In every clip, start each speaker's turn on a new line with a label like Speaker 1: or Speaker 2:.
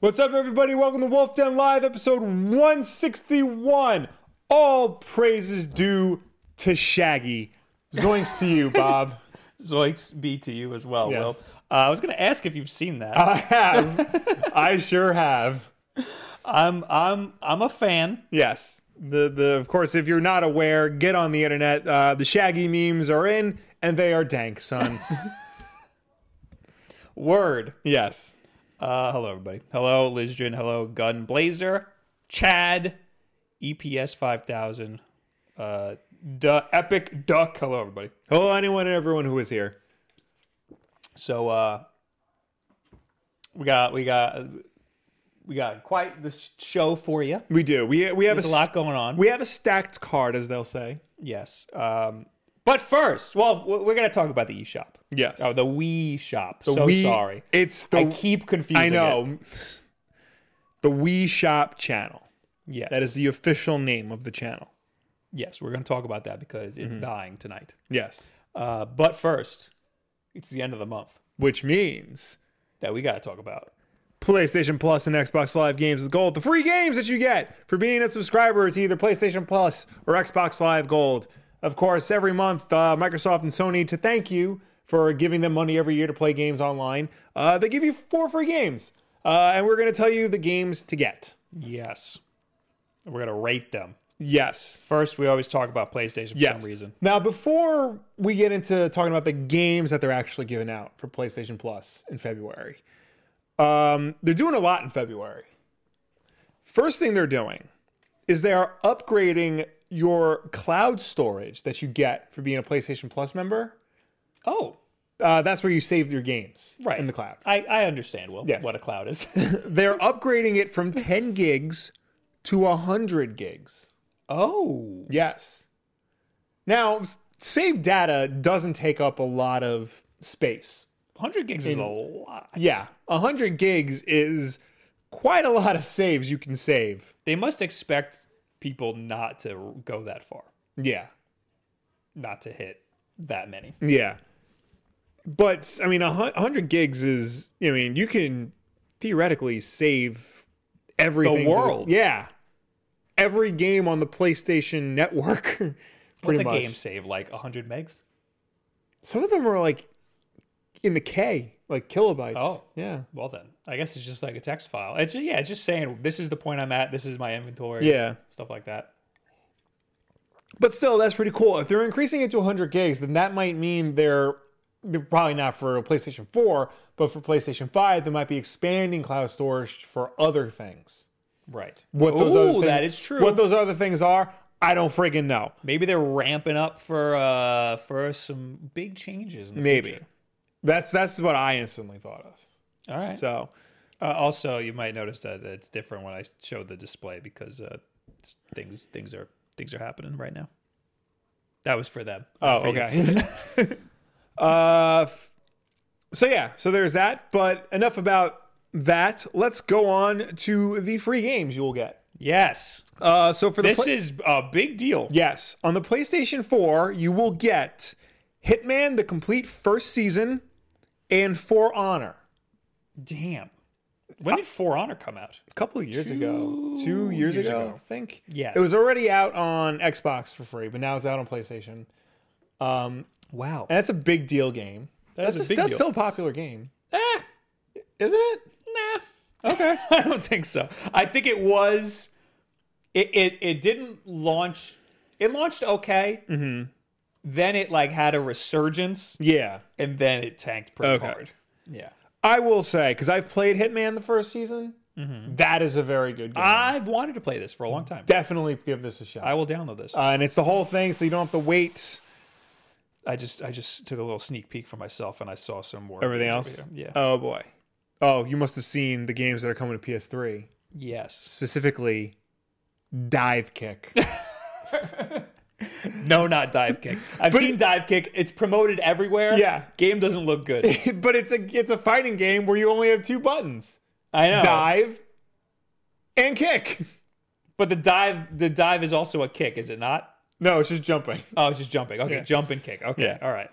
Speaker 1: What's up, everybody? Welcome to Wolf Den Live, episode 161. All praises due to Shaggy. Zoinks to you, Bob.
Speaker 2: Zoinks be to you as well, Will.
Speaker 1: Yes.
Speaker 2: Uh, I was going to ask if you've seen that.
Speaker 1: I have. I sure have.
Speaker 2: I'm I'm I'm a fan.
Speaker 1: Yes. The the of course, if you're not aware, get on the internet. Uh, the Shaggy memes are in, and they are dank, son.
Speaker 2: Word.
Speaker 1: yes.
Speaker 2: Uh, hello everybody. Hello Lizjin. Hello Gun Blazer. Chad. EPS five thousand. Uh, duh, epic duck. Hello everybody.
Speaker 1: Hello, anyone and everyone who is here.
Speaker 2: So uh, we got we got we got quite the show for you.
Speaker 1: We do. We we have
Speaker 2: There's a
Speaker 1: s-
Speaker 2: lot going on.
Speaker 1: We have a stacked card, as they'll say.
Speaker 2: yes. Um, but first, well, we're we're gonna talk about the eShop.
Speaker 1: Yes.
Speaker 2: Oh, the Wii shop. so
Speaker 1: We-
Speaker 2: sorry.
Speaker 1: It's the
Speaker 2: I keep confusing.
Speaker 1: I
Speaker 2: It.
Speaker 1: know. The Wii Shop channel.
Speaker 2: Yes.
Speaker 1: That is the official name of the channel.
Speaker 2: yes. We're going to talk about that because it's dying tonight.
Speaker 1: Yes.
Speaker 2: Uh, but first, it's the end of the month
Speaker 1: Which means
Speaker 2: that we got to talk about.
Speaker 1: PlayStation Plus and Xbox Live games with gold. The free games that you get for being a subscriber to either PlayStation Plus or Xbox Live Gold. Of course, every month, uh, Microsoft and Sony to thank you for giving them money every year to play games online. Uh, they give you four free games. Uh, and we're going to tell you the games to get.
Speaker 2: Yes. We're going to rate them.
Speaker 1: Yes.
Speaker 2: First, we always talk about PlayStation for
Speaker 1: Yes.
Speaker 2: some reason.
Speaker 1: Now, before we get into talking about the games that they're actually giving out for PlayStation Plus in February, um, they're doing a lot in February. First thing they're doing is they are upgrading your cloud storage that you get for being a PlayStation Plus member.
Speaker 2: Oh,
Speaker 1: Uh, that's where you save your games
Speaker 2: Right.
Speaker 1: in the cloud.
Speaker 2: I, I understand, Will,
Speaker 1: Yes.
Speaker 2: what a cloud is.
Speaker 1: They're upgrading it from 10 gigs to 100 gigs.
Speaker 2: oh.
Speaker 1: Yes. Now, s- saved data doesn't take up a lot of space.
Speaker 2: 100 gigs is a lot.
Speaker 1: Yeah, 100 gigs is quite a lot of saves you can save.
Speaker 2: They must expect people not to go that far,
Speaker 1: Yeah.
Speaker 2: not to hit that many.
Speaker 1: Yeah. But I mean, a hun- 100 gigs is I mean, you can theoretically save everything.
Speaker 2: world.
Speaker 1: yeah. Every game on the PlayStation network. pretty
Speaker 2: What's a
Speaker 1: much.
Speaker 2: game save? Like 100 megs?
Speaker 1: Some of them are like in the K, like kilobytes.
Speaker 2: Oh.
Speaker 1: yeah.
Speaker 2: Well then, I guess it's just like a text file. It's yeah, it's just saying this is the point I'm at. This is my inventory.
Speaker 1: Yeah.
Speaker 2: stuff like that.
Speaker 1: But still, that's pretty cool. If they're increasing it to 100 gigs, then that might mean they're probably not for a PlayStation 4, but for PlayStation 5, they might be expanding cloud storage for other things.
Speaker 2: Right.
Speaker 1: What those other things,
Speaker 2: that is true.
Speaker 1: What those other things are, I don't friggin' know.
Speaker 2: Maybe they're ramping up for uh for some big changes. In the
Speaker 1: Maybe
Speaker 2: future.
Speaker 1: that's that's what I instantly thought of.
Speaker 2: All right.
Speaker 1: So
Speaker 2: uh, also, you might notice that it's different when I show the display because uh, things things are things are happening right now. That was for them.
Speaker 1: Oh,
Speaker 2: For you.
Speaker 1: okay. uh, f- so yeah, so there's that. But enough about that. Let's go on to the free games you will get.
Speaker 2: Yes,
Speaker 1: Uh, so for the
Speaker 2: this
Speaker 1: pla-
Speaker 2: is a big deal.
Speaker 1: yes on the PlayStation 4, you will get Hitman: The Complete First Season and For Honor.
Speaker 2: Damn. When did For Honor come out?
Speaker 1: A couple of years ago, two years,
Speaker 2: years
Speaker 1: ago,
Speaker 2: ago.
Speaker 1: I think.
Speaker 2: Yes.
Speaker 1: it was already out on Xbox for free, but now it's out on PlayStation,
Speaker 2: Wow.
Speaker 1: and that's a big deal game.
Speaker 2: That is
Speaker 1: that's
Speaker 2: a big
Speaker 1: that's
Speaker 2: deal.
Speaker 1: still a popular game,
Speaker 2: Ah,
Speaker 1: isn't it?
Speaker 2: Nah. Okay. I don't think so. I think it was. It it, it didn't launch. It launched okay. Mm-hmm. Then it like had a resurgence,
Speaker 1: Yeah.
Speaker 2: and then it tanked pretty
Speaker 1: Okay.
Speaker 2: hard. Yeah.
Speaker 1: I will say because I've played Hitman the first season.
Speaker 2: Mm-hmm.
Speaker 1: that is a very good game.
Speaker 2: I've wanted to play this for a long time.
Speaker 1: Definitely give this a shot.
Speaker 2: I will download this.
Speaker 1: uh, and it's the whole thing, so you don't have to wait.
Speaker 2: I just I just took a little sneak peek for myself, and I saw some more.
Speaker 1: Everything
Speaker 2: things
Speaker 1: else.
Speaker 2: over here. Yeah.
Speaker 1: Oh boy. Oh, you must have seen the games that are coming to PS3,
Speaker 2: yes.
Speaker 1: specifically Dive Kick.
Speaker 2: No, not dive kick. I've seen dive kick. It's promoted everywhere.
Speaker 1: Yeah.
Speaker 2: Game doesn't look good.
Speaker 1: but it's a it's a fighting game where you only have two buttons:
Speaker 2: I
Speaker 1: Oh.
Speaker 2: know.
Speaker 1: dive and kick.
Speaker 2: But the dive the dive is also a kick, is it not?
Speaker 1: No, it's just jumping.
Speaker 2: Oh, just jumping. Okay,
Speaker 1: Yeah.
Speaker 2: jump and kick. Okay,
Speaker 1: Yeah.
Speaker 2: all right.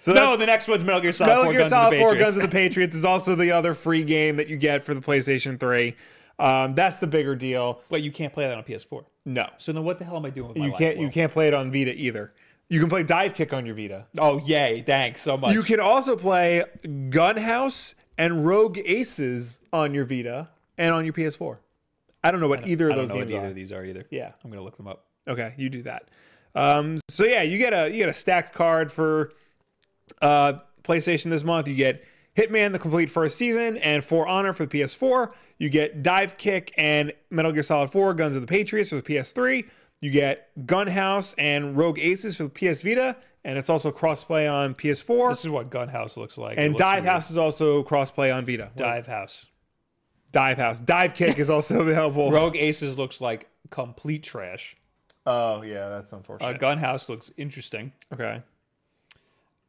Speaker 1: So
Speaker 2: no,
Speaker 1: that-
Speaker 2: the next one's Metal Gear Solid
Speaker 1: Metal
Speaker 2: 4
Speaker 1: Gear
Speaker 2: Guns of the
Speaker 1: Solid 4
Speaker 2: Patriots.
Speaker 1: Guns of the Patriots is also the other free game that you get for the PlayStation 3. Um, that's the bigger deal.
Speaker 2: But you can't play that on PS4.
Speaker 1: No.
Speaker 2: So then what the hell am I doing with my
Speaker 1: You
Speaker 2: life,
Speaker 1: can't you
Speaker 2: Will?
Speaker 1: can't play it on Vita either. You can play Dive Kick on your Vita.
Speaker 2: Oh, yay. Thanks so much.
Speaker 1: You can also play Gunhouse and Rogue Aces on your Vita and on your PS4. I don't know what either
Speaker 2: I
Speaker 1: of
Speaker 2: don't
Speaker 1: those
Speaker 2: know what
Speaker 1: games
Speaker 2: either
Speaker 1: are.
Speaker 2: of these are either.
Speaker 1: Yeah.
Speaker 2: I'm going to look them up.
Speaker 1: Okay, you do that. Um, so yeah, you get a you get a stacked card for uh, PlayStation this month. You get Hitman: The Complete First Season and For Honor for the PS4. You get Dive Kick and Metal Gear Solid 4: Guns of the Patriots for the PS3. You get Gunhouse and Rogue Aces for the PS Vita, and it's also crossplay on PS4.
Speaker 2: This is what Gunhouse looks like. It
Speaker 1: and
Speaker 2: looks
Speaker 1: Dive
Speaker 2: weird.
Speaker 1: House is also crossplay on Vita.
Speaker 2: Dive House.
Speaker 1: Dive House, Dive Kick is also available.
Speaker 2: Rogue Aces looks like complete trash.
Speaker 1: Oh yeah, that's
Speaker 2: Uh,
Speaker 1: unfortunate.
Speaker 2: Gunhouse looks interesting.
Speaker 1: okay.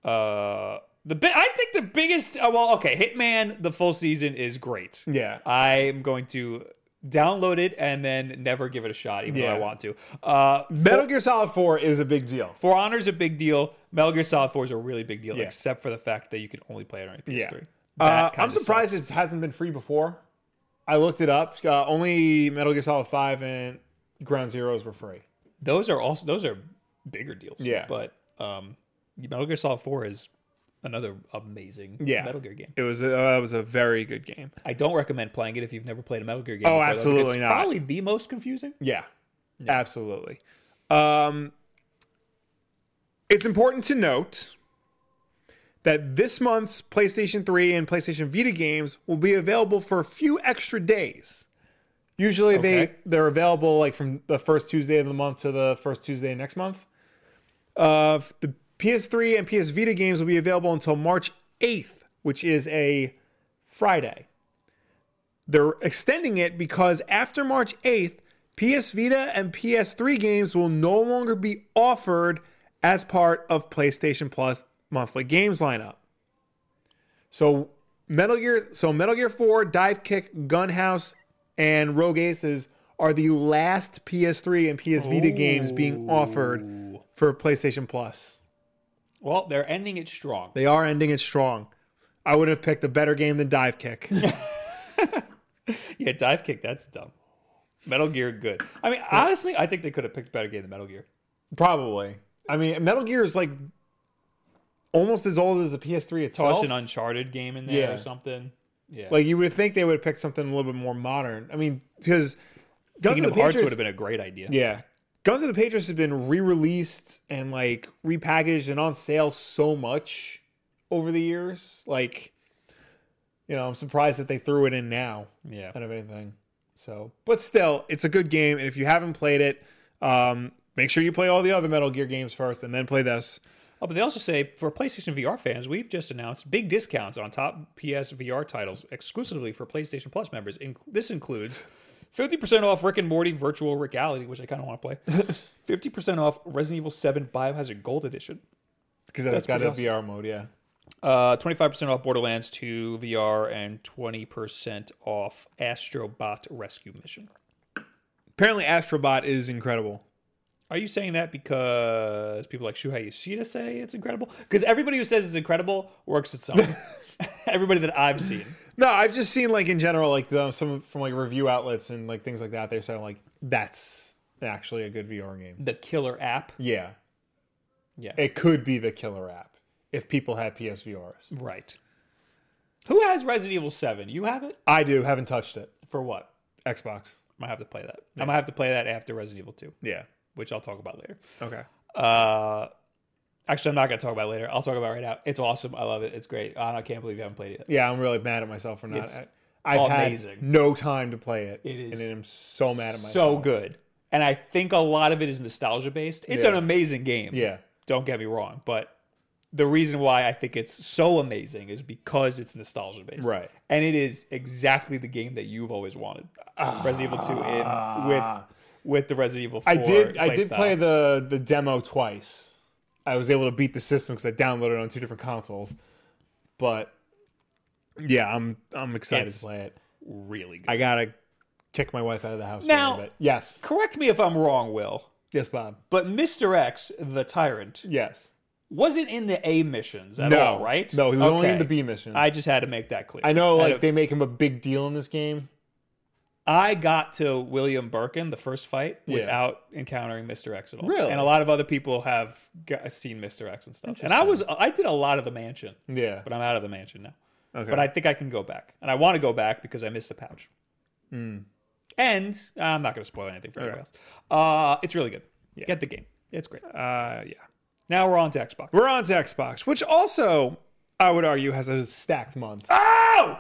Speaker 2: Uh, the bi- I think the biggest. Uh, well, okay, Hitman the full season is great.
Speaker 1: Yeah.
Speaker 2: I'm going to download it and then never give it a shot, even
Speaker 1: Yeah.
Speaker 2: though I want to. Uh,
Speaker 1: Metal Gear Solid 4 is a big deal.
Speaker 2: For Honor's a big deal. Metal Gear Solid 4 is a really big deal,
Speaker 1: Yeah.
Speaker 2: except for the fact that you can only play it on PS3.
Speaker 1: Uh,
Speaker 2: That
Speaker 1: I'm
Speaker 2: kinda
Speaker 1: surprised it hasn't been free before. I looked it up. Uh, only Metal Gear Solid 5 and Ground Zeroes were free.
Speaker 2: sucks. Those are also those are bigger deals.
Speaker 1: Yeah.
Speaker 2: but um, Metal Gear Solid 4 is another amazing
Speaker 1: Yeah.
Speaker 2: Metal Gear game.
Speaker 1: It was a, uh, it was a very good game.
Speaker 2: I don't recommend playing it if you've never played a Metal Gear game.
Speaker 1: Oh,
Speaker 2: before, though, because
Speaker 1: absolutely
Speaker 2: it's
Speaker 1: not.
Speaker 2: Probably the most confusing.
Speaker 1: Yeah, absolutely. Um, it's important to note that this month's PlayStation 3 and PlayStation Vita games will be available for a few extra days. Usually they
Speaker 2: Okay.
Speaker 1: they're available like from the first Tuesday of the month to the first Tuesday of next month. Uh, the PS3 and PS Vita games will be available until March 8th, which is a Friday. They're extending it because after March 8th, PS Vita and PS3 games will no longer be offered as part of PlayStation Plus monthly games lineup. So Metal Gear, so Metal Gear 4, Dive Kick, Gunhouse, and Rogue Aces are the last PS3 and PS Vita games being offered for PlayStation Plus.
Speaker 2: Well, they're ending it strong.
Speaker 1: They are ending it strong. I would have picked a better game than Dive Kick.
Speaker 2: Yeah, dive kick. That's dumb. Metal Gear, good. I mean, honestly, I think they could have picked a better game than Metal Gear.
Speaker 1: Probably. I mean, Metal Gear is like almost as old as the PS3 itself.
Speaker 2: Toss an Uncharted game in there
Speaker 1: Yeah.
Speaker 2: or something. Yeah,
Speaker 1: like you would think they would have picked something a little bit more modern. I mean, because Guns
Speaker 2: Kingdom
Speaker 1: of the
Speaker 2: Hearts would
Speaker 1: Patriots,
Speaker 2: have been a great idea.
Speaker 1: yeah, Guns of the Patriots has been re-released and like repackaged and on sale so much over the years. Like, you know, I'm surprised that they threw it in now
Speaker 2: Yeah,
Speaker 1: out of anything. So, but still, it's a good game, and if you haven't played it, um, make sure you play all the other Metal Gear games first, and then play this.
Speaker 2: Oh, but they also say for PlayStation VR fans, we've just announced big discounts on top PS VR titles exclusively for PlayStation Plus members. In- this includes 50% off Rick and Morty Virtual Reality, which I kind of want to play. 50% off Resident Evil 7 Biohazard Gold Edition.
Speaker 1: Because that's got
Speaker 2: pretty
Speaker 1: a VR
Speaker 2: awesome.
Speaker 1: mode, yeah.
Speaker 2: Uh, 25% off Borderlands 2 VR and 20% off Astrobot Rescue Mission.
Speaker 1: Apparently, Astrobot is incredible.
Speaker 2: Are you saying that because people like Shuhei Yoshida say it's incredible? Because everybody who says it's incredible works at something. everybody that I've seen.
Speaker 1: No, I've just seen like in general, like the, some of- from like review outlets and like things like that. They're saying like that's actually a good VR game.
Speaker 2: The killer app.
Speaker 1: Yeah,
Speaker 2: Yeah.
Speaker 1: it could be the killer app if people had PSVRs.
Speaker 2: Right. Who has Resident Evil 7? You have it?
Speaker 1: I do. Haven't touched it.
Speaker 2: For what?
Speaker 1: Xbox.
Speaker 2: I'm going to have to play that. I'm going to have to play that after Resident Evil 2,
Speaker 1: Yeah.
Speaker 2: which I'll talk about later.
Speaker 1: Okay.
Speaker 2: Uh, actually, I'm not going to talk about it later. I'll talk about it right now. It's awesome. I love it. It's great. I can't believe you haven't played it yet.
Speaker 1: Yeah, I'm really mad at myself for not.
Speaker 2: It's
Speaker 1: I, I've
Speaker 2: amazing.
Speaker 1: had no time to play it.
Speaker 2: It is
Speaker 1: and I'm so mad at myself.
Speaker 2: So good. And I think a lot of it is nostalgia based. It's
Speaker 1: Yeah.
Speaker 2: an amazing game.
Speaker 1: Yeah.
Speaker 2: Don't get me wrong. But the reason why I think it's so amazing is because it's nostalgia based.
Speaker 1: Right.
Speaker 2: And it is exactly the game that you've always wanted. Resident Evil 2 in with with the Resident Evil 4
Speaker 1: Ah. I did. I did
Speaker 2: playstyle.
Speaker 1: play the the demo twice. I was able to beat the system because I downloaded it on two different consoles. But yeah, I'm I'm excited
Speaker 2: It's-
Speaker 1: to play it.
Speaker 2: really good.
Speaker 1: I gotta kick my wife out of the house
Speaker 2: Now-
Speaker 1: for a little bit. Yes,
Speaker 2: Correct me if I'm wrong, Will,
Speaker 1: yes, Bob.
Speaker 2: but Mr. X, the tyrant,
Speaker 1: Yes,
Speaker 2: wasn't in the A missions at
Speaker 1: No,
Speaker 2: all, right?
Speaker 1: no, he was only in the B missions.
Speaker 2: I just had to make that clear.
Speaker 1: I know,
Speaker 2: Had
Speaker 1: like
Speaker 2: to-
Speaker 1: they make him a big deal in this game.
Speaker 2: I got to William Birkin the first fight
Speaker 1: Yeah.
Speaker 2: without encountering Mr. X at all.
Speaker 1: Really?
Speaker 2: And a lot of other people have got, seen Mr. X and stuff. And I was I did a lot of the mansion,
Speaker 1: Yeah,
Speaker 2: but I'm out of the mansion now.
Speaker 1: okay.
Speaker 2: But I think I can go back, and I want to go back because I missed the pouch.
Speaker 1: Hmm.
Speaker 2: And uh, I'm not going to spoil anything for anybody else. Uh, it's really good. Get the game. It's great.
Speaker 1: uh, yeah,
Speaker 2: Now we're on to Xbox.
Speaker 1: we're on to Xbox, which also I would argue has a stacked month.
Speaker 2: Ow!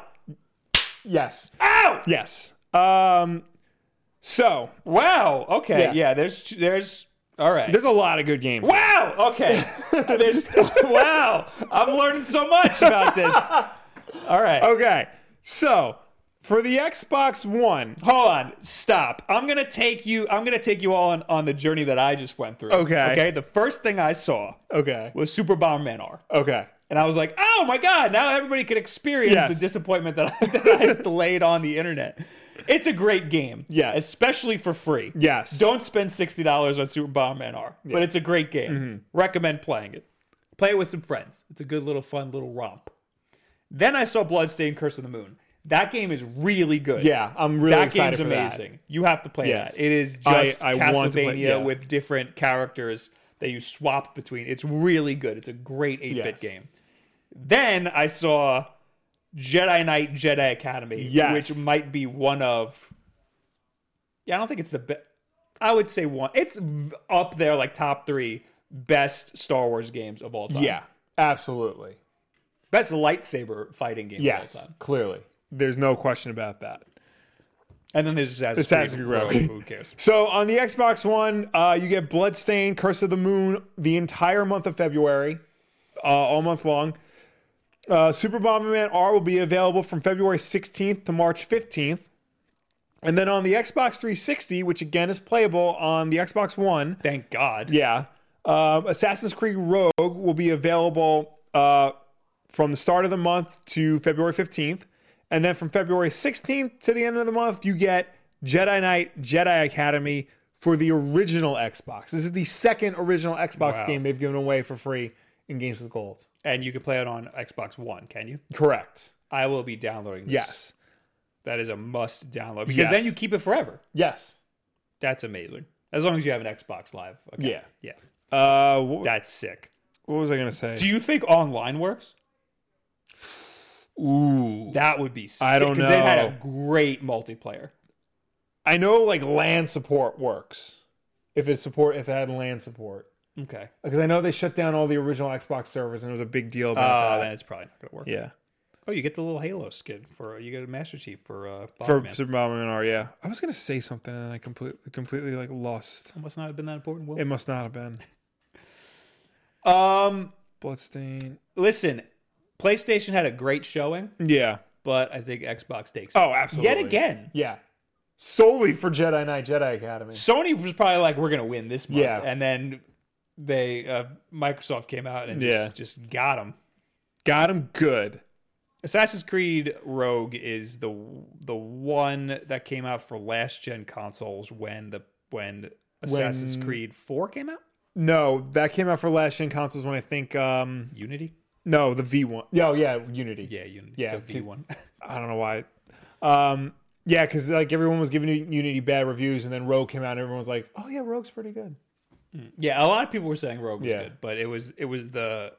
Speaker 1: Yes,
Speaker 2: Ow!
Speaker 1: yes. Um, so
Speaker 2: Wow. Okay.
Speaker 1: Yeah.
Speaker 2: Yeah. There's there's all right.
Speaker 1: there's a lot of good games.
Speaker 2: Wow. Okay. There's wow. I'm learning so much about this. All right.
Speaker 1: Okay, so for the Xbox One,
Speaker 2: Hold on. Stop. I'm gonna take you. I'm gonna take you all on, on the journey that I just went through.
Speaker 1: Okay.
Speaker 2: Okay. The first thing I saw
Speaker 1: okay,
Speaker 2: was Super Bomberman R,
Speaker 1: okay,
Speaker 2: and I was like, oh my god! Now everybody can experience
Speaker 1: Yes.
Speaker 2: the disappointment that I, that I laid on the internet. It's a great game.
Speaker 1: Yes.
Speaker 2: Especially for free.
Speaker 1: yes.
Speaker 2: Don't spend sixty dollars on Super Bomberman R, but it's a great game. Recommend playing it. Play it with some friends. It's a good little fun little romp. Then I saw Bloodstained: Curse of the Moon. That game is really good.
Speaker 1: Yeah, I'm really
Speaker 2: that
Speaker 1: excited
Speaker 2: game's
Speaker 1: for that.
Speaker 2: amazing. You have to play
Speaker 1: Yes.
Speaker 2: that. It is
Speaker 1: I-
Speaker 2: just
Speaker 1: I
Speaker 2: Castlevania
Speaker 1: want to play- yeah.
Speaker 2: with different characters that you swap between. It's really good. It's a great eight bit
Speaker 1: Yes.
Speaker 2: game. Then I saw Jedi Knight Jedi Academy,
Speaker 1: Yes.
Speaker 2: which might be one of. Yeah, I don't think it's the best. I would say one. It's v- up there, like top three best Star Wars games of all time.
Speaker 1: Yeah, absolutely.
Speaker 2: best lightsaber fighting game of all
Speaker 1: Yes,
Speaker 2: time.
Speaker 1: clearly. There's no question about that.
Speaker 2: And then there's Assassin's,
Speaker 1: Assassin's
Speaker 2: Creed
Speaker 1: Creed
Speaker 2: Rogue,
Speaker 1: Rogue.
Speaker 2: Who cares?
Speaker 1: So on the Xbox One, uh, you get Bloodstained, Curse of the Moon, the entire month of February, uh, all month long. Uh, Super Bomberman R will be available from February 16th to March 15th. And then on the Xbox 360, which again is playable on the Xbox One,
Speaker 2: Thank God.
Speaker 1: yeah, um, Assassin's Creed Rogue will be available uh, from the start of the month to February 15th. And then from February 16th to the end of the month, you get Jedi Knight, Jedi Academy for the original Xbox. This is the second original Xbox
Speaker 2: Wow.
Speaker 1: game they've given away for free in Games with Gold.
Speaker 2: And you can play it on Xbox One, can you?
Speaker 1: Correct.
Speaker 2: I will be downloading this.
Speaker 1: Yes.
Speaker 2: That is a must download because
Speaker 1: Yes.
Speaker 2: then you keep it forever.
Speaker 1: Yes.
Speaker 2: That's amazing. As long as you have an Xbox Live. Okay.
Speaker 1: Yeah.
Speaker 2: Yeah.
Speaker 1: Uh, wh- what,
Speaker 2: That's sick.
Speaker 1: was I going to say?
Speaker 2: Do you think online works?
Speaker 1: Ooh.
Speaker 2: That would be sick.
Speaker 1: I don't
Speaker 2: 'cause They had a
Speaker 1: know.
Speaker 2: great multiplayer.
Speaker 1: I know like LAN support works. If it support if it had LAN support.
Speaker 2: Okay.
Speaker 1: Because I know they shut down all the original Xbox servers and it was a big deal
Speaker 2: Oh,
Speaker 1: about
Speaker 2: then
Speaker 1: that.
Speaker 2: it's probably not going to work.
Speaker 1: Yeah.
Speaker 2: Oh, you get the little Halo skin for uh, you get a Master Chief for uh
Speaker 1: For
Speaker 2: Bomberman.
Speaker 1: Super Bomberman R, yeah. I was gonna say something and I completely completely like lost.
Speaker 2: must not have been that important.
Speaker 1: It must not have been.
Speaker 2: Um,
Speaker 1: Bloodstain.
Speaker 2: listen, PlayStation had a great showing,
Speaker 1: Yeah.
Speaker 2: but I think Xbox takes it.
Speaker 1: Oh, absolutely.
Speaker 2: yet again.
Speaker 1: Yeah. Solely for Jedi Knight Jedi Academy.
Speaker 2: Sony was probably like, "We're gonna win this month,"
Speaker 1: Yeah.
Speaker 2: and then they uh, Microsoft came out and just,
Speaker 1: Yeah.
Speaker 2: just got them.
Speaker 1: Got him good.
Speaker 2: Assassin's Creed Rogue is the the one that came out for last gen consoles when the when Assassin's Creed Four came out.
Speaker 1: No, that came out for last gen consoles when I think um
Speaker 2: Unity,
Speaker 1: no, the V one. Oh yeah, Unity.
Speaker 2: yeah, Unity,
Speaker 1: Yeah,
Speaker 2: the V one.
Speaker 1: I don't know why. Um yeah, because like everyone was giving Unity bad reviews, and then Rogue came out, and everyone was like, "Oh yeah, Rogue's pretty good."
Speaker 2: yeah, a lot of people were saying Rogue was
Speaker 1: Yeah.
Speaker 2: good, but it was it was the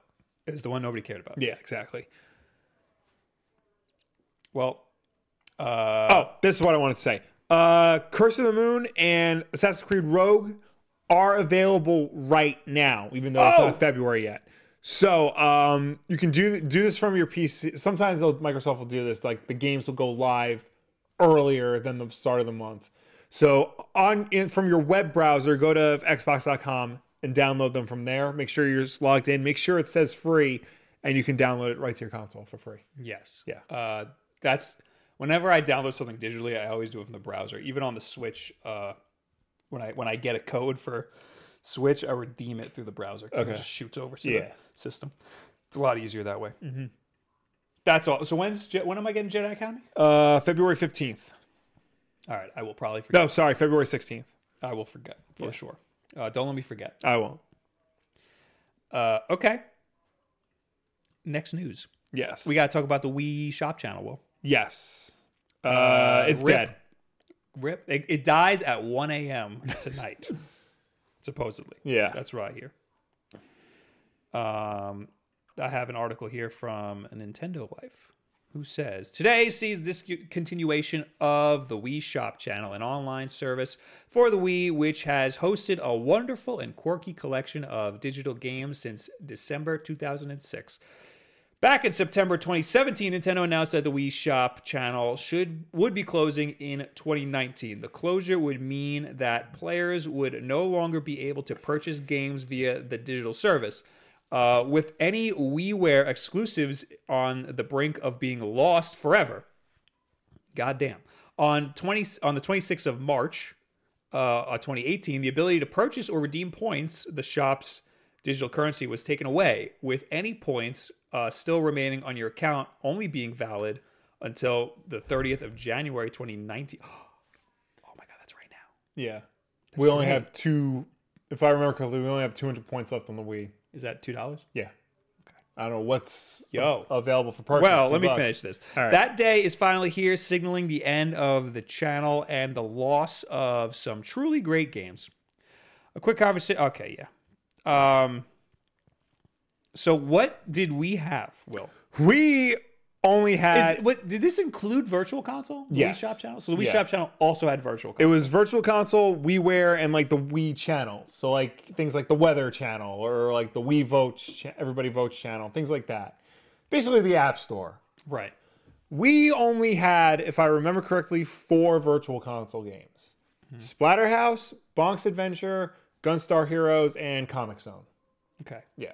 Speaker 2: it was the one nobody cared about.
Speaker 1: Yeah, exactly.
Speaker 2: Well, uh,
Speaker 1: Oh, this is what I wanted to say. Uh, Curse of the Moon and Assassin's Creed Rogue are available right now, even though it's
Speaker 2: Oh!
Speaker 1: not February yet. So um, you can do do this from your PC. Sometimes they'll, Microsoft will do this, like the games will go live earlier than the start of the month. So on in, from your web browser, go to Xbox.com and download them from there. Make sure you're just logged in. Make sure it says free, and you can download it right to your console for free.
Speaker 2: Yes.
Speaker 1: Yeah.
Speaker 2: Uh, that's whenever I download something digitally, I always do it from the browser. Even on the Switch, uh, when I when I get a code for Switch, I redeem it through the browser. 'cause It
Speaker 1: Okay.
Speaker 2: just shoots over to
Speaker 1: Yeah. Mm-hmm.
Speaker 2: the system. It's a lot easier that way. That's all. So when's Je- when am I getting Jedi Academy?
Speaker 1: Uh, February fifteenth.
Speaker 2: All right, I will probably forget.
Speaker 1: No, sorry, February sixteenth.
Speaker 2: I will forget for sure. Uh, don't let me forget.
Speaker 1: I won't.
Speaker 2: Uh, okay. Next news.
Speaker 1: Yes.
Speaker 2: We got to talk about the Wii Shop Channel. Well,
Speaker 1: Yes. Uh, it's
Speaker 2: rip.
Speaker 1: dead.
Speaker 2: rip. It, it dies at 1 a.m. tonight, supposedly.
Speaker 1: Yeah.
Speaker 2: That's what I hear. Um, I have an article here from Nintendo Life who says today sees this continuation of the Wii Shop channel, an online service for the Wii, which has hosted a wonderful and quirky collection of digital games since December 2006. Back in September 2017, Nintendo announced that the Wii Shop channel should would be closing in 2019. The closure would mean that players would no longer be able to purchase games via the digital service. Uh, with any WiiWare exclusives on the brink of being lost forever. Goddamn. On twenty on the twenty sixth of March, uh, uh, 2018, the ability to purchase or redeem points, the shop's digital currency, was taken away, with any points uh, still remaining on your account only being valid until the 30th of January 2019. Oh my God, that's right now.
Speaker 1: Yeah. we only
Speaker 2: right.
Speaker 1: have two. If I remember correctly, we only have 200 points left on the Wii.
Speaker 2: Is that two dollars?
Speaker 1: Yeah. I don't know what's
Speaker 2: Yo.
Speaker 1: available for purchase.
Speaker 2: Well,
Speaker 1: Two
Speaker 2: let me
Speaker 1: bucks.
Speaker 2: finish this.
Speaker 1: All right.
Speaker 2: That day is finally here, signaling the end of the channel and the loss of some truly great games. A quick conversation. Okay, yeah. Um. So what did we have, Will?
Speaker 1: We only had.
Speaker 2: Is, what, did this include Virtual Console? The
Speaker 1: Yes.
Speaker 2: Wii Shop Channel. So the Wii
Speaker 1: Yeah.
Speaker 2: Shop Channel also had Virtual
Speaker 1: it
Speaker 2: Console.
Speaker 1: was Virtual Console, WiiWare, and like the Wii channel. So like things like the Weather channel or like the Wii Votes, cha- Everybody Votes channel, things like that. Basically, the App Store.
Speaker 2: right.
Speaker 1: We only had, if I remember correctly, four Virtual Console games: Splatterhouse, Bonk's Adventure, Gunstar Heroes, and Comic Zone.
Speaker 2: Okay.
Speaker 1: Yeah.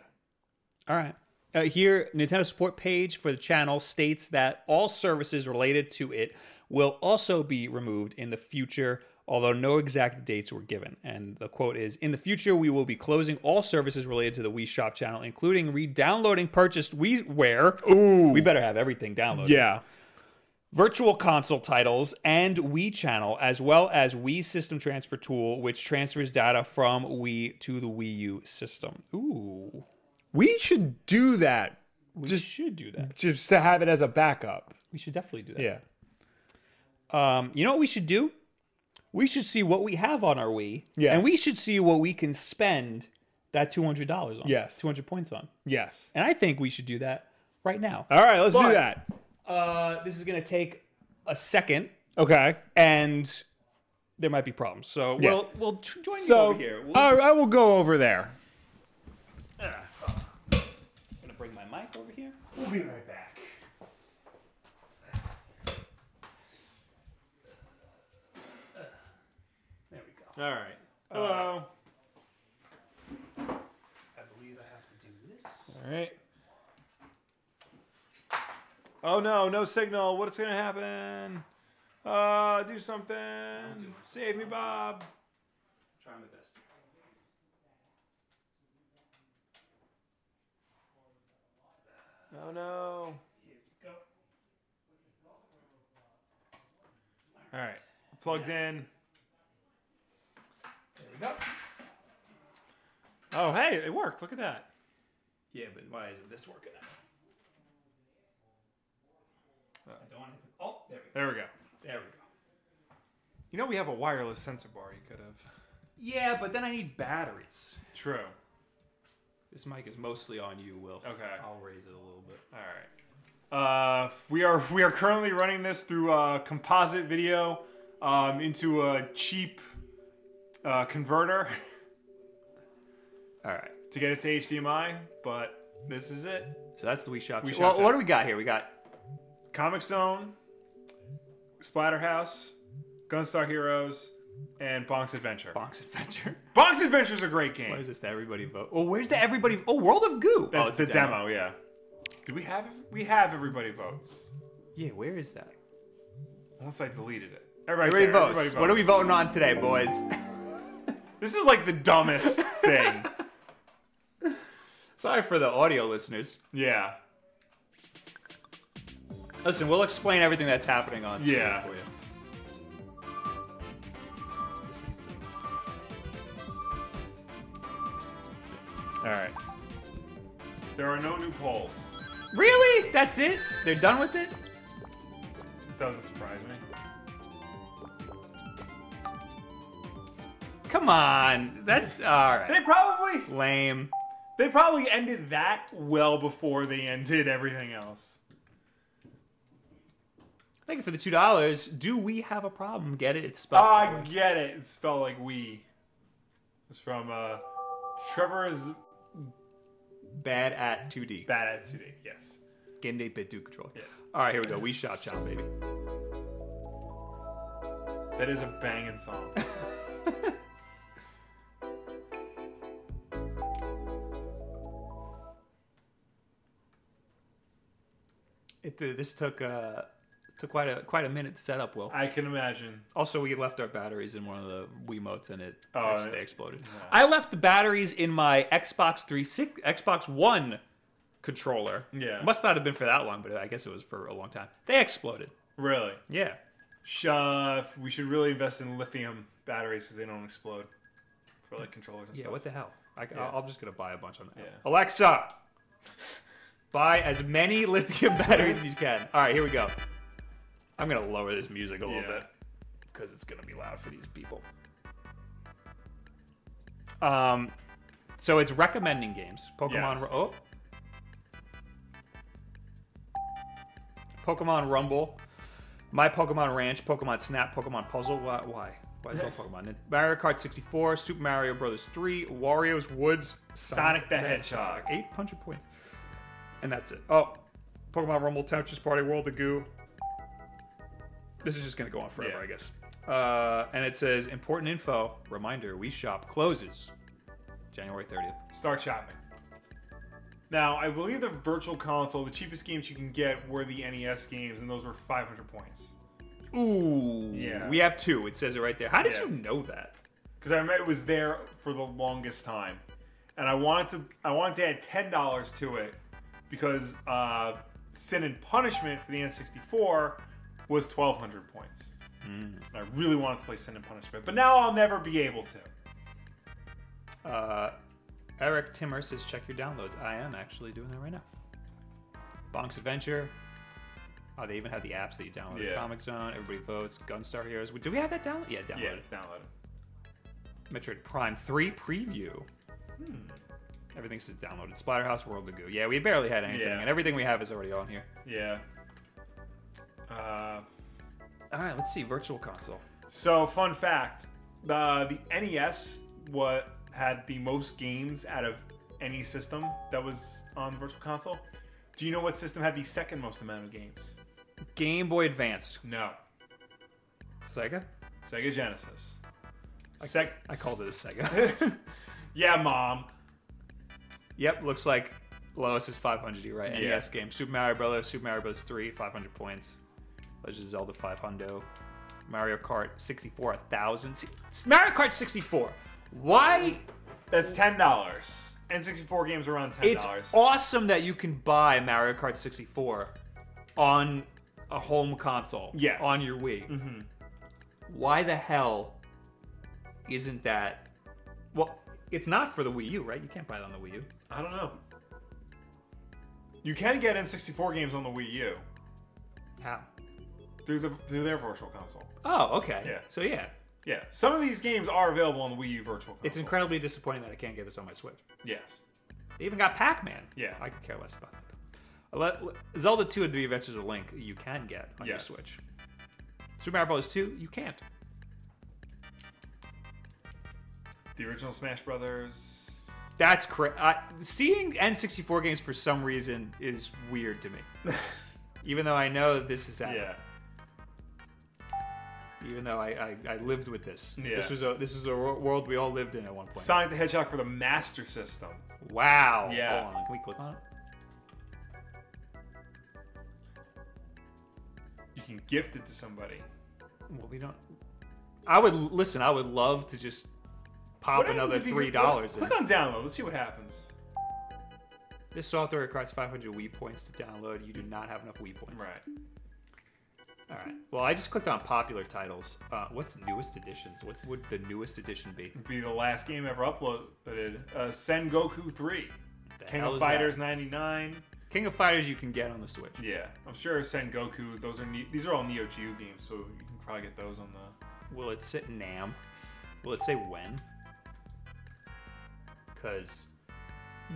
Speaker 2: All right. Uh, here, Nintendo support page for the channel states that all services related to it will also be removed in the future, although no exact dates were given. And the quote is In the future, we will be closing all services related to the Wii Shop channel, including re downloading purchased WiiWare. Ooh. We better have everything downloaded
Speaker 1: Yeah.
Speaker 2: virtual console titles and Wii Channel, as well as Wii System Transfer Tool, which transfers data from Wii to the Wii U system. Ooh,
Speaker 1: We should do that
Speaker 2: we should do that.
Speaker 1: just to have it as a backup.
Speaker 2: We should definitely do that. Um, you know what we should do? We should see what we have on our Wii,
Speaker 1: Yes.
Speaker 2: and we should see what we can spend that two hundred dollars on.
Speaker 1: Yes.
Speaker 2: two hundred points on.
Speaker 1: Yes.
Speaker 2: And I think we should do that right now.
Speaker 1: All right, let's
Speaker 2: But-
Speaker 1: do that.
Speaker 2: Uh, this is going to take a second,
Speaker 1: Okay.
Speaker 2: and there might be problems. So
Speaker 1: Yeah.
Speaker 2: we'll we'll t- join you
Speaker 1: So
Speaker 2: over here. We'll-
Speaker 1: I, I will go over there.
Speaker 2: gonna bring my mic over here.
Speaker 1: We'll be right back.
Speaker 2: There we go.
Speaker 1: All right. Hello.
Speaker 2: I believe I have to do this.
Speaker 1: All right. Oh no, no signal. What's gonna happen? Uh, do something. Save me, Bob.
Speaker 2: Try my best.
Speaker 1: Oh no.
Speaker 2: Here we go.
Speaker 1: All right. Plugged in.
Speaker 2: There we go.
Speaker 1: Oh hey, it worked. Look at that.
Speaker 2: Yeah, but why isn't this working out? I don't want to. Oh, there we go.
Speaker 1: There we go.
Speaker 2: There we go.
Speaker 1: You know we have a wireless sensor bar. You could have.
Speaker 2: Yeah, but then I need batteries.
Speaker 1: True.
Speaker 2: This mic is mostly on you, Will.
Speaker 1: Okay.
Speaker 2: I'll raise it a little bit.
Speaker 1: All right. Uh, we are we are currently running this through uh, composite video um, into a cheap uh, converter
Speaker 2: All right.
Speaker 1: to get it to HDMI, but this is it.
Speaker 2: So that's the Wii Shop.
Speaker 1: Wii
Speaker 2: Wii
Speaker 1: Shop
Speaker 2: well, what do we got here? We got
Speaker 1: Comic Zone, Splatterhouse, Gunstar Heroes, and Bonk's Adventure.
Speaker 2: Bonk's Adventure.
Speaker 1: Bonk's Adventure is a great game.
Speaker 2: What is this? The Everybody Vote. Oh, where's the Everybody? Oh, World of Goo.
Speaker 1: That-
Speaker 2: oh,
Speaker 1: the
Speaker 2: a
Speaker 1: demo. yeah. Do we have we have everybody votes?
Speaker 2: Yeah, where is that?
Speaker 1: Unless I deleted it. Everybody,
Speaker 2: Everybody
Speaker 1: there,
Speaker 2: votes.
Speaker 1: everybody
Speaker 2: What are we voting on today, boys?
Speaker 1: This is like the dumbest thing.
Speaker 2: Sorry for the audio listeners.
Speaker 1: Yeah.
Speaker 2: Listen, we'll explain everything that's happening on screen
Speaker 1: Yeah.
Speaker 2: for you. This needs to-
Speaker 1: All right. There are no new polls.
Speaker 2: Really? That's it? They're done with it?
Speaker 1: Doesn't surprise me.
Speaker 2: Come on. That's all right.
Speaker 1: They probably
Speaker 2: Lame.
Speaker 1: they probably ended that well before they ended everything else.
Speaker 2: Thank you for the two dollars. Do we have a problem? Get it? It's spelled.
Speaker 1: Ah, I get it. It's spelled like we. It's from uh, Trevor's
Speaker 2: bad at 2D.
Speaker 1: bad at today. Yes.
Speaker 2: Gende bit do control. All right, here we go. We shop shop, baby.
Speaker 1: That is a banging song.
Speaker 2: It uh, this took uh took quite a quite a minute to set up. Will
Speaker 1: I can imagine.
Speaker 2: also we left our batteries in one of the Wiimotes and it
Speaker 1: Oh,
Speaker 2: ex-
Speaker 1: yeah.
Speaker 2: they exploded. I left the batteries in my Xbox three six Xbox One controller.
Speaker 1: Yeah.
Speaker 2: must not have been for that long, but I guess it was for a long time. They exploded.
Speaker 1: Really.
Speaker 2: Yeah,
Speaker 1: Sh- uh, we should really invest in lithium batteries because they don't explode for like controllers and
Speaker 2: yeah.
Speaker 1: stuff.
Speaker 2: What the hell? I,
Speaker 1: Yeah.
Speaker 2: I'm just gonna buy a bunch on that.
Speaker 1: Yeah.
Speaker 2: Alexa, buy as many lithium batteries as you can. All right, here we go. I'm gonna lower this music a little
Speaker 1: Yeah.
Speaker 2: bit because it's gonna be loud for these people. Um, so it's recommending games. Pokemon.
Speaker 1: Yes.
Speaker 2: Ru- Oh. Pokemon Rumble, My Pokemon Ranch, Pokemon Snap, Pokemon Puzzle. Why? Why, why is it all Pokemon? Mario Kart 64, Super Mario Brothers 3, Wario's Woods,
Speaker 1: Sonic the Hedgehog.
Speaker 2: 800 points. And that's it. Oh, Pokemon Rumble, Tempestuous Party, World of Goo. This is just going to go on forever,
Speaker 1: Yeah.
Speaker 2: I guess. Uh, and it says important info reminder we shop closes January 30th.
Speaker 1: Start shopping. Now, I believe the Virtual Console, the cheapest games you can get were the NES games, and those were 500 points.
Speaker 2: Ooh.
Speaker 1: Yeah.
Speaker 2: We have two. It says it right there. How did
Speaker 1: Yeah.
Speaker 2: you know that?
Speaker 1: Because I remember it was there for the longest time, and I wanted to I wanted to add ten dollars to it because uh, Sin and Punishment for the N64 was 1,200 points. And I really wanted to play Sin and Punishment, but now I'll never be able to.
Speaker 2: Uh, Eric Timmer says, check your downloads. I am actually doing that right now. Bonk's Adventure. Oh, they even have the apps that you download.
Speaker 1: Yeah.
Speaker 2: Comic Zone, Everybody Votes, Gunstar Heroes. Do we have that download? Yeah,
Speaker 1: Yeah,
Speaker 2: downloaded.
Speaker 1: it's downloaded.
Speaker 2: Metroid Prime 3 preview. Hmm. Everything says downloaded. Splatterhouse, World of Goo. Yeah, we barely had anything,
Speaker 1: Yeah.
Speaker 2: and everything we have is already on here.
Speaker 1: Yeah. Uh,
Speaker 2: All right, let's see. Virtual console.
Speaker 1: So, fun fact: the the NES what had the most games out of any system that was on the Virtual Console. Do you know what system had the second most amount of games?
Speaker 2: Game Boy Advance.
Speaker 1: No,
Speaker 2: Sega?
Speaker 1: Sega Genesis. Sec-
Speaker 2: I called it a Sega.
Speaker 1: Yeah, mom.
Speaker 2: yep, looks like lowest is 500. You're right.
Speaker 1: Yeah.
Speaker 2: NES game. Super Mario Brothers, Super Mario Bros. 3, 500 points. Legend of Zelda, 500. Mario Kart 64, 1,000. See, Mario Kart 64. Why?
Speaker 1: That's ten dollars. N64 games are around ten
Speaker 2: It's
Speaker 1: dollars.
Speaker 2: awesome that you can buy Mario Kart 64 on a home console.
Speaker 1: Yes. Mm-hmm.
Speaker 2: On your Wii. Why the hell isn't that? Well, it's not for the Wii U, right? You can't buy it on the Wii U.
Speaker 1: I don't know. You can get N64 games on the Wii U
Speaker 2: How?
Speaker 1: through the through their Virtual Console.
Speaker 2: Oh, okay.
Speaker 1: Yeah.
Speaker 2: So yeah,
Speaker 1: Yeah, some of these games are available on the Wii U Virtual Console.
Speaker 2: it's incredibly disappointing that I can't get this on my Switch.
Speaker 1: Yes.
Speaker 2: They even got Pac-Man.
Speaker 1: Yeah.
Speaker 2: I could care less about that. though. Let- let- Zelda 2 and The Adventures of Link you can get on
Speaker 1: Yes.
Speaker 2: your Switch. Super Mario Bros. 2 you can't.
Speaker 1: The original Smash Brothers.
Speaker 2: That's cra I, seeing N64 games for some reason is weird to me. even though I know that this is happening.
Speaker 1: Yeah.
Speaker 2: Even though I, I, I lived with this.
Speaker 1: Yeah.
Speaker 2: This was a this is a wor- world we all lived in at one point.
Speaker 1: Sonic the Hedgehog for the Master System.
Speaker 2: wow.
Speaker 1: Yeah.
Speaker 2: Hold on. Can we click on it?
Speaker 1: You can gift it to somebody.
Speaker 2: Well, we don't. I would listen. I would love to just pop
Speaker 1: What happens
Speaker 2: another
Speaker 1: if you-
Speaker 2: three dollars. in.
Speaker 1: Click on download. Let's see what happens.
Speaker 2: This software requires 500 Wii points to download. You do not have enough Wii points.
Speaker 1: Right.
Speaker 2: All right. Well, I just clicked on popular titles. Uh, what's newest editions? What would the newest edition be?
Speaker 1: It'd be the last game ever uploaded. Uh, Sen Goku 3.
Speaker 2: The
Speaker 1: King
Speaker 2: hell
Speaker 1: of
Speaker 2: is that?
Speaker 1: Fighters '99.
Speaker 2: King of Fighters you can get on the Switch.
Speaker 1: Yeah, I'm sure Sen Goku. Those are ne- these are all Neo Geo games, so you can probably get those on the.
Speaker 2: Will it sit Nam? Will it say when? Because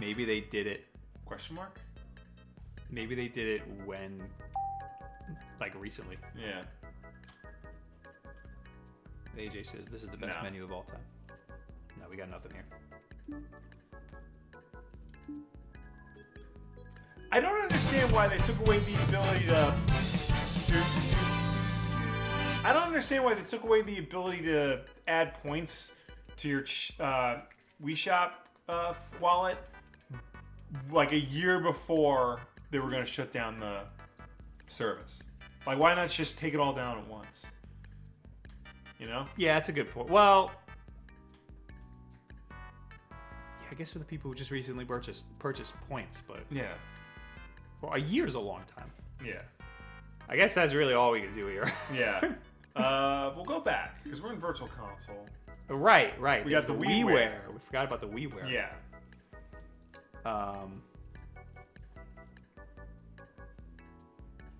Speaker 2: maybe they did it.
Speaker 1: Question mark?
Speaker 2: Maybe they did it when, like recently.
Speaker 1: Yeah.
Speaker 2: AJ says this is the best
Speaker 1: No.
Speaker 2: menu of all time. No, we got nothing here.
Speaker 1: I don't understand why they took away the ability to. to- I don't understand why they took away the ability to add points to your ch- uh, Wii Shop uh, f- wallet, like a year before they were going to shut down the service. Like, why not just take it all down at once? You know?
Speaker 2: Yeah, that's a good point. Well, yeah, I guess for the people who just recently purchased purchased points, but
Speaker 1: Yeah.
Speaker 2: well, a year's a long time.
Speaker 1: Yeah.
Speaker 2: I guess that's really all we can do here.
Speaker 1: Yeah. uh, we'll go back because we're in Virtual Console.
Speaker 2: right, right.
Speaker 1: We got
Speaker 2: there's
Speaker 1: the WiiWare.
Speaker 2: We forgot about the WiiWare.
Speaker 1: Yeah.
Speaker 2: Um,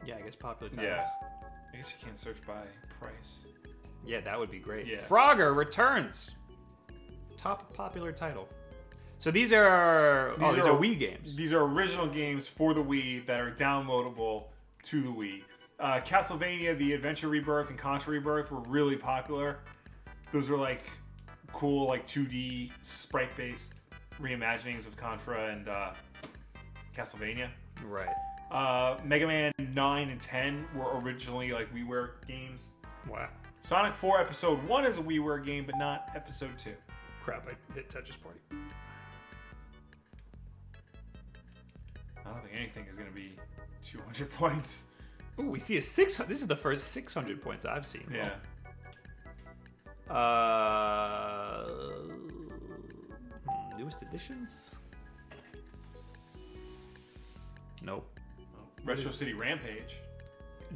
Speaker 2: yeah, I guess popular titles.
Speaker 1: Yeah. I guess you can't search by price.
Speaker 2: Yeah, that would be great.
Speaker 1: Yeah.
Speaker 2: Frogger returns. Top popular title. So these are oh,
Speaker 1: These
Speaker 2: these
Speaker 1: are-
Speaker 2: are, Wii games.
Speaker 1: These are original games for the Wii that are downloadable to the Wii. Uh, Castlevania, The Adventure Rebirth, and Contra Rebirth were really popular. Those were like cool, like 2D sprite based reimaginings of Contra and uh, Castlevania.
Speaker 2: Right.
Speaker 1: Uh, Mega Man 9 and 10 were originally like WiiWare games.
Speaker 2: Wow.
Speaker 1: Sonic 4 Episode 1 is a WiiWare game, but not Episode 2.
Speaker 2: Crap! I hit Tetris Party.
Speaker 1: I don't think anything is going to be 200 points.
Speaker 2: Ooh, we see a six. This is the first six hundred points I've seen.
Speaker 1: Yeah.
Speaker 2: Uh, hmm, newest editions. Nope.
Speaker 1: Retro City Rampage.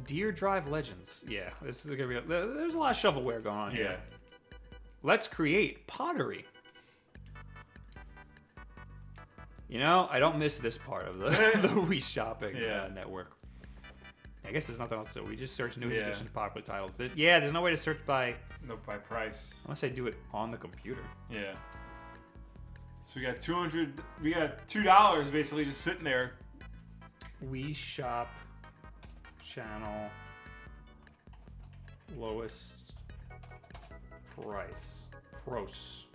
Speaker 2: Deer Drive Legends. Yeah, this is gonna be. there- There's a lot of shovelware going on here.
Speaker 1: Yeah.
Speaker 2: Let's create pottery. You know, I don't miss this part of the, the Wii Shopping
Speaker 1: Yeah.
Speaker 2: uh, network. I guess there's nothing else. So we just search new
Speaker 1: Yeah.
Speaker 2: edition popular titles. There's, yeah, there's no way to search by
Speaker 1: No, by price.
Speaker 2: unless I do it on the computer.
Speaker 1: Yeah. So we got 200, we got $2 basically just sitting there.
Speaker 2: Wii Shop channel lowest price. Pros.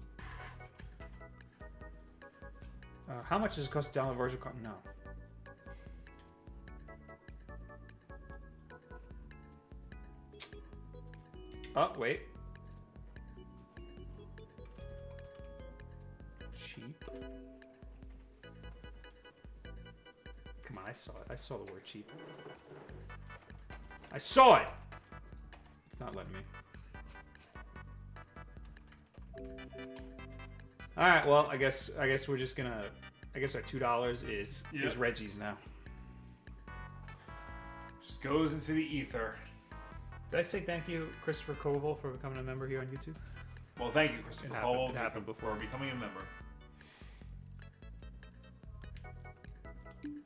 Speaker 2: Uh, how much does it cost to download version? Con- no. Oh, wait. Cheap. Come on, I saw it. I saw the word cheap. I saw it! It's not letting me. Alright, well I guess I guess we're just gonna I guess our two dollars is
Speaker 1: Yep.
Speaker 2: is Reggie's now.
Speaker 1: Just goes into the ether.
Speaker 2: Did I say thank you, Christopher Koval, for becoming a member here on YouTube?
Speaker 1: Well, thank you, Christopher
Speaker 2: It happened-
Speaker 1: Cole,
Speaker 2: it happened
Speaker 1: for becoming a member.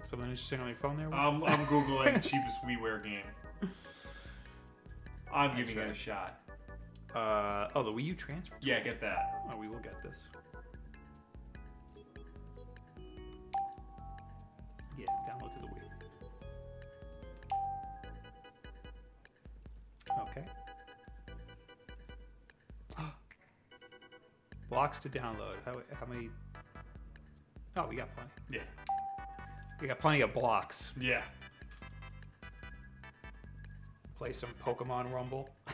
Speaker 2: Something interesting on your phone there? Will?
Speaker 1: Um, I'm Googling cheapest WiiWare game. I'm giving it a
Speaker 2: right.
Speaker 1: shot.
Speaker 2: Uh, oh, the Wii U transfer.
Speaker 1: Yeah, get that.
Speaker 2: Oh, we will get this. Yeah, download to the Wii. Okay. Blocks to download. How, how many? Oh, we got plenty.
Speaker 1: Yeah.
Speaker 2: We got plenty of blocks.
Speaker 1: Yeah.
Speaker 2: Play some Pokemon Rumble.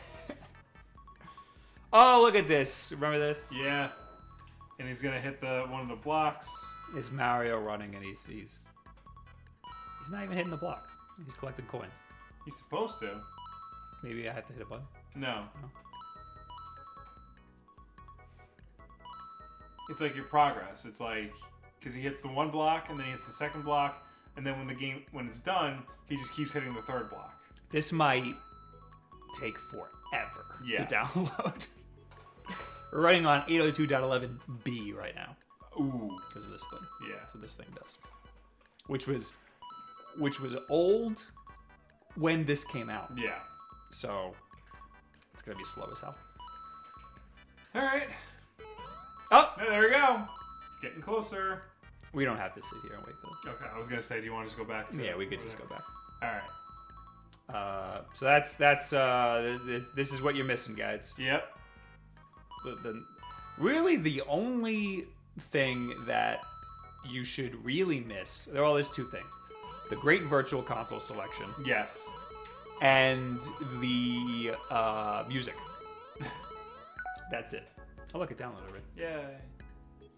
Speaker 2: oh, look at this. Remember this?
Speaker 1: Yeah. And he's gonna hit the one of the blocks.
Speaker 2: It's Mario running and he's he's he's not even hitting the blocks. He's collecting coins.
Speaker 1: He's supposed to.
Speaker 2: Maybe I have to hit a button.
Speaker 1: No.
Speaker 2: No.
Speaker 1: It's like your progress. It's like because he hits the one block and then he hits the second block, and then when the game when it's done, he just keeps hitting the third block.
Speaker 2: This might take forever
Speaker 1: Yeah.
Speaker 2: oh to download. We're running on 802.11b right now.
Speaker 3: Ooh.
Speaker 2: because of this thing.
Speaker 3: Yeah.
Speaker 2: That's what this thing does. Which was, which was old when this came out.
Speaker 3: Yeah.
Speaker 2: So it's gonna be slow as hell.
Speaker 3: All right.
Speaker 2: Oh,
Speaker 3: Hey, there we go. Getting closer.
Speaker 2: we don't have to sit here and wait though.
Speaker 3: Okay, I was gonna say, do you want to just go back? To
Speaker 2: Yeah, we could just go back.
Speaker 3: All right.
Speaker 2: Uh, so that's that's uh, th- th- this is what you're missing, guys.
Speaker 3: Yep.
Speaker 2: The, the, really, the only thing that you should really miss. Well, there's two things: the great virtual console selection
Speaker 3: Yes.
Speaker 2: and the uh, music. that's it. Oh look, it downloaded already.
Speaker 3: Yay.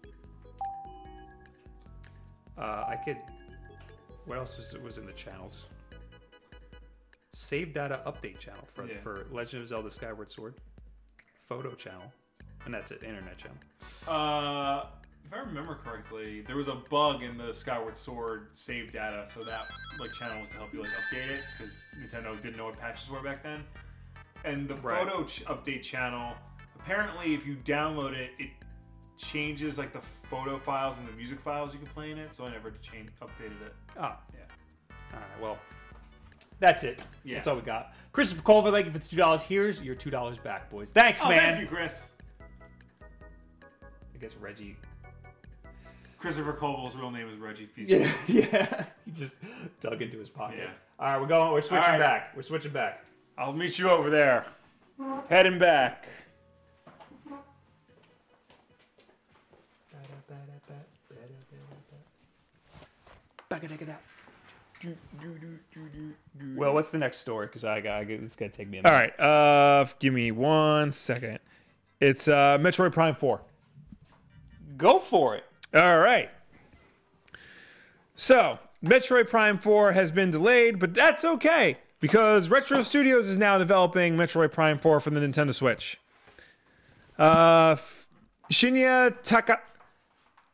Speaker 2: Uh, I could. What else was, was in the channels? Save data update channel for
Speaker 3: Yeah.
Speaker 2: for Legend of Zelda Skyward Sword, photo channel, and that's it. Internet channel.
Speaker 3: Uh, if I remember correctly, there was a bug in the Skyward Sword save data, so that like channel was to help you like update it because Nintendo didn't know what patches were back then. And the
Speaker 2: Right.
Speaker 3: photo ch- update channel, apparently, if you download it, it changes like the photo files and the music files you can play in it. So I never changed updated it.
Speaker 2: Oh
Speaker 3: Yeah.
Speaker 2: All right. Well, that's it.
Speaker 3: Yeah.
Speaker 2: That's all we got. Christopher Colvin, thank you for the two dollars. Here's your two dollars back, boys. Thanks,
Speaker 3: Oh,
Speaker 2: man.
Speaker 3: thank you, Chris.
Speaker 2: I guess Reggie.
Speaker 3: Christopher Colville's real name is Reggie Fils.
Speaker 2: Yeah, yeah. He just dug into his pocket.
Speaker 3: Yeah.
Speaker 2: All right, we're going. We're switching
Speaker 3: right.
Speaker 2: back. We're switching back.
Speaker 3: I'll meet you over there. Heading back.
Speaker 2: Well, what's the next story? Because I got it's gonna take me a
Speaker 1: All
Speaker 2: minute.
Speaker 1: right, uh, give me one second. It's uh, Metroid Prime 4.
Speaker 2: Go for it.
Speaker 1: All right. So, Metroid Prime 4 has been delayed, but that's okay because Retro Studios is now developing Metroid Prime 4 for the Nintendo Switch. Uh, F- Shinya Taka-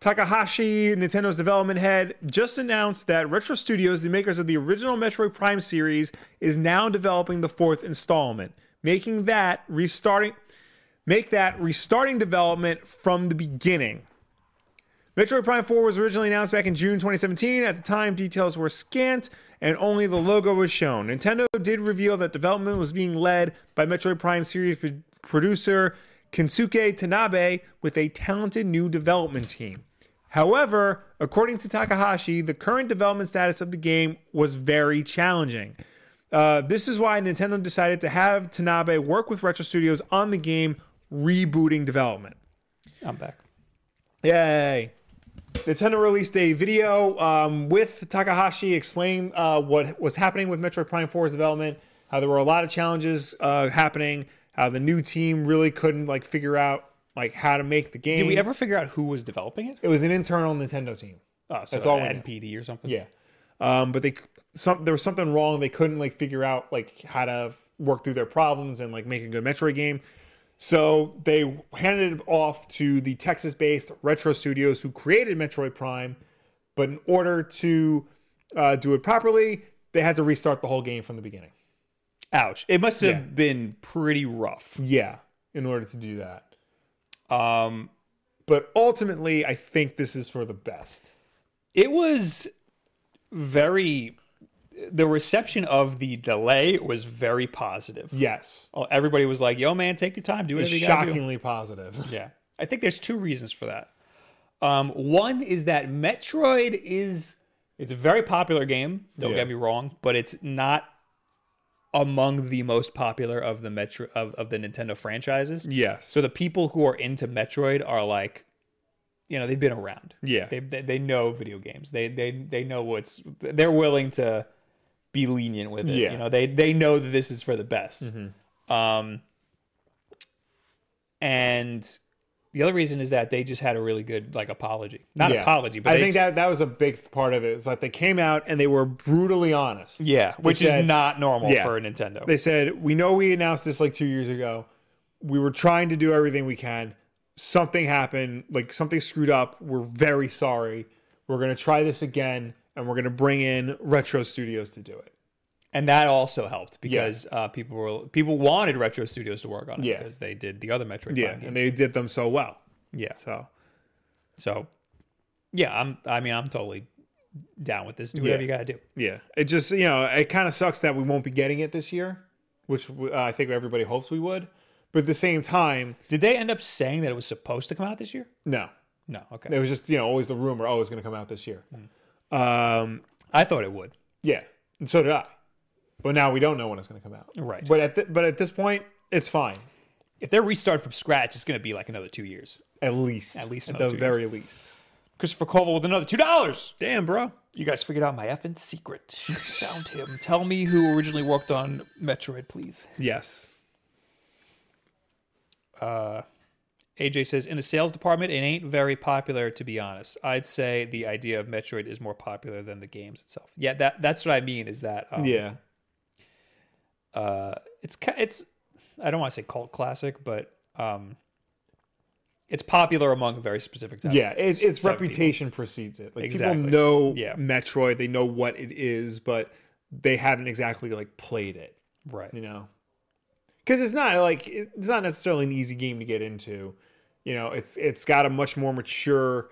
Speaker 1: Takahashi, Nintendo's development head, just announced that Retro Studios, the makers of the original Metroid Prime series, is now developing the fourth installment, making that restarting make that restarting development from the beginning. Metroid Prime 4 was originally announced back in June 2017. At the time, details were scant and only the logo was shown. Nintendo did reveal that development was being led by Metroid Prime series pro- producer Kensuke Tanabe with a talented new development team. However, according to Takahashi, the current development status of the game was very challenging. Uh, this is why Nintendo decided to have Tanabe work with Retro Studios on the game, rebooting development.
Speaker 2: I'm back.
Speaker 1: Yay. Nintendo released a video um, with Takahashi explaining uh, what was happening with Metroid Prime 4's development, how there were a lot of challenges uh, happening, how the new team really couldn't like figure out like how to make the game.
Speaker 2: Did we ever figure out who was developing it?
Speaker 1: It was an internal Nintendo team.
Speaker 2: Oh, so
Speaker 1: That's all we know.
Speaker 2: NPD or something.
Speaker 1: Yeah, um, but they c- some there was something wrong. They couldn't like figure out like how to f- work through their problems and like make a good Metroid game. So they handed it off to the Texas-based Retro Studios who created Metroid Prime. But in order to uh, do it properly, they had to restart the whole game from the beginning.
Speaker 2: Ouch. It must have
Speaker 1: Yeah.
Speaker 2: been pretty rough.
Speaker 1: Yeah, in order to do that.
Speaker 2: Um,
Speaker 1: But ultimately, I think this is for the best.
Speaker 2: it was very. The reception of the delay was very positive.
Speaker 1: Yes,
Speaker 2: Oh, Everybody was like, "Yo, man, take your time, do whatever you gotta do."
Speaker 1: shockingly positive.
Speaker 2: Yeah, I think there's two reasons for that. Um, one is that Metroid is it's a very popular game. Don't
Speaker 1: Yeah.
Speaker 2: get me wrong, but it's not among the most popular of the Metro of, of the Nintendo franchises.
Speaker 1: Yes.
Speaker 2: So the people who are into Metroid are like, you know, they've been around.
Speaker 1: Yeah.
Speaker 2: They they, they know video games. They they they know what's they're willing to be lenient with it.
Speaker 1: Yeah. Mm-hmm.
Speaker 2: You know, they they know that this is for the best. Um and the other reason is that they just had a really good like apology. Not
Speaker 1: Yeah.
Speaker 2: apology, but
Speaker 1: I
Speaker 2: they
Speaker 1: think that that was a big part of it. It's like they came out and they were brutally honest.
Speaker 2: yeah, which is
Speaker 1: said-
Speaker 2: not normal
Speaker 1: Yeah.
Speaker 2: for a Nintendo.
Speaker 1: They said, "We know we announced this like 2 years ago. We were trying to do everything we can. Something happened, like something screwed up. We're very sorry. We're going to try this again and we're going to bring in Retro Studios to do it."
Speaker 2: and that also helped because uh, people were people wanted Retro Studios to work on it
Speaker 1: Yeah.
Speaker 2: because they did the other Metroid. Prime
Speaker 1: Yeah,
Speaker 2: games.
Speaker 1: and they did them so well.
Speaker 2: yeah.
Speaker 1: So,
Speaker 2: So Yeah, I'm. I mean, I'm totally down with this. Do whatever
Speaker 1: Yeah.
Speaker 2: you got to do.
Speaker 1: Yeah, it just you know it kind of sucks that we won't be getting it this year, which uh, I think everybody hopes we would. But at the same time,
Speaker 2: Did they end up saying that it was supposed to come out this year?
Speaker 1: no,
Speaker 2: No. Okay.
Speaker 1: it was just you know always the rumor, oh, it's going to come out this year. Um,
Speaker 2: I thought it would.
Speaker 1: yeah, and so did I. But now we don't know when it's going to come out.
Speaker 2: Right.
Speaker 1: But at th- but at this point, it's fine.
Speaker 2: If they're restarted from scratch, it's going to be like another two years.
Speaker 1: At least,
Speaker 2: At least
Speaker 1: at
Speaker 2: another
Speaker 1: the
Speaker 2: two years.
Speaker 1: very least.
Speaker 2: Christopher Colville with another two dollars.
Speaker 1: Damn, bro.
Speaker 2: You guys figured out my effing secret. You found him. Tell me who originally worked on Metroid, please.
Speaker 1: Yes.
Speaker 2: AJ says, in the sales department, it ain't very popular, to be honest. I'd say the idea of Metroid is more popular than the games itself. Yeah, that that's what I mean. Is that um,
Speaker 1: Yeah.
Speaker 2: uh, it's ki- it's I don't want to say cult classic, but um, it's popular among a very specific type.
Speaker 1: Yeah, it, its
Speaker 2: type of people.
Speaker 1: reputation precedes it. Like
Speaker 2: Exactly.
Speaker 1: people know
Speaker 2: Yeah.
Speaker 1: Metroid, they know what it is, but they haven't exactly like played it,
Speaker 2: right.
Speaker 1: you know. Cuz it's not like it's not necessarily an easy game to get into. You know, it's it's got a much more mature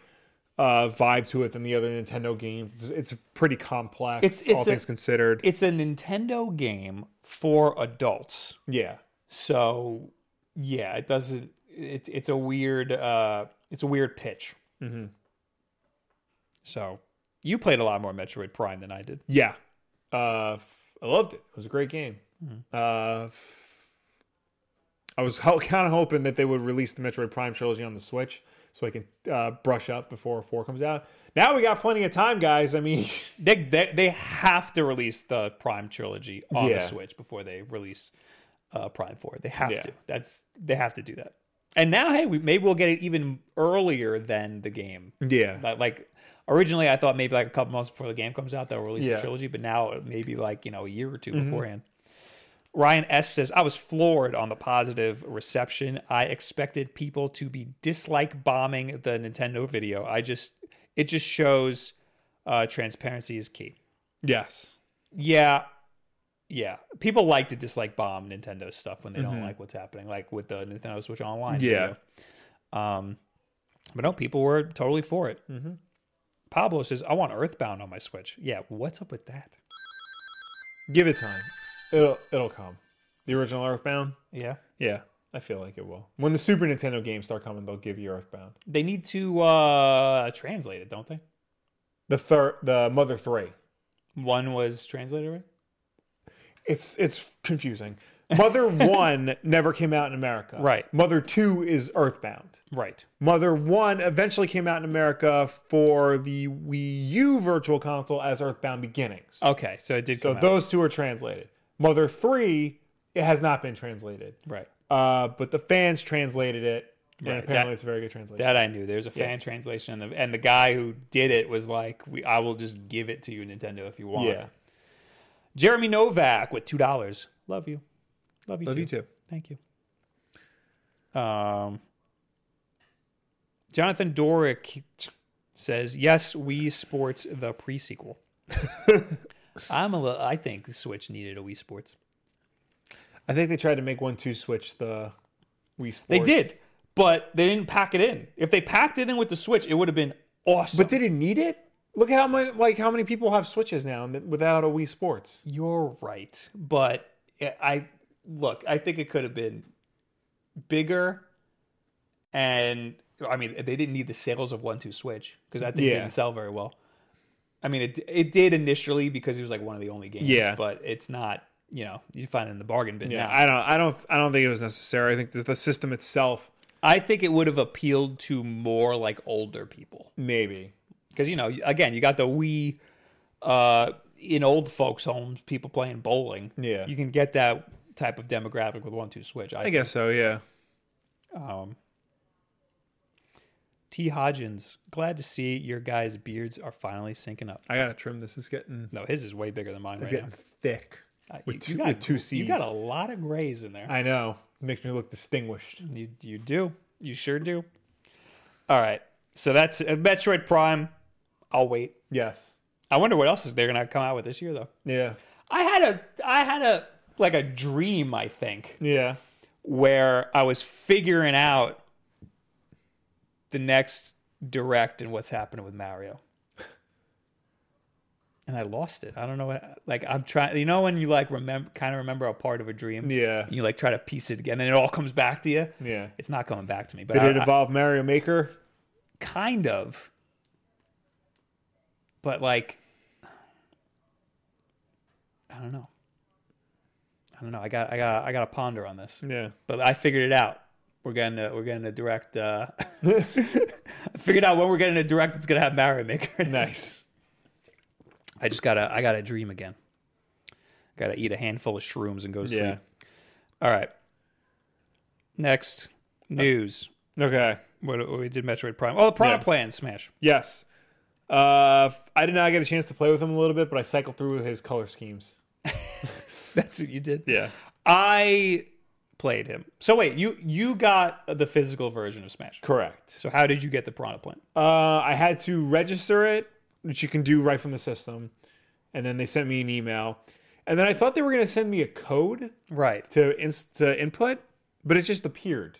Speaker 1: uh, vibe to it than the other Nintendo games. It's, it's pretty complex,
Speaker 2: It's-
Speaker 1: all
Speaker 2: it's a-
Speaker 1: things considered.
Speaker 2: It's a Nintendo game for adults,
Speaker 1: yeah,
Speaker 2: so yeah, it doesn't. It's it's a weird uh, it's a weird pitch. Mm-hmm. So you played a lot more Metroid Prime than I did.
Speaker 1: yeah. Uh, f- I loved it. It was a great game. Uh, f- I was ho- kind of hoping that they would release the Metroid Prime trilogy on the Switch so I can uh, brush up before four comes out. Now we got plenty of time, guys. I mean,
Speaker 2: They, they they have to release the Prime trilogy on
Speaker 1: Yeah.
Speaker 2: the Switch before they release uh, Prime Four. They have
Speaker 1: Yeah.
Speaker 2: to. That's they have to do that. And now, hey, we maybe we'll get it even earlier than the game.
Speaker 1: yeah,
Speaker 2: Like, like originally, I thought maybe like a couple months before the game comes out they'll release
Speaker 1: Yeah. Mm-hmm.
Speaker 2: the trilogy, but now maybe like you know a year or 2 beforehand. Ryan S says, "I was floored on the positive reception. I expected people to be dislike bombing the Nintendo video. I just it just shows uh, transparency is key."
Speaker 1: yes,
Speaker 2: Yeah. Yeah. People like to dislike bomb Nintendo stuff when they don't like what's happening, like with the Nintendo Switch Online.
Speaker 1: Mm-hmm. Yeah.
Speaker 2: video. Um, but no, people were totally for it. Pablo says, I want Earthbound on my Switch. Yeah. What's up with that?
Speaker 1: give it time. It'll it'll come. The original Earthbound.
Speaker 2: Yeah.
Speaker 1: Yeah, I feel like it will. When the Super Nintendo games start coming, they'll give you Earthbound.
Speaker 2: They need to uh, translate it, don't they?
Speaker 1: The third, the Mother Three.
Speaker 2: One was translated already?
Speaker 1: It's it's confusing. Mother One never came out in America.
Speaker 2: Right.
Speaker 1: Mother Two is Earthbound.
Speaker 2: Right.
Speaker 1: Mother 1 eventually came out in America for the Wii U Virtual Console as Earthbound Beginnings.
Speaker 2: Okay. So it did
Speaker 1: so
Speaker 2: come out.
Speaker 1: those two are translated. Mother 3, it has not been translated.
Speaker 2: Right.
Speaker 1: Uh, but the fans translated it, and
Speaker 2: Right,
Speaker 1: apparently
Speaker 2: that-
Speaker 1: it's a very good translation.
Speaker 2: That I knew. There's a fan translation, and the, and the guy who did it was like, we, "I will just give it to you, Nintendo, if you want."
Speaker 1: yeah.
Speaker 2: Jeremy Novak with two dollars. Love you. Love you. too. Thank you. Um, Jonathan Dorick says, "Yes, we sports the prequel." I'm a. li- I think the Switch needed a Wii Sports.
Speaker 1: I think they tried to make 1 2 switch the Wii Sports.
Speaker 2: They did, but they didn't pack it in. If they packed it in with the Switch, it would have been awesome.
Speaker 1: But did it need it? Look at how many like how many people have switches now and- without a Wii Sports.
Speaker 2: You're right, but I- I look. I think it could have been bigger, and I mean they didn't need the sales of one two switch because I think it
Speaker 1: Yeah.
Speaker 2: didn't sell very well. I mean it it did initially because it was like one of the only games.
Speaker 1: Yeah.
Speaker 2: but it's not. You know, you find it in the bargain bin
Speaker 1: Yeah,
Speaker 2: now.
Speaker 1: I don't I don't I don't think it was necessary. I think the system itself
Speaker 2: I think it would have appealed to more like older people.
Speaker 1: maybe.
Speaker 2: because you know again you got the Wii uh, in old folks' homes, people playing bowling.
Speaker 1: Yeah.
Speaker 2: you can get that type of demographic with one two switch. I,
Speaker 1: I guess so, yeah.
Speaker 2: um, T Hodgins, glad to see your guys' beards are finally syncing up.
Speaker 1: I gotta trim this. It's getting
Speaker 2: No, his is way bigger than mine
Speaker 1: it's
Speaker 2: right
Speaker 1: getting
Speaker 2: now.
Speaker 1: thick.
Speaker 2: Uh,
Speaker 1: with
Speaker 2: you-
Speaker 1: two-
Speaker 2: you got,
Speaker 1: with two
Speaker 2: You
Speaker 1: Cs.
Speaker 2: got a lot of grays in there.
Speaker 1: I know. Makes me look distinguished.
Speaker 2: You you do. You sure do. All right. So that's uh, Metroid Prime. I'll wait.
Speaker 1: Yes.
Speaker 2: I wonder what else is they're gonna come out with this year though.
Speaker 1: Yeah.
Speaker 2: I had a I had a like a dream, I think,
Speaker 1: Yeah.
Speaker 2: where I was figuring out the next direct in what's happening with Mario. And I lost it. I don't know what. Like I'm trying. You know when you like remember, kind of remember a part of a dream.
Speaker 1: Yeah.
Speaker 2: And you like try to piece it again, and it all comes back to you.
Speaker 1: Yeah.
Speaker 2: It's not coming back to me. But
Speaker 1: Did
Speaker 2: I,
Speaker 1: it
Speaker 2: I-
Speaker 1: involve Mario Maker?
Speaker 2: kind of. But like, I don't know. I don't know. I got. I got. I got to ponder on this.
Speaker 1: Yeah.
Speaker 2: But I figured it out. We're gonna. We're gonna direct. Uh, I figured out when we're getting a direct. It's gonna have Mario Maker.
Speaker 1: Nice.
Speaker 2: I just gotta. I gotta dream again. Gotta eat a handful of shrooms and go to
Speaker 1: Yeah.
Speaker 2: sleep. All right. Next news.
Speaker 1: Okay.
Speaker 2: What, what we did Metroid Prime. Oh, Prime
Speaker 1: Yeah.
Speaker 2: Plan Smash.
Speaker 1: Yes. Uh, f- I did not get a chance to play with him a little bit, but I cycled through his color schemes.
Speaker 2: That's what you did.
Speaker 1: Yeah.
Speaker 2: I played him. So wait, you you got the physical version of Smash.
Speaker 1: Correct.
Speaker 2: So how did you get the Piranha Plant?
Speaker 1: Uh, I had to register it, which you can do right from the system, and then they sent me an email, and then I thought they were going to send me a code
Speaker 2: Right.
Speaker 1: to ins- to input, but it just appeared.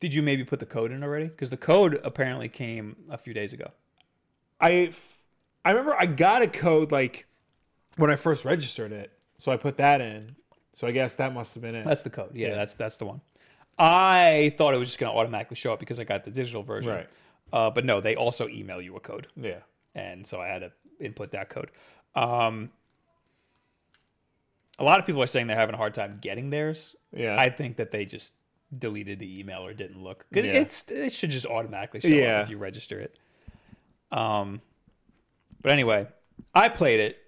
Speaker 2: Did you maybe put the code in already? Because the code apparently came a few days ago.
Speaker 1: I I remember I got a code like when I first registered it, so I put that in. So I guess that must have been it.
Speaker 2: That's the code. Yeah, that's that's the one. I thought it was just going to automatically show up because I got the digital version.
Speaker 1: Right.
Speaker 2: Uh, but no, they also email you a code,
Speaker 1: yeah.
Speaker 2: and so I had to input that code. Um, a lot of people are saying they're having a hard time getting theirs.
Speaker 1: Yeah.
Speaker 2: I think that they just deleted the email or didn't look. 'Cause
Speaker 1: Yeah.
Speaker 2: It's it should just automatically show
Speaker 1: Yeah.
Speaker 2: up if you register it. Um, but anyway, I played it.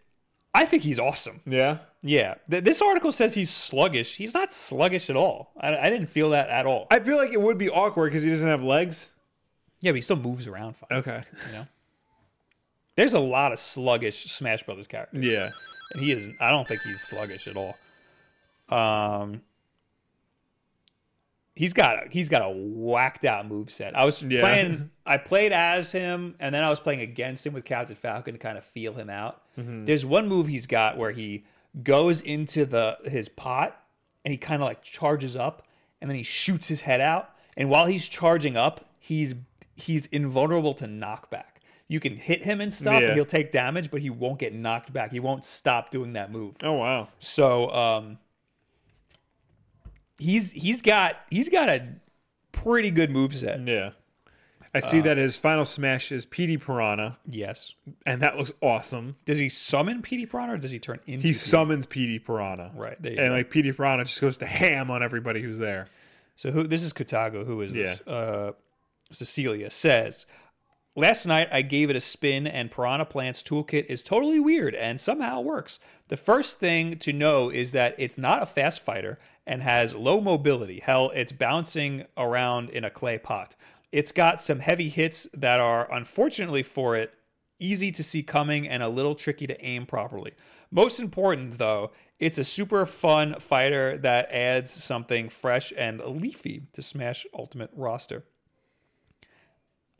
Speaker 2: I think he's awesome.
Speaker 1: yeah.
Speaker 2: Yeah, Th- this article says he's sluggish. He's not sluggish at all. I, I didn't feel that at all.
Speaker 1: I feel like it would be awkward because he doesn't have legs.
Speaker 2: yeah, but he still moves around fine.
Speaker 1: Okay.
Speaker 2: You know, there's a lot of sluggish Smash Brothers characters,
Speaker 1: Yeah.
Speaker 2: and he is. I don't think he's sluggish at all. Um. He's got a, he's got a whacked out move set. I was
Speaker 1: Yeah.
Speaker 2: playing I played as him and then I was playing against him with Captain Falcon to kind of feel him out. There's one move he's got where he goes into the his pot and he kind of like charges up and then he shoots his head out and while he's charging up, he's he's invulnerable to knockback. You can hit him and stuff
Speaker 1: Yeah.
Speaker 2: and he'll take damage but he won't get knocked back. He won't stop doing that move.
Speaker 1: Oh wow.
Speaker 2: So um he's he's got he's got a pretty good moveset.
Speaker 1: Yeah. Uh, I see that his final smash is PD Piranha,
Speaker 2: Yes.
Speaker 1: and that looks awesome.
Speaker 2: Does he summon PD Piranha or does he turn into
Speaker 1: He
Speaker 2: PD?
Speaker 1: summons PD Piranha.
Speaker 2: Right, there you
Speaker 1: And
Speaker 2: go.
Speaker 1: like PD Piranha just goes to ham on everybody who's there.
Speaker 2: So who this is Kotago, who is this? Uh Cecilia says Last night, I gave it a spin, and Piranha Plant's toolkit is totally weird and somehow works. The first thing to know is that it's not a fast fighter and has low mobility. Hell, it's bouncing around in a clay pot. It's got some heavy hits that are, unfortunately for it, easy to see coming and a little tricky to aim properly. Most important, though, it's a super fun fighter that adds something fresh and leafy to Smash Ultimate roster.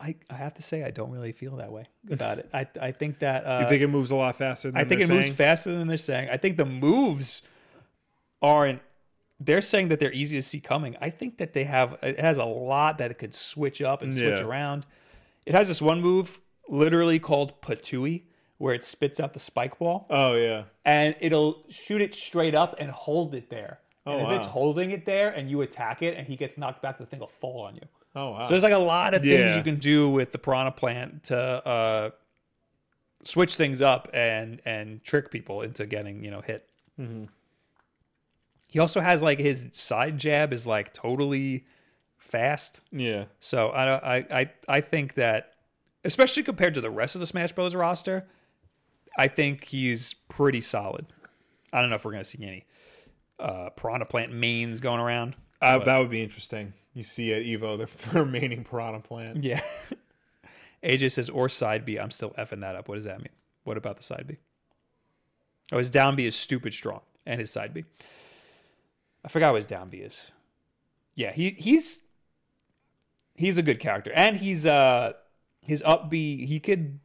Speaker 2: I, I have to say I don't really feel that way about it. I I think that uh,
Speaker 1: You think it moves a lot faster than
Speaker 2: I think it
Speaker 1: they're
Speaker 2: moves
Speaker 1: saying?
Speaker 2: faster than they're saying. I think the moves aren't. They're saying that they're easy to see coming. I think that they have it has a lot that it could switch up and switch
Speaker 1: Yeah.
Speaker 2: around. It has this one move literally called Patui, where it spits out the spike ball
Speaker 1: Oh yeah.
Speaker 2: and it'll shoot it straight up and hold it there. and if
Speaker 1: Oh, wow.
Speaker 2: it's holding it there and you attack it and he gets knocked back, the thing will fall on you.
Speaker 1: Oh wow.
Speaker 2: So there's like a lot of things
Speaker 1: Yeah.
Speaker 2: you can do with the piranha plant to uh, switch things up and and trick people into getting you know hit. He also has like his side jab is like totally fast.
Speaker 1: yeah.
Speaker 2: So I don't, I, I I think that especially compared to the rest of the Smash Bros roster, I think he's pretty solid. I don't know if we're gonna see any uh, piranha plant mains going around.
Speaker 1: Uh, that would be interesting. You see at Evo the remaining piranha plant.
Speaker 2: Yeah. AJ says, or side B. I'm still effing that up. What does that mean? What about the side B? Oh, his down B is stupid strong and his side B. I forgot what his down B is. Yeah, he he's he's a good character. And he's uh his up B, he could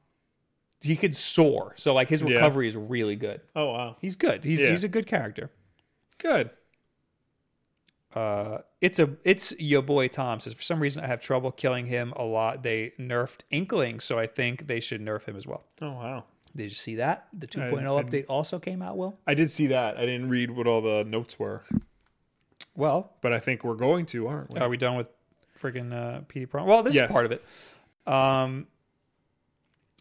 Speaker 2: he could soar. So like his
Speaker 1: Yeah.
Speaker 2: recovery is really good.
Speaker 1: Oh wow.
Speaker 2: He's good. He's
Speaker 1: Yeah.
Speaker 2: he's a good character.
Speaker 1: Good.
Speaker 2: Uh, it's a it's your boy Tom says for some reason I have trouble killing him a lot. They nerfed Inkling, so I think they should nerf him as well.
Speaker 1: Oh wow.
Speaker 2: Did you see that? The 2.0
Speaker 1: I
Speaker 2: update also came out. Will
Speaker 1: I did see that. I didn't read what all the notes were,
Speaker 2: well,
Speaker 1: but I think we're going to, aren't we?
Speaker 2: are we done with friggin' uh, PD Prom? Well, this
Speaker 1: Yes.
Speaker 2: is part of it. Um.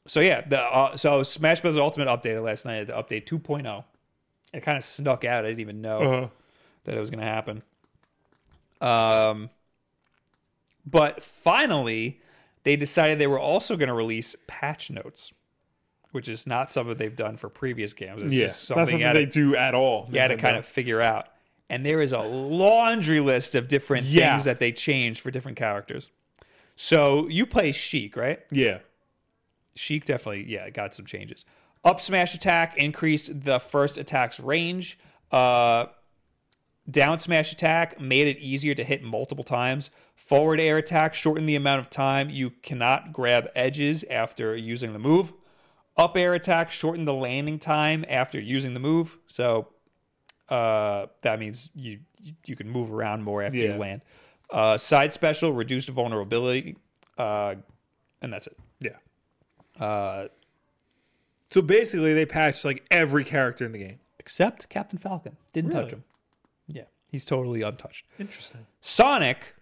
Speaker 2: So yeah, the uh, so Smash Bros. Ultimate updated last night. The update 2.0. It kind of snuck out. I didn't even know
Speaker 1: Uh-huh.
Speaker 2: that it was going to happen. Um, but finally, they decided they were also going to release patch notes, which is not something they've done for previous games. It's
Speaker 1: Yeah,
Speaker 2: just
Speaker 1: it's not
Speaker 2: something,
Speaker 1: something
Speaker 2: you had
Speaker 1: they do at all.
Speaker 2: you had to kind of figure out. And there is a laundry list of different
Speaker 1: Yeah.
Speaker 2: things that they changed for different characters. So you play Sheik, right?
Speaker 1: yeah.
Speaker 2: Sheik definitely, yeah, got some changes. Up smash attack increased the first attack's range. Uh, down smash attack made it easier to hit multiple times. Forward air attack shortened the amount of time you cannot grab edges after using the move. Up air attack shortened the landing time after using the move. So uh, that means you you can move around more after
Speaker 1: Yeah.
Speaker 2: you land. Uh, side special reduced vulnerability, uh, and that's it.
Speaker 1: Yeah. Uh, so basically, they patched like every character in the game.
Speaker 2: except Captain Falcon. Didn't
Speaker 1: Really?
Speaker 2: touch him. Yeah, he's totally untouched.
Speaker 1: Interesting.
Speaker 2: Sonic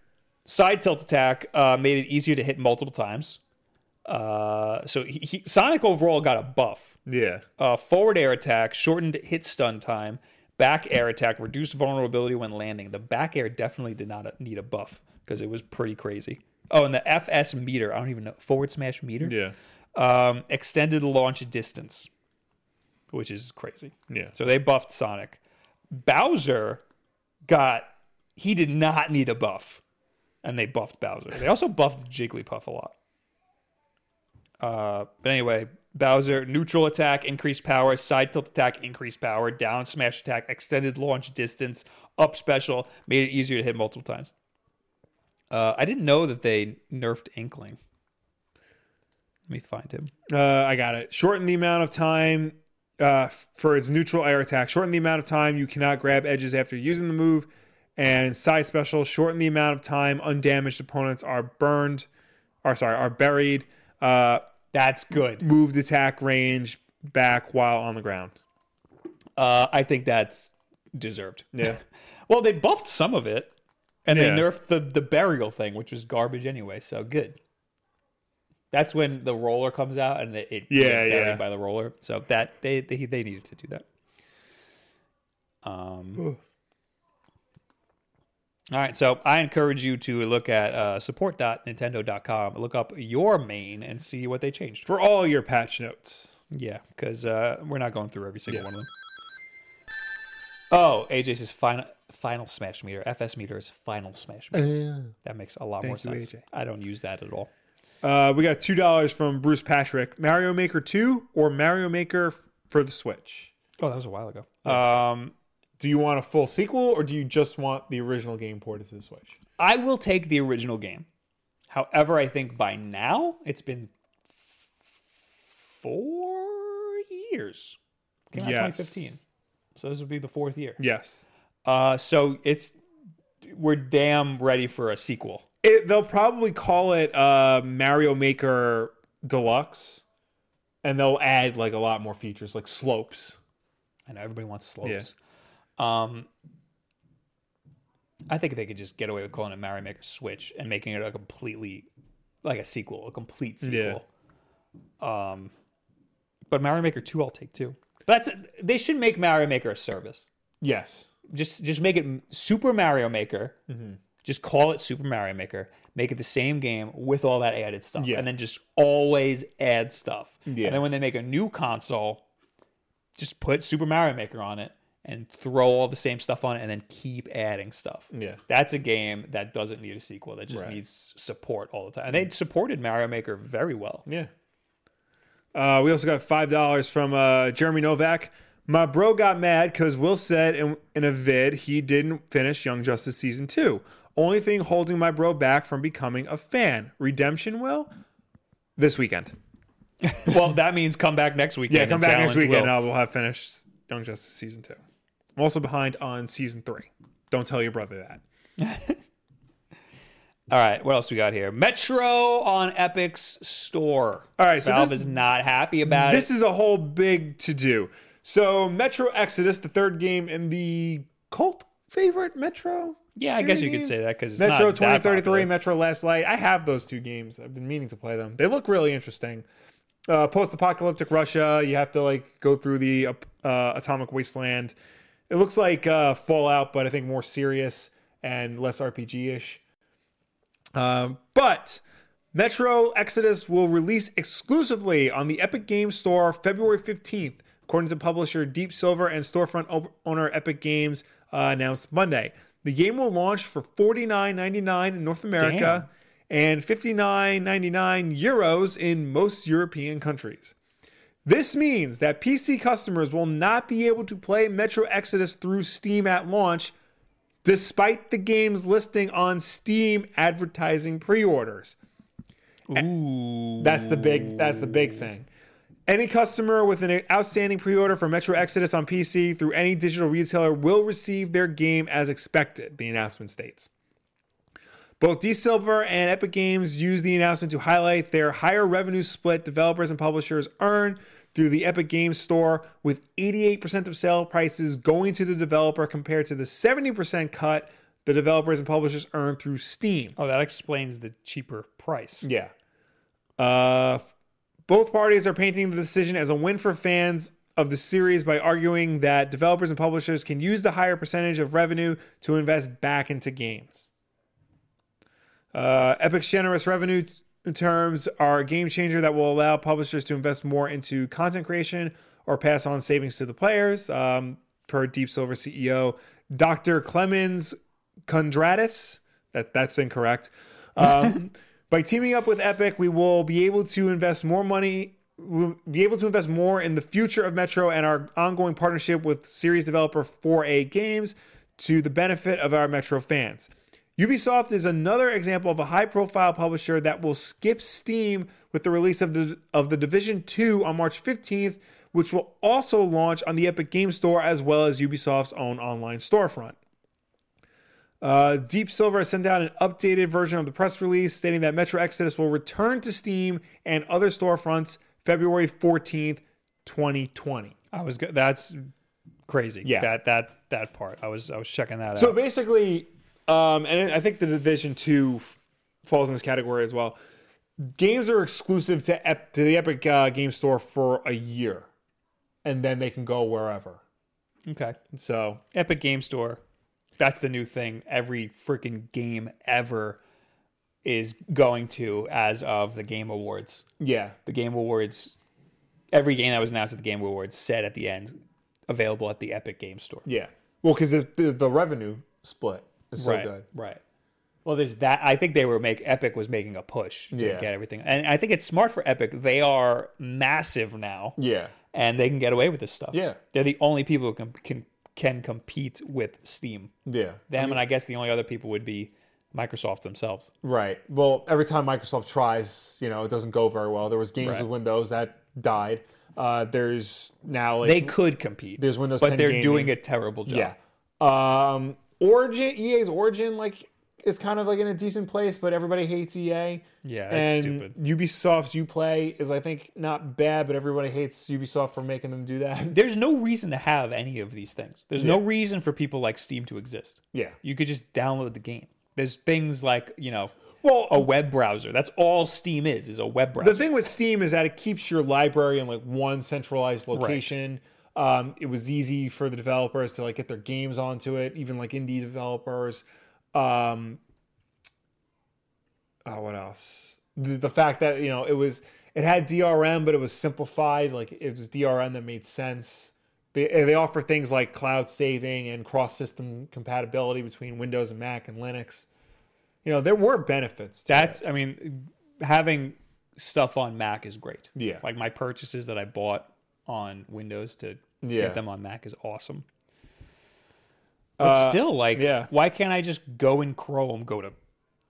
Speaker 2: side tilt attack uh, made it easier to hit multiple times. Uh, so he, he, Sonic overall got a buff.
Speaker 1: Yeah.
Speaker 2: Uh, forward air attack shortened hit stun time. Back air attack reduced vulnerability when landing. The back air definitely did not need a buff because it was pretty crazy. Oh, and the FS meter. I don't even know. Forward smash meter.
Speaker 1: Yeah.
Speaker 2: Um, extended launch distance, which is crazy.
Speaker 1: Yeah.
Speaker 2: So they buffed Sonic. Bowser got he did not need a buff, and they buffed Bowser. They also buffed Jigglypuff a lot. Uh, but anyway, Bowser neutral attack increased power, side tilt attack increased power, down smash attack extended launch distance, up special made it easier to hit multiple times. Uh, I didn't know that they nerfed Inkling. Let me find him.
Speaker 1: Uh, I got it. Shorten the amount of time uh, for its neutral air attack. Shorten the amount of time you cannot grab edges after using the move. And side special. Shorten the amount of time undamaged opponents are burned, or sorry, are buried. Uh,
Speaker 2: That's good.
Speaker 1: moved attack range back while on the ground.
Speaker 2: Uh, I think that's deserved.
Speaker 1: Yeah.
Speaker 2: Well, they buffed some of it, and
Speaker 1: Yeah.
Speaker 2: they nerfed the the burial thing, which was garbage anyway. So good. That's when the roller comes out and it, it
Speaker 1: Yeah,
Speaker 2: gets buried
Speaker 1: yeah.
Speaker 2: by the roller. So that they they they needed to do that. Um. All right, so I encourage you to look at uh, support.nintendo.com, look up your main, and see what they changed.
Speaker 1: for all your patch notes.
Speaker 2: Yeah, because uh, we're not going through every single one of them. Oh, AJ says final final smash meter. FS meter is final smash meter. that makes a lot more
Speaker 1: Thank you,
Speaker 2: sense.
Speaker 1: AJ.
Speaker 2: I don't use that at all.
Speaker 1: Uh, we got two dollars from Bruce Patrick. Mario Maker Two or Mario Maker f- for the Switch.
Speaker 2: Oh, that was a while ago. Um,
Speaker 1: Do you want a full sequel or do you just want the original game ported to the Switch?
Speaker 2: I will take the original game. However, I think by now it's been f- four years. Came out in
Speaker 1: Yes.
Speaker 2: 2015, so this would be the fourth year.
Speaker 1: Yes.
Speaker 2: Uh, so it's we're damn ready for a sequel.
Speaker 1: It, they'll probably call it uh, Mario Maker Deluxe, and they'll add like a lot more features, like slopes.
Speaker 2: I know everybody wants slopes. Um, I think they could just get away with calling it Mario Maker Switch and making it a completely like a sequel, a complete sequel. Um, but Mario Maker Two, I'll take two. That's they should make Mario Maker a service.
Speaker 1: Yes.
Speaker 2: Just just make it Super Mario Maker.
Speaker 1: Mm-hmm.
Speaker 2: Just call it Super Mario Maker. Make it the same game with all that added stuff,
Speaker 1: Yeah.
Speaker 2: and then just always add stuff.
Speaker 1: Yeah.
Speaker 2: And then when they make a new console, just put Super Mario Maker on it and throw all the same stuff on it, and then keep adding stuff.
Speaker 1: Yeah.
Speaker 2: That's a game that doesn't need a sequel. That just
Speaker 1: Right. Mm.
Speaker 2: needs support all the time. And they supported Mario Maker very well.
Speaker 1: Yeah. Uh, we also got five dollars from uh, Jeremy Novak. My bro got mad because Will said in, in a vid he didn't finish Young Justice season two. Only thing holding my bro back from becoming a fan. Redemption will this weekend.
Speaker 2: well, that means come back next weekend.
Speaker 1: Yeah, come
Speaker 2: and
Speaker 1: back next
Speaker 2: challenge
Speaker 1: weekend. and
Speaker 2: Will.
Speaker 1: I will have finished Young Justice season two. I'm also behind on season three. Don't tell your brother that.
Speaker 2: All right, what else we got here? Metro on Epic's store.
Speaker 1: All right, so
Speaker 2: Valve
Speaker 1: this-
Speaker 2: is not happy about
Speaker 1: This
Speaker 2: it.
Speaker 1: is a whole big to do. So Metro Exodus, the third game in the cult favorite Metro.
Speaker 2: Yeah, I guess
Speaker 1: series
Speaker 2: you could
Speaker 1: games?
Speaker 2: say that because it's
Speaker 1: Metro
Speaker 2: not that
Speaker 1: 2033,
Speaker 2: popular.
Speaker 1: Metro Last Light. I have those two games. I've been meaning to play them. They look really interesting. Uh, post-apocalyptic Russia. You have to like go through the uh, uh, atomic wasteland. It looks like uh, Fallout, but I think more serious and less RPG ish. Um, but Metro Exodus will release exclusively on the Epic Games Store February 15th, according to publisher Deep Silver and storefront op- owner Epic Games uh, announced Monday. The game will launch for $49.99 in North America and $59.99 euros in most European countries. This means that PC customers will not be able to play Metro Exodus through Steam at launch, despite the game's listing on Steam advertising pre-orders.
Speaker 2: Ooh.
Speaker 1: That's the big that's the big thing. Any customer with an outstanding pre-order for Metro Exodus on PC through any digital retailer will receive their game as expected, the announcement states. Both D Silver and Epic Games use the announcement to highlight their higher revenue split developers and publishers earn through the Epic Games Store, with 88% of sale prices going to the developer compared to the 70% cut the developers and publishers earn through Steam.
Speaker 2: Oh, that explains the cheaper price.
Speaker 1: Yeah. Uh, f- both parties are painting the decision as a win for fans of the series by arguing that developers and publishers can use the higher percentage of revenue to invest back into games. Uh, Epic's generous revenue t- terms are a game changer that will allow publishers to invest more into content creation or pass on savings to the players, um, per Deep Silver CEO Dr. Clemens Kondratis. That that's incorrect. Um, by teaming up with Epic, we will be able to invest more money. We'll be able to invest more in the future of Metro and our ongoing partnership with series developer 4A Games to the benefit of our Metro fans. Ubisoft is another example of a high-profile publisher that will skip Steam with the release of the of the Division 2 on March 15th, which will also launch on the Epic Game Store as well as Ubisoft's own online storefront. Uh, Deep Silver has sent out an updated version of the press release stating that Metro Exodus will return to Steam and other storefronts February 14th, 2020.
Speaker 2: I was. go- That's crazy.
Speaker 1: Yeah.
Speaker 2: That that that part. I was I was checking that
Speaker 1: So
Speaker 2: out.
Speaker 1: basically, um, and I think the Division 2 f- falls in this category as well. Games are exclusive to, Ep- to the Epic uh, Game Store for a year, and then they can go wherever.
Speaker 2: Okay.
Speaker 1: So
Speaker 2: Epic Game Store. That's the new thing. Every freaking game ever is going to as of the Game Awards.
Speaker 1: yeah,
Speaker 2: The Game Awards. Every game that was announced at the Game Awards said at the end, available at the Epic Game Store.
Speaker 1: yeah. Well, because the, the revenue split is so
Speaker 2: right.
Speaker 1: good.
Speaker 2: Right. Well, there's that. I think they were make Epic was making a push to
Speaker 1: Yeah.
Speaker 2: get everything, and I think it's smart for Epic. They are massive now,
Speaker 1: Yeah,
Speaker 2: and they can get away with this stuff.
Speaker 1: Yeah.
Speaker 2: they're the only people who can can, can compete with Steam.
Speaker 1: yeah.
Speaker 2: Them and I guess the only other people would be Microsoft themselves.
Speaker 1: Right. Well, every time Microsoft tries, you know, it doesn't go very well. There was games
Speaker 2: Right.
Speaker 1: with Windows that died. Uh, there's now like
Speaker 2: They could compete.
Speaker 1: There's Windows
Speaker 2: but
Speaker 1: 10
Speaker 2: they're
Speaker 1: gaming.
Speaker 2: doing a terrible job.
Speaker 1: yeah. Um, Origin EA's Origin like is kind of like in a decent place, but everybody hates EA.
Speaker 2: Yeah,
Speaker 1: and
Speaker 2: it's stupid.
Speaker 1: Ubisoft's Uplay is I think not bad, but everybody hates Ubisoft for making them do that.
Speaker 2: There's no reason to have any of these things. There's no reason for people like Steam to exist.
Speaker 1: yeah.
Speaker 2: You could just download the game. There's things like, you know, well, a web browser. That's all Steam is, is a web browser.
Speaker 1: The thing with Steam is that it keeps your library in like one centralized location. Um, it was easy for the developers to like get their games onto it, even like indie developers. Um, oh, what else? The, the fact that you know it was it had DRM, but it was simplified. Like it was DRM that made sense. They, and they offer things like cloud saving and cross system compatibility between Windows and Mac and Linux. You know there were benefits. To
Speaker 2: That's, I mean, having stuff on Mac is great.
Speaker 1: Yeah.
Speaker 2: Like my purchases that I bought on Windows to
Speaker 1: Yeah.
Speaker 2: get them on Mac is awesome. Uh, But still, like,
Speaker 1: yeah.
Speaker 2: why can't I just go in Chrome, go to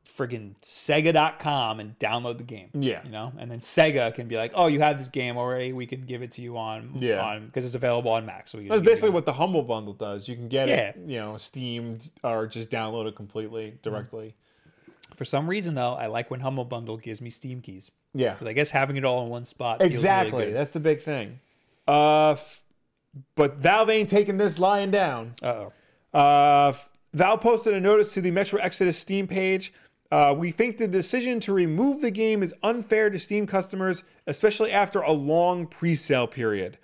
Speaker 2: friggin' Sega.com and download the game.
Speaker 1: Yeah.
Speaker 2: You know? And then Sega can be like, oh, you have this game already. We can give it to you on,
Speaker 1: Yeah.
Speaker 2: because it's available on Mac. So we can
Speaker 1: That's
Speaker 2: just give you
Speaker 1: basically
Speaker 2: it.
Speaker 1: what the Humble Bundle does. You can get it,
Speaker 2: Yeah. Mm-hmm.
Speaker 1: you know, steamed or just download it completely directly.
Speaker 2: For some reason, though, I like when Humble Bundle gives me Steam keys.
Speaker 1: Yeah.
Speaker 2: Because I guess having it all in one spot feels really
Speaker 1: Exactly.
Speaker 2: good.
Speaker 1: That's the big thing. Uh, f- but Valve ain't taking this lying down.
Speaker 2: Uh-oh.
Speaker 1: Uh, f- Valve posted a notice to the Metro Exodus Steam page. Uh, we think the decision to remove the game is unfair to Steam customers, especially after a long pre sale period.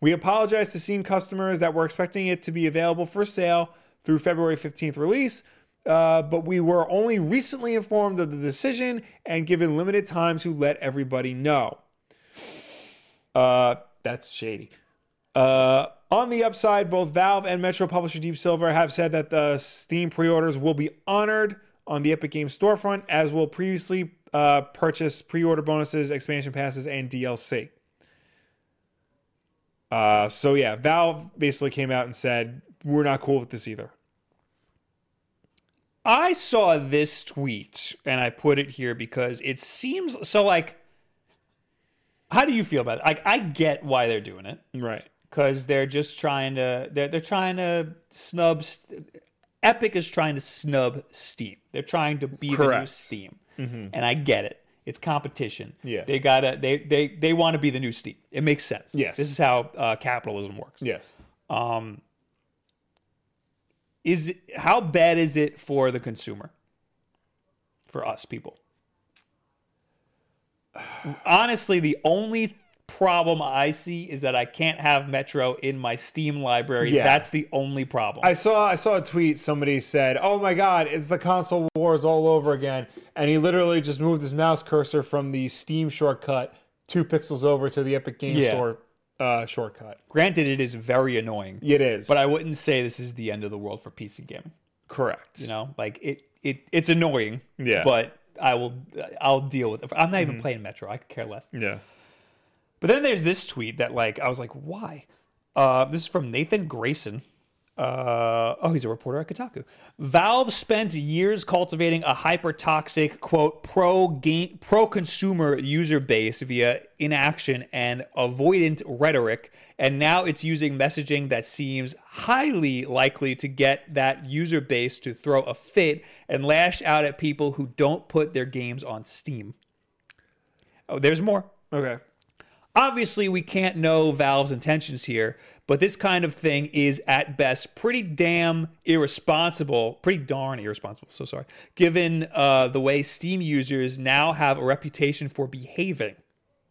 Speaker 1: We apologize to Steam customers that were expecting it to be available for sale through February 15th release, uh, but we were only recently informed of the decision and given limited time to let everybody know. Uh, that's shady. Uh, on the upside, both Valve and Metro publisher Deep Silver have said that the Steam pre-orders will be honored on the Epic Games storefront, as will previously uh, purchased pre-order bonuses, expansion passes, and DLC. Uh, so yeah, Valve basically came out and said we're not cool with this either.
Speaker 2: I saw this tweet and I put it here because it seems so like how do you feel about it? Like I get why they're doing it
Speaker 1: Right.
Speaker 2: cuz they're just trying to they're, they're trying to snub st- Epic is trying to snub Steam. They're trying to be the new
Speaker 1: Correct. Mm-hmm.
Speaker 2: Steam. And I get it. It's competition.
Speaker 1: Yeah.
Speaker 2: They got to they they they want to be the new Steam. It makes sense.
Speaker 1: Yes.
Speaker 2: This is how uh, capitalism works.
Speaker 1: Yes.
Speaker 2: is it, how bad is it for the consumer for us people honestly the only problem i see is that i can't have metro in my steam library
Speaker 1: Yeah.
Speaker 2: that's the only problem
Speaker 1: I saw I saw a tweet. Somebody said, "Oh my God, it's the console wars all over again." And he literally just moved his mouse cursor from the Steam shortcut two pixels over to the Epic Games
Speaker 2: Yeah.
Speaker 1: Store uh, shortcut.
Speaker 2: granted it is very annoying
Speaker 1: It is,
Speaker 2: but i wouldn't say this is the end of the world for pc gaming
Speaker 1: correct.
Speaker 2: you know like it, it it's annoying
Speaker 1: Yeah. Mm-hmm.
Speaker 2: but i will i'll deal with it i'm not even playing metro i could care less
Speaker 1: Yeah,
Speaker 2: But then there's this tweet that like I was like, why? Uh, this is from Nathan Grayson. Uh, oh, he's a reporter at Kotaku. Valve spent years cultivating a hyper-toxic quote pro game pro-consumer user base via inaction and avoidant rhetoric, and now it's using messaging that seems highly likely to get that user base to throw a fit and lash out at people who don't put their games on Steam. Oh, there's more.
Speaker 1: okay.
Speaker 2: Obviously, we can't know Valve's intentions here, but this kind of thing is at best pretty damn irresponsible, pretty darn irresponsible, so sorry, given uh, the way Steam users now have a reputation for behaving.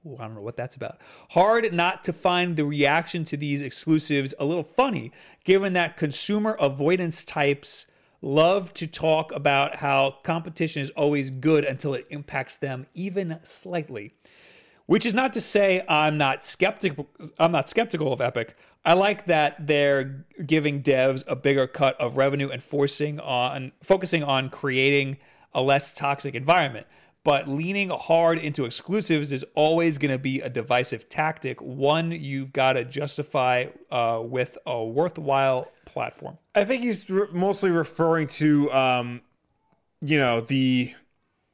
Speaker 2: Ooh, I don't know what that's about. Hard not to find the reaction to these exclusives a little funny, given that consumer avoidance types love to talk about how competition is always good until it impacts them even slightly which is not to say I'm not skeptical. I'm not skeptical of Epic. I like that they're giving devs a bigger cut of revenue and forcing on focusing on creating a less toxic environment. But leaning hard into exclusives is always going to be a divisive tactic, one you've got to justify uh, with a worthwhile platform.
Speaker 1: I think he's re- mostly referring to, um, you know, the,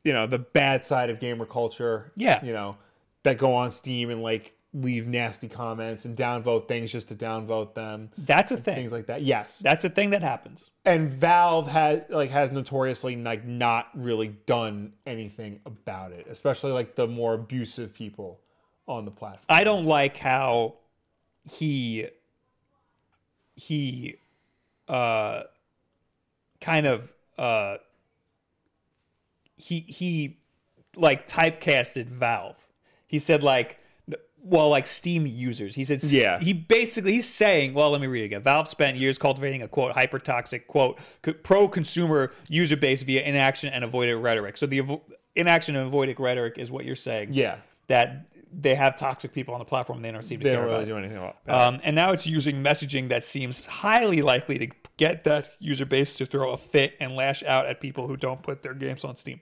Speaker 1: you know, the bad side of gamer culture.
Speaker 2: Yeah.
Speaker 1: You know, that go on Steam and like leave nasty comments and downvote things just to downvote them,
Speaker 2: That's a thing.
Speaker 1: things like that. Yes.
Speaker 2: That's a thing that happens.
Speaker 1: And Valve has like has notoriously like not really done anything about it, especially like the more abusive people on the platform.
Speaker 2: I don't like how he he uh kind of uh he he like typecasted Valve. He said like well like Steam users. He said
Speaker 1: Yeah.
Speaker 2: he basically he's saying, well let me read it again. Valve spent years cultivating a quote hyper toxic quote pro consumer user base via inaction and avoided rhetoric. So the avo- inaction and avoided rhetoric is what you're saying
Speaker 1: yeah.
Speaker 2: that they have toxic people on the platform and they don't seem to
Speaker 1: They
Speaker 2: care
Speaker 1: don't really
Speaker 2: about.
Speaker 1: do
Speaker 2: it.
Speaker 1: anything about it.
Speaker 2: Um, and now it's using messaging that seems highly likely to get that user base to throw a fit and lash out at people who don't put their games on Steam.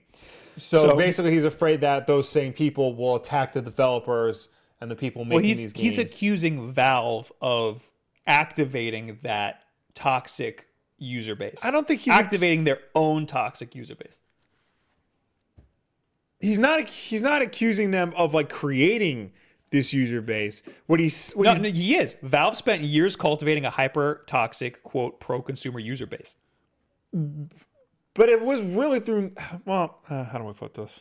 Speaker 1: So,
Speaker 2: So-
Speaker 1: basically, he's afraid that those same people will attack the developers and the people making
Speaker 2: Well,
Speaker 1: these
Speaker 2: he's he's
Speaker 1: games.
Speaker 2: accusing Valve of activating that toxic user base.
Speaker 1: I don't think he's-
Speaker 2: activating their own toxic user base.
Speaker 1: he's not he's not accusing them of like creating this user base. What he's what
Speaker 2: No,
Speaker 1: he's
Speaker 2: no, he is. Valve spent years cultivating a hyper toxic, quote, pro consumer user base.
Speaker 1: but it was really through well uh, how do I put this?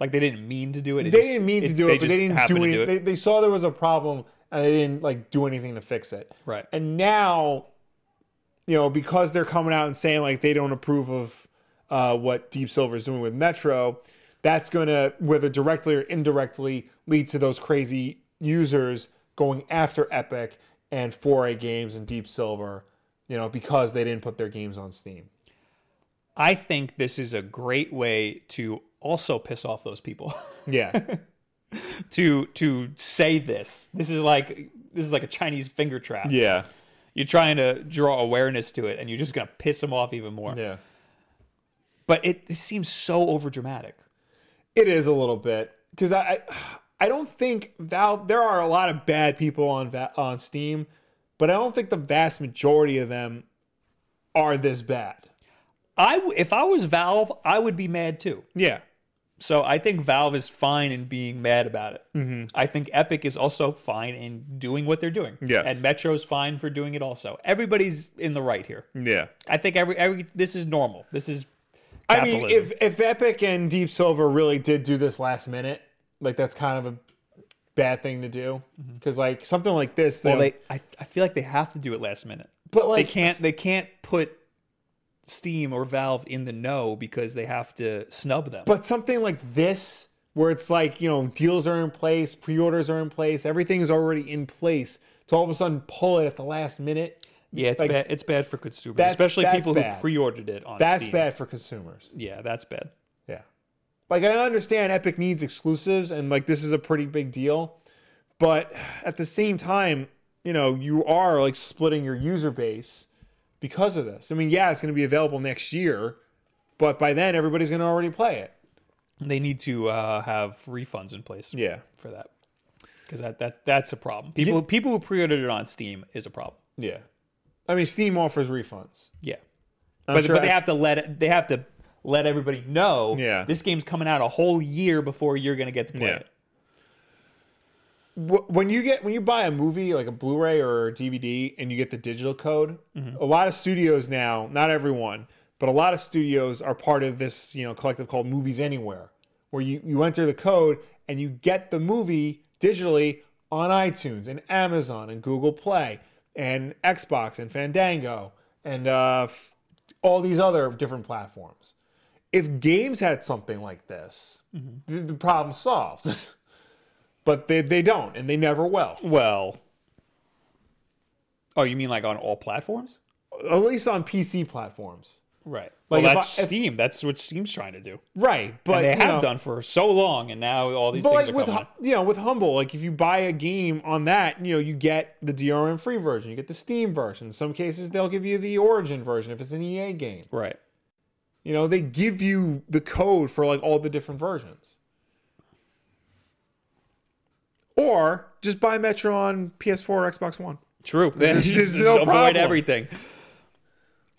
Speaker 2: Like they didn't mean to do it. it
Speaker 1: They
Speaker 2: just-
Speaker 1: didn't mean to do it, but they
Speaker 2: just
Speaker 1: didn't
Speaker 2: happened
Speaker 1: do,
Speaker 2: to
Speaker 1: any, They, they saw there was a problem and they didn't like do anything to fix it.
Speaker 2: Right.
Speaker 1: And now, you know, because they're coming out and saying like they don't approve of uh, what Deep Silver is doing with Metro, that's going to whether directly or indirectly lead to those crazy users going after Epic and 4A Games and Deep Silver, you know, because they didn't put their games on Steam.
Speaker 2: I think this is a great way to also piss off those people.
Speaker 1: Yeah.
Speaker 2: to to say this. This is like this is like a Chinese finger trap.
Speaker 1: yeah.
Speaker 2: You're trying to draw awareness to it, and you're just gonna piss them off even more.
Speaker 1: Yeah.
Speaker 2: But it, it seems so overdramatic.
Speaker 1: It is a little bit because I, I I don't think Valve. There are a lot of bad people on Va- on Steam, but I don't think the vast majority of them are this bad.
Speaker 2: I w- if I was Valve, I would be mad too.
Speaker 1: Yeah,
Speaker 2: So I think Valve is fine in being mad about it.
Speaker 1: Mm-hmm.
Speaker 2: I think Epic is also fine in doing what they're doing.
Speaker 1: Yes.
Speaker 2: And Metro's fine for doing it also. Everybody's in the right here.
Speaker 1: yeah.
Speaker 2: I think every every this is normal. This is
Speaker 1: I mean,
Speaker 2: capitalism.
Speaker 1: if if Epic and Deep Silver really did do this last minute, like that's kind of a bad thing to do because like something like this.
Speaker 2: well,
Speaker 1: they'll-
Speaker 2: they I, I feel like they have to do it last minute.
Speaker 1: but like
Speaker 2: they can't they can't put Steam or Valve in the know because they have to snub them.
Speaker 1: But something like this, where it's like, you know, deals are in place, pre orders are in place, everything's already in place, to all of a sudden pull it at the last minute,
Speaker 2: yeah, it's
Speaker 1: like-
Speaker 2: bad. It's bad for consumers,
Speaker 1: That's-
Speaker 2: especially
Speaker 1: that's
Speaker 2: people
Speaker 1: bad.
Speaker 2: who pre-ordered it on
Speaker 1: that's
Speaker 2: Steam.
Speaker 1: bad for consumers.
Speaker 2: Yeah, that's bad.
Speaker 1: Yeah. Like, I understand Epic needs exclusives, and like, this is a pretty big deal. But at the same time, you know, you are like splitting your user base because of this. I mean, yeah, it's going to be available next year, but by then everybody's going to already play it.
Speaker 2: They need to uh, have refunds in place.
Speaker 1: Yeah.
Speaker 2: for that because that, that that's a problem. People people who pre-ordered it on Steam is a problem.
Speaker 1: Yeah. I mean, Steam offers refunds.
Speaker 2: Yeah,
Speaker 1: I'm
Speaker 2: but,
Speaker 1: sure
Speaker 2: but they
Speaker 1: Epic-
Speaker 2: have to let it, they have to let everybody know.
Speaker 1: Yeah.
Speaker 2: this game's coming out a whole year before you're gonna get to play
Speaker 1: Yeah.
Speaker 2: it.
Speaker 1: Wh- when you get when you buy a movie like a Blu-ray or a DVD and you get the digital code, a lot of studios now, not everyone, but a lot of studios are part of this you know collective called Movies Anywhere, where you you enter the code and you get the movie digitally on iTunes and Amazon and Google Play and Xbox and Fandango and uh, f- all these other different platforms. If games had something like this,
Speaker 2: Mm-hmm.
Speaker 1: th- the problem solved. but they, they don't and they never will
Speaker 2: Well, oh, you mean like on all platforms?
Speaker 1: at least on pc platforms
Speaker 2: Right.
Speaker 1: Like,
Speaker 2: well,
Speaker 1: if
Speaker 2: that's
Speaker 1: I- if-
Speaker 2: Steam. That's what Steam's trying to do.
Speaker 1: right but
Speaker 2: And they
Speaker 1: you
Speaker 2: have
Speaker 1: know,
Speaker 2: done for so long, and now all these
Speaker 1: but
Speaker 2: things
Speaker 1: like
Speaker 2: are
Speaker 1: with
Speaker 2: coming.
Speaker 1: Hu- you know with humble like if you buy a game on that you know you get the drm free version you get the steam version in some cases they'll give you the origin version if it's an ea game
Speaker 2: right.
Speaker 1: you know they give you the code for like all the different versions or just buy metro on ps4 or xbox one
Speaker 2: True. Then
Speaker 1: There's
Speaker 2: just
Speaker 1: no
Speaker 2: avoid
Speaker 1: problem.
Speaker 2: everything.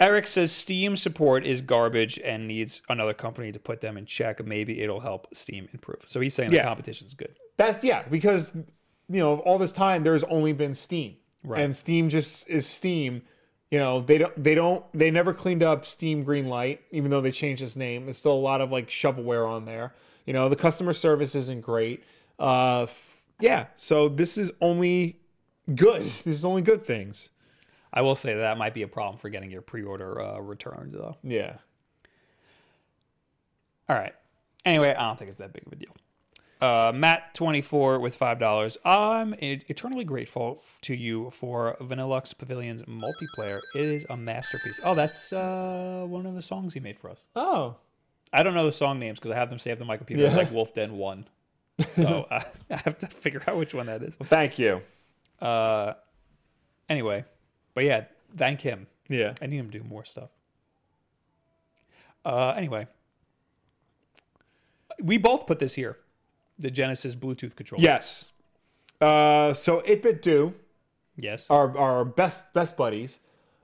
Speaker 2: Eric says Steam support is garbage and needs another company to put them in check. Maybe it'll help Steam improve. So he's saying
Speaker 1: Yeah.
Speaker 2: the competition's good.
Speaker 1: That's yeah, because you know all this time there's only been Steam,
Speaker 2: Right.
Speaker 1: and Steam just is Steam. You know they don't they don't they never cleaned up Steam Greenlight, even though they changed its name. There's still a lot of like shovelware on there. You know the customer service isn't great. Uh, f- yeah, so this is only good. This is only good things.
Speaker 2: I will say that might be a problem for getting your pre-order uh, returned, though.
Speaker 1: Yeah,
Speaker 2: All right. Anyway, I don't think it's that big of a deal. Uh, Matt twenty four with five dollars. I'm e- eternally grateful f- to you for Vanillux Pavilion's multiplayer. It is a masterpiece. Oh, that's uh, one of the songs he made for us.
Speaker 1: Oh,
Speaker 2: I don't know the song names because I have them saved on my computer. It's
Speaker 1: Yeah.
Speaker 2: like Wolf Den One, so I, I have to figure out which one that is.
Speaker 1: thank you.
Speaker 2: Uh, anyway, but yeah, thank him.
Speaker 1: Yeah,
Speaker 2: I need him to do more stuff. Uh, anyway, we both put this here, the Genesis Bluetooth controller.
Speaker 1: yes. Uh, so it bit do.
Speaker 2: Yes.
Speaker 1: our, our best best buddies.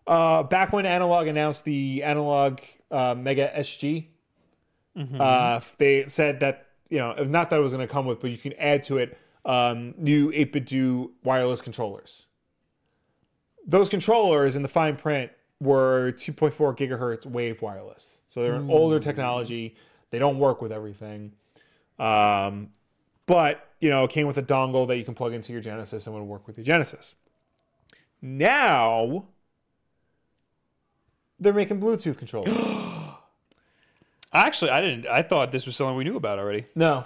Speaker 1: Uh, back when Analog announced the Analog uh, Mega SG, uh, they said that you know, not that it was going to come with, but you can add to it um, new 8-bit do wireless controllers. Those controllers in the fine print were 2.4 gigahertz wave wireless, so they're an older technology. They don't work with everything, um, but you know, it came with a dongle that you can plug into your Genesis and would work with your Genesis. Now they're making Bluetooth controllers.
Speaker 2: Actually, I didn't. I thought this was something we knew about already.
Speaker 1: no,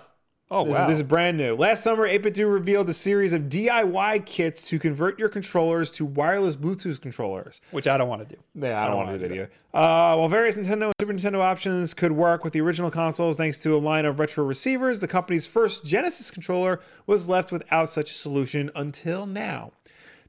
Speaker 2: Oh
Speaker 1: This,
Speaker 2: wow!
Speaker 1: is, this is brand new. Last summer, 8BitDo revealed a series of DIY kits to convert your controllers to wireless Bluetooth controllers.
Speaker 2: Which I don't want to do.
Speaker 1: Yeah, I don't, want
Speaker 2: wanna
Speaker 1: to do that
Speaker 2: do
Speaker 1: either. Uh, while various Nintendo and Super Nintendo options could work with the original consoles thanks to a line of retro receivers, the company's first Genesis controller was left without such a solution until now.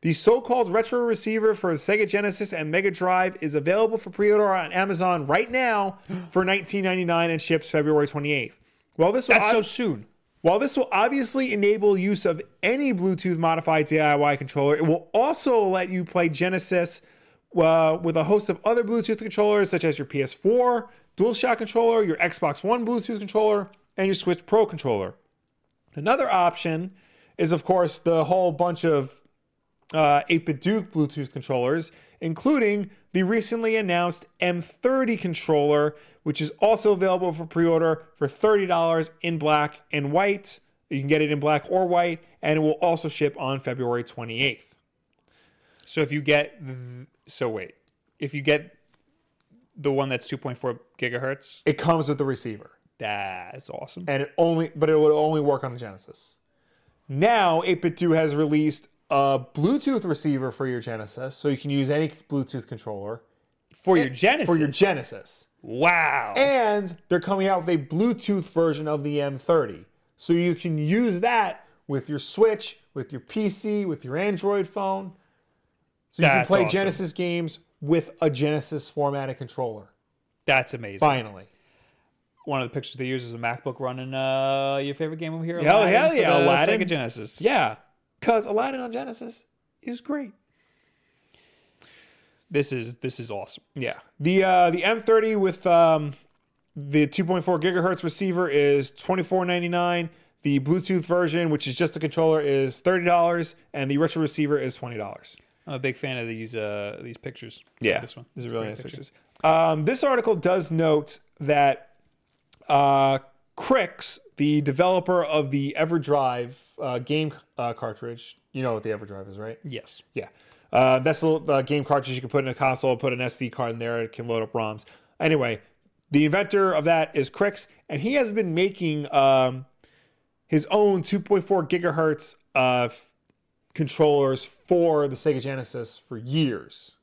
Speaker 1: The so called retro receiver for the Sega Genesis and Mega Drive is available for pre order on Amazon right now for $19.99 and ships February 28th. Well, this will
Speaker 2: That's so
Speaker 1: ob-
Speaker 2: soon.
Speaker 1: while this will obviously enable use of any Bluetooth modified DIY controller, it will also let you play Genesis uh, with a host of other Bluetooth controllers, such as your PS4 DualShock controller, your Xbox One Bluetooth controller, and your Switch Pro controller. Another option is, of course, the whole bunch of uh, 8-bit Duke Bluetooth controllers, including the recently announced M30 controller, which is also available for pre-order for $30 in black and white. You can get it in black or white, and it will also ship on February 28th.
Speaker 2: So if you get, so wait, if you get the one that's 2.4 gigahertz,
Speaker 1: It comes with the receiver.
Speaker 2: that's awesome.
Speaker 1: and it only but it would only work on the Genesis. Now 8bit2 has released a Bluetooth receiver for your Genesis, so you can use any Bluetooth controller
Speaker 2: For your Genesis,
Speaker 1: for your Genesis.
Speaker 2: wow.
Speaker 1: And they're coming out with a Bluetooth version of the M30. So you can use that with your Switch, with your PC, with your Android phone. So you can
Speaker 2: That's
Speaker 1: play
Speaker 2: awesome.
Speaker 1: Genesis games with a Genesis formatted controller.
Speaker 2: that's amazing.
Speaker 1: Finally.
Speaker 2: One of the pictures they use is a MacBook running uh, your favorite game over here.
Speaker 1: Hell,
Speaker 2: Aladdin,
Speaker 1: hell
Speaker 2: for
Speaker 1: yeah,
Speaker 2: the
Speaker 1: Aladdin.
Speaker 2: Sega Genesis.
Speaker 1: Yeah. Cause Aladdin on Genesis is great.
Speaker 2: This is this is awesome.
Speaker 1: Yeah. The uh, the M30 with um, the 2.4 gigahertz receiver is 24.99. The Bluetooth version, which is just the controller, is $30, and the retro receiver is $20.
Speaker 2: I'm a big fan of these uh, these pictures. this one.
Speaker 1: These
Speaker 2: It's
Speaker 1: are
Speaker 2: a
Speaker 1: really
Speaker 2: great
Speaker 1: nice
Speaker 2: picture.
Speaker 1: pictures. Um, this article does note that uh, Crix, the developer of the EverDrive uh, game uh, cartridge, you know what the EverDrive is, right?
Speaker 2: Yes.
Speaker 1: Yeah. Uh, that's a little, uh, game cartridge you can put in a console, put an SD card in there, it can load up ROMs. Anyway, the inventor of that is Crix, and he has been making um, his own 2.4 gigahertz uh, f- controllers for the Sega Genesis for years.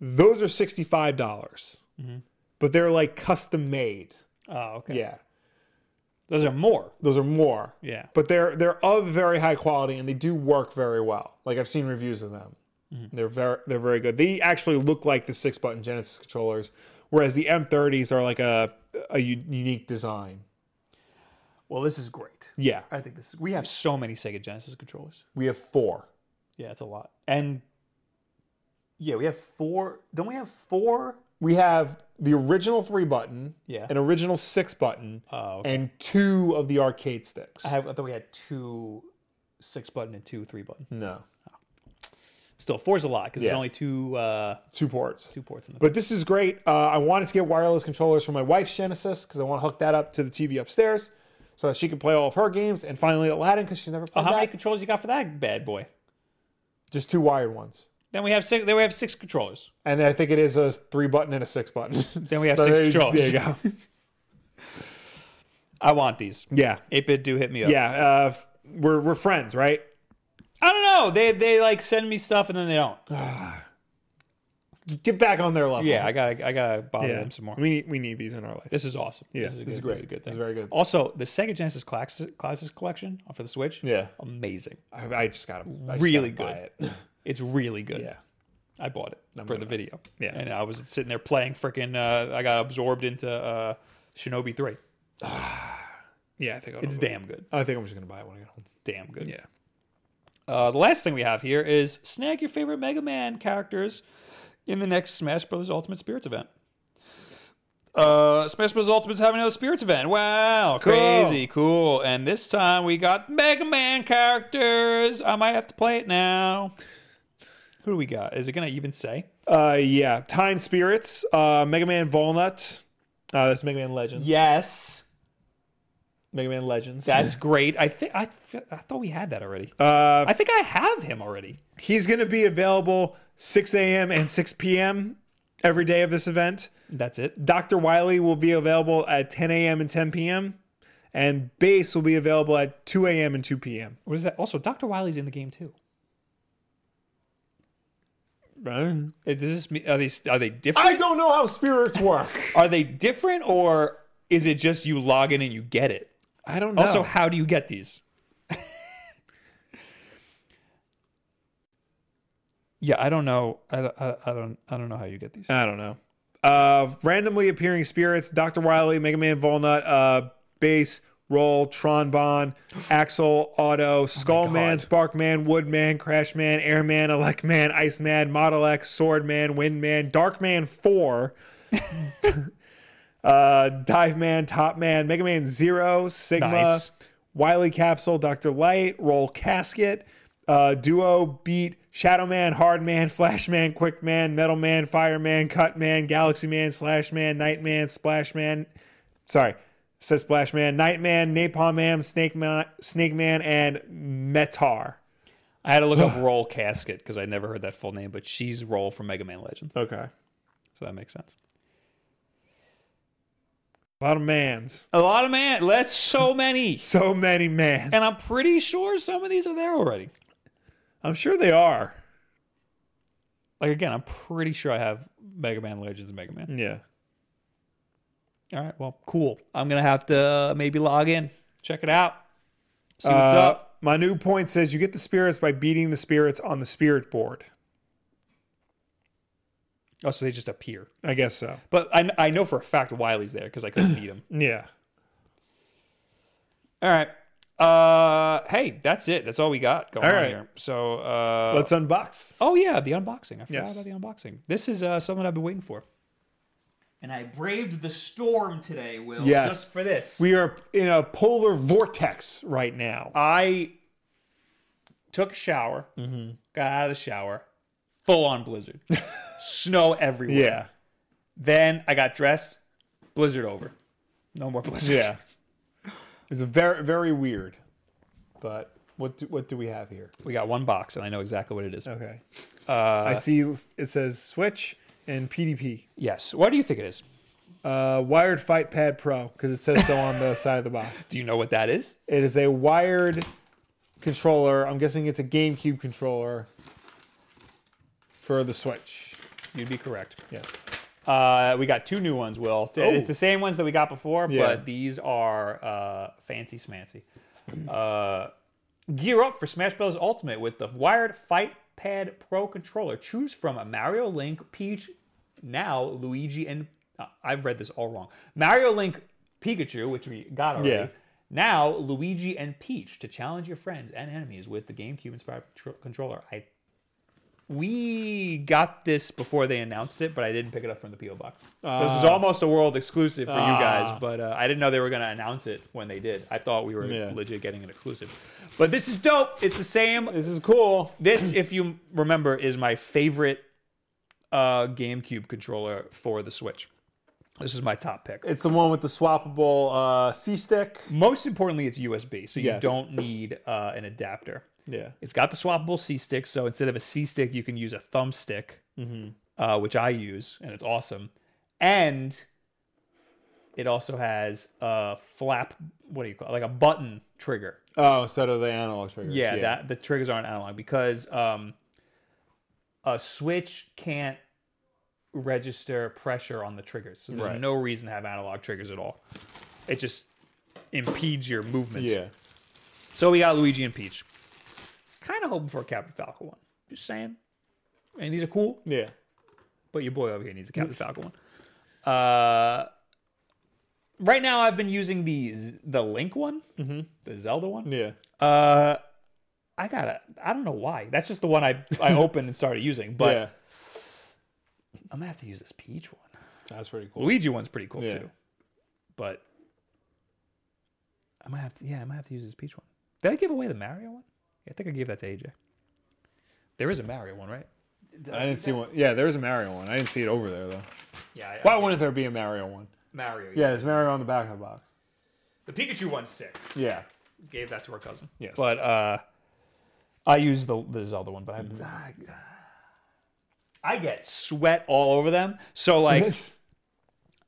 Speaker 1: Those are $65, dollars but they're like custom made.
Speaker 2: Oh, okay.
Speaker 1: Yeah.
Speaker 2: Those are more.
Speaker 1: Those are more.
Speaker 2: Yeah.
Speaker 1: But they're they're of very high quality and they do work very well. Like I've seen reviews of them.
Speaker 2: Mm-hmm.
Speaker 1: They're very they're very good. They actually look like the six button Genesis controllers, whereas the M30s are like a a u- unique design.
Speaker 2: Well, this is great.
Speaker 1: Yeah,
Speaker 2: I think this. Is, we have so many Sega Genesis controllers.
Speaker 1: we have four.
Speaker 2: Yeah, it's a lot. And yeah, we have four. Don't we have four?
Speaker 1: We have the original three button,
Speaker 2: Yeah.
Speaker 1: an original six button,
Speaker 2: Oh,
Speaker 1: and two of the arcade sticks.
Speaker 2: I have. I thought we had two six button and two three button.
Speaker 1: no,
Speaker 2: Still, four's a lot because
Speaker 1: Yeah.
Speaker 2: there's only two uh,
Speaker 1: two ports.
Speaker 2: two ports in the.
Speaker 1: But this is great. Uh, I wanted to get wireless controllers for my wife's Genesis because I want to hook that up to the TV upstairs so that she can play all of her games. And finally, Aladdin because she's never
Speaker 2: Oh,
Speaker 1: played
Speaker 2: how
Speaker 1: that.
Speaker 2: many controllers you got for that bad boy?
Speaker 1: Just two wired ones.
Speaker 2: Then we have six. Then we have six controllers.
Speaker 1: And I think it is a three button and a six button.
Speaker 2: Then we have
Speaker 1: So
Speaker 2: six
Speaker 1: there you-
Speaker 2: controllers.
Speaker 1: There you go.
Speaker 2: I want these.
Speaker 1: yeah.
Speaker 2: Eight bit do hit me up.
Speaker 1: Yeah. Uh, f- we're, we're friends, right?
Speaker 2: I don't know. They they like send me stuff and then they don't.
Speaker 1: Uh-huh. Get back on their level.
Speaker 2: Yeah, I gotta I gotta bother them some more.
Speaker 1: We need, we need these in our life.
Speaker 2: This is awesome. Yeah, this is, a good,
Speaker 1: this is
Speaker 2: This is a
Speaker 1: great.
Speaker 2: good
Speaker 1: This
Speaker 2: thing.
Speaker 1: is very good.
Speaker 2: Also, the Sega Genesis Classic, Classics Collection for the Switch.
Speaker 1: Yeah.
Speaker 2: amazing.
Speaker 1: I, I just got to
Speaker 2: Really
Speaker 1: It.
Speaker 2: It's really good.
Speaker 1: yeah.
Speaker 2: I bought it for the video.
Speaker 1: Yeah.
Speaker 2: and I was sitting there playing freaking. Uh, I got absorbed into uh, Shinobi Three.
Speaker 1: Yeah. I think I'll
Speaker 2: It's damn good.
Speaker 1: I think I'm just going to buy it when I get home.
Speaker 2: Damn good.
Speaker 1: Yeah.
Speaker 2: Uh, the last thing we have here is snag your favorite Mega Man characters in the next Smash Bros. Ultimate Spirits event. Uh, Smash Bros. Ultimate's having another Spirits event. Wow, crazy, cool. And this time we got Mega Man characters. I might have to play it now. Who do we got? Is it gonna even say?
Speaker 1: Uh, yeah, Time Spirits, uh, Mega Man Volnut. Uh, that's Mega Man Legends.
Speaker 2: Yes,
Speaker 1: Mega Man Legends.
Speaker 2: that's great. I think I, th- I thought we had that already.
Speaker 1: Uh,
Speaker 2: I think I have him already.
Speaker 1: he's going to be available 6 a.m. and 6 p.m. every day of this event.
Speaker 2: That's it.
Speaker 1: Dr. Wiley will be available at 10 a.m. and 10 p.m. And Base will be available at 2 a.m. and 2 p.m.
Speaker 2: What is that? Also, Doctor Wily's in the game too. Is this me- are these are they different?
Speaker 1: I don't know how spirits work.
Speaker 2: Are they different or is it just you log in and you get it?
Speaker 1: I don't know.
Speaker 2: Also, how do you get these? yeah, I don't know. I, don't- I, I don't I don't know how you get these.
Speaker 1: I don't know. Uh, randomly appearing spirits: Doctor Wiley, Mega Man Volnut, uh, Bass, Roll, Tron Bond, Axel, Auto, Skull Man, Spark Man, Wood Man, Crash Man, Airman, Elect Man, Ice Man, Model X, Sword Man, Wind Man, Dark Man Four, uh, Dive Man, Top Man, Mega Man Zero, Sigma,
Speaker 2: Nice.
Speaker 1: Wiley Capsule, Doctor Light, Roll Casket, uh, Duo Beat, Shadow Man, Hard Man, Flash Man, Quick Man, Metal Man, Fire Man, Cut Man, Galaxy Man, Slash Man, Night Man, Splash Man. Sorry, it says Splash Man, Night Man, Napalm Man, Snake Man, Snake Man, and Metar.
Speaker 2: I had to look up Roll Casket because I never heard that full name, but she's Roll from Mega Man Legends,
Speaker 1: Okay,
Speaker 2: so that makes sense.
Speaker 1: a lot of mans.
Speaker 2: A lot of man, that's so many,
Speaker 1: So many mans,
Speaker 2: and I'm pretty sure some of these are there already.
Speaker 1: I'm sure they are.
Speaker 2: Like again, I'm pretty sure I have Mega Man Legends and Mega Man.
Speaker 1: Yeah.
Speaker 2: All right, well, cool. I'm gonna have to uh, maybe log in, check it out, see what's
Speaker 1: Uh,
Speaker 2: up.
Speaker 1: My new point says you get the spirits by beating the spirits on the spirit board.
Speaker 2: Oh, so they just appear.
Speaker 1: I guess so.
Speaker 2: But I, I know for a fact Wiley's there because I couldn't beat him.
Speaker 1: Yeah.
Speaker 2: All right. Uh, hey, that's it. That's all we got going
Speaker 1: All
Speaker 2: on
Speaker 1: right.
Speaker 2: here. So, uh,
Speaker 1: Let's unbox.
Speaker 2: oh yeah, the unboxing. I forgot
Speaker 1: Yes.
Speaker 2: about the unboxing. This is uh, something I've been waiting for. And I braved the storm today, Will.
Speaker 1: Yes. just
Speaker 2: for this.
Speaker 1: We are in a polar vortex right now.
Speaker 2: I took a shower, got out of the shower, full on Mm-hmm. blizzard, snow everywhere.
Speaker 1: Yeah.
Speaker 2: Then I got dressed, blizzard over. No more blizzard.
Speaker 1: Yeah. It's very very weird. But what do, what do we have here?
Speaker 2: We got one box, and I know exactly what it is.
Speaker 1: Okay. Uh, I see it says Switch and PDP.
Speaker 2: Yes. What do you think it is?
Speaker 1: Uh, wired Fight Pad Pro because it says so on the side of the box.
Speaker 2: Do you know what that is?
Speaker 1: It is a wired controller. I'm guessing it's a GameCube controller for the Switch.
Speaker 2: You'd be correct.
Speaker 1: Yes.
Speaker 2: Uh, we got two new ones, Will. It's
Speaker 1: Oh.
Speaker 2: the same ones that we got before,
Speaker 1: Yeah.
Speaker 2: but these are uh, fancy smancy. Uh, gear up for Smash Bros. Ultimate with the wired Fight Pad Pro controller. Choose from a Mario, Link, Peach, now Luigi, and uh, I've read this all wrong. Mario, Link, Pikachu, which we got already.
Speaker 1: Yeah.
Speaker 2: Now Luigi and Peach to challenge your friends and enemies with the GameCube-inspired tr- controller. I we got this before they announced it, but I didn't pick it up from the PO box. so
Speaker 1: Ah.
Speaker 2: this is almost a world exclusive for you guys, but uh, I didn't know they were going to announce it when they did. I thought we were
Speaker 1: Yeah.
Speaker 2: legit getting an exclusive. But this is dope. It's the same.
Speaker 1: This is cool.
Speaker 2: This, if you remember, is my favorite uh, GameCube controller for the Switch. This is my top pick.
Speaker 1: It's the one with the swappable uh, C stick.
Speaker 2: Most importantly, it's USB, so you
Speaker 1: Yes.
Speaker 2: don't need uh, an adapter.
Speaker 1: Yeah.
Speaker 2: It's got the swappable C stick, so instead of a C stick, you can use a thumb stick,
Speaker 1: Mm-hmm.
Speaker 2: uh, which I use, and it's awesome. And it also has a flap. What do you call it? like a button trigger?
Speaker 1: Oh, instead of the analog triggers.
Speaker 2: Yeah, that the triggers aren't analog because um, a switch can't register pressure on the triggers, so there's
Speaker 1: Right.
Speaker 2: no reason to have analog triggers at all. It just impedes your movement.
Speaker 1: Yeah.
Speaker 2: So we got Luigi and Peach. Kind of hoping for a Captain Falcon one. Just saying. And these are cool,
Speaker 1: Yeah.
Speaker 2: but your boy over here needs a Captain Falcon one. Uh, right now, I've been using the the Link one, the Zelda one.
Speaker 1: Yeah.
Speaker 2: Uh, I gotta. I don't know why. That's just the one I I opened and started using. But
Speaker 1: yeah.
Speaker 2: I'm gonna have to use this Peach one.
Speaker 4: That's pretty cool.
Speaker 2: Luigi one's pretty cool
Speaker 4: Yeah.
Speaker 2: too. But I might have to yeah, I might have to use this Peach one. Did I give away the Mario one? Yeah, I think I gave that to AJ. There is a Mario one, right?
Speaker 4: I didn't see one. Yeah, there's a Mario one. I didn't see it over there though.
Speaker 2: Yeah. I,
Speaker 4: Why wouldn't there be a Mario one?
Speaker 2: Mario?
Speaker 4: Yeah, there's Mario on the back of the box.
Speaker 2: The Pikachu one's sick.
Speaker 4: Yeah.
Speaker 2: Gave that to her cousin.
Speaker 4: Yes.
Speaker 2: But uh, I use the the Zelda one, but I'm. I get sweat all over them. So like,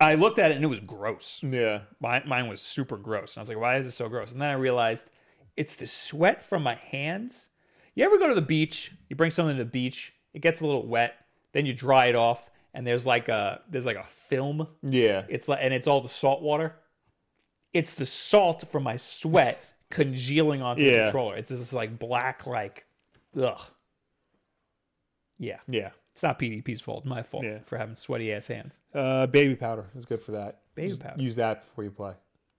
Speaker 2: I looked at it and it was gross.
Speaker 4: yeah.
Speaker 2: Mine, mine was super gross. And I was like, why is it so gross? And then I realized it's the sweat from my hands. You ever go to the beach? You bring something to the beach. It gets a little wet. Then you dry it off, and there's like a there's like a film
Speaker 4: Yeah.
Speaker 2: it's like, and it's all the salt water. It's the salt from my sweat congealing onto the
Speaker 4: Yeah.
Speaker 2: controller. It's this like black, like, ugh. Yeah,
Speaker 4: Yeah.
Speaker 2: it's not PDP's fault. My fault
Speaker 4: Yeah.
Speaker 2: for having sweaty ass hands.
Speaker 4: Uh, baby powder is good for that.
Speaker 2: Baby
Speaker 4: Just
Speaker 2: powder.
Speaker 4: Use that before you play.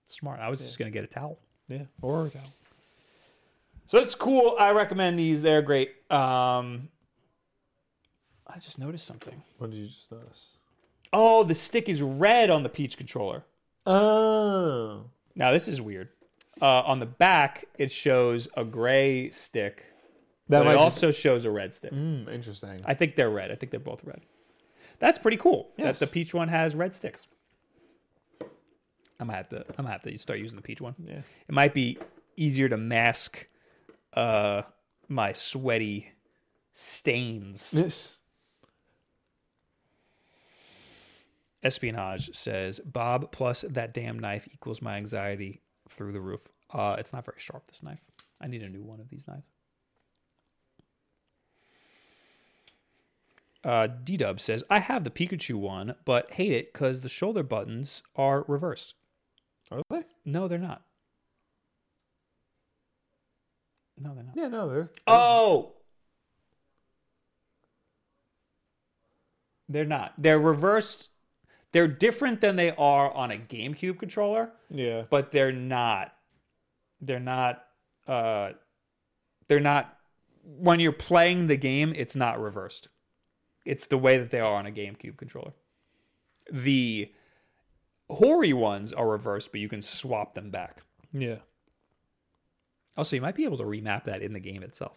Speaker 2: Smart. I was just gonna get a towel.
Speaker 4: Yeah. Or a towel.
Speaker 2: So it's cool. I recommend these. They're great. Um, I just noticed something.
Speaker 4: What did you just notice?
Speaker 2: Oh, the stick is red on the Peach controller.
Speaker 4: Oh.
Speaker 2: Now this is weird. Uh, on the back, it shows a gray stick
Speaker 4: That
Speaker 2: but
Speaker 4: might
Speaker 2: it
Speaker 4: also.
Speaker 2: also shows a red stick.
Speaker 4: Hmm, interesting.
Speaker 2: I think they're red. I think they're both red. That's pretty cool.
Speaker 4: Yes.
Speaker 2: That the peach one has red sticks. I'm gonna have to. I'm gonna have to start using the peach one.
Speaker 4: Yeah.
Speaker 2: It might be easier to mask uh, my sweaty stains.
Speaker 4: Yes.
Speaker 2: Espionage says Bob plus that damn knife equals my anxiety through the roof. Uh, it's not very sharp. This knife. I need a new one of these knives. Uh, D Dub says, I have the Pikachu one, but hate it because the shoulder buttons are reversed.
Speaker 4: Are they?
Speaker 2: No, they're not. No, they're not.
Speaker 4: Yeah, no, they're.
Speaker 2: Oh! They're not. They're reversed. They're different than they are on a GameCube controller,
Speaker 4: Yeah.
Speaker 2: but they're not. They're not. Uh, they're not. When you're playing the game, it's not reversed. It's the way that they are on a GameCube controller. The Hori ones are reversed, but you can swap them back.
Speaker 4: Yeah.
Speaker 2: Also, Oh, you might be able to remap that in the game itself.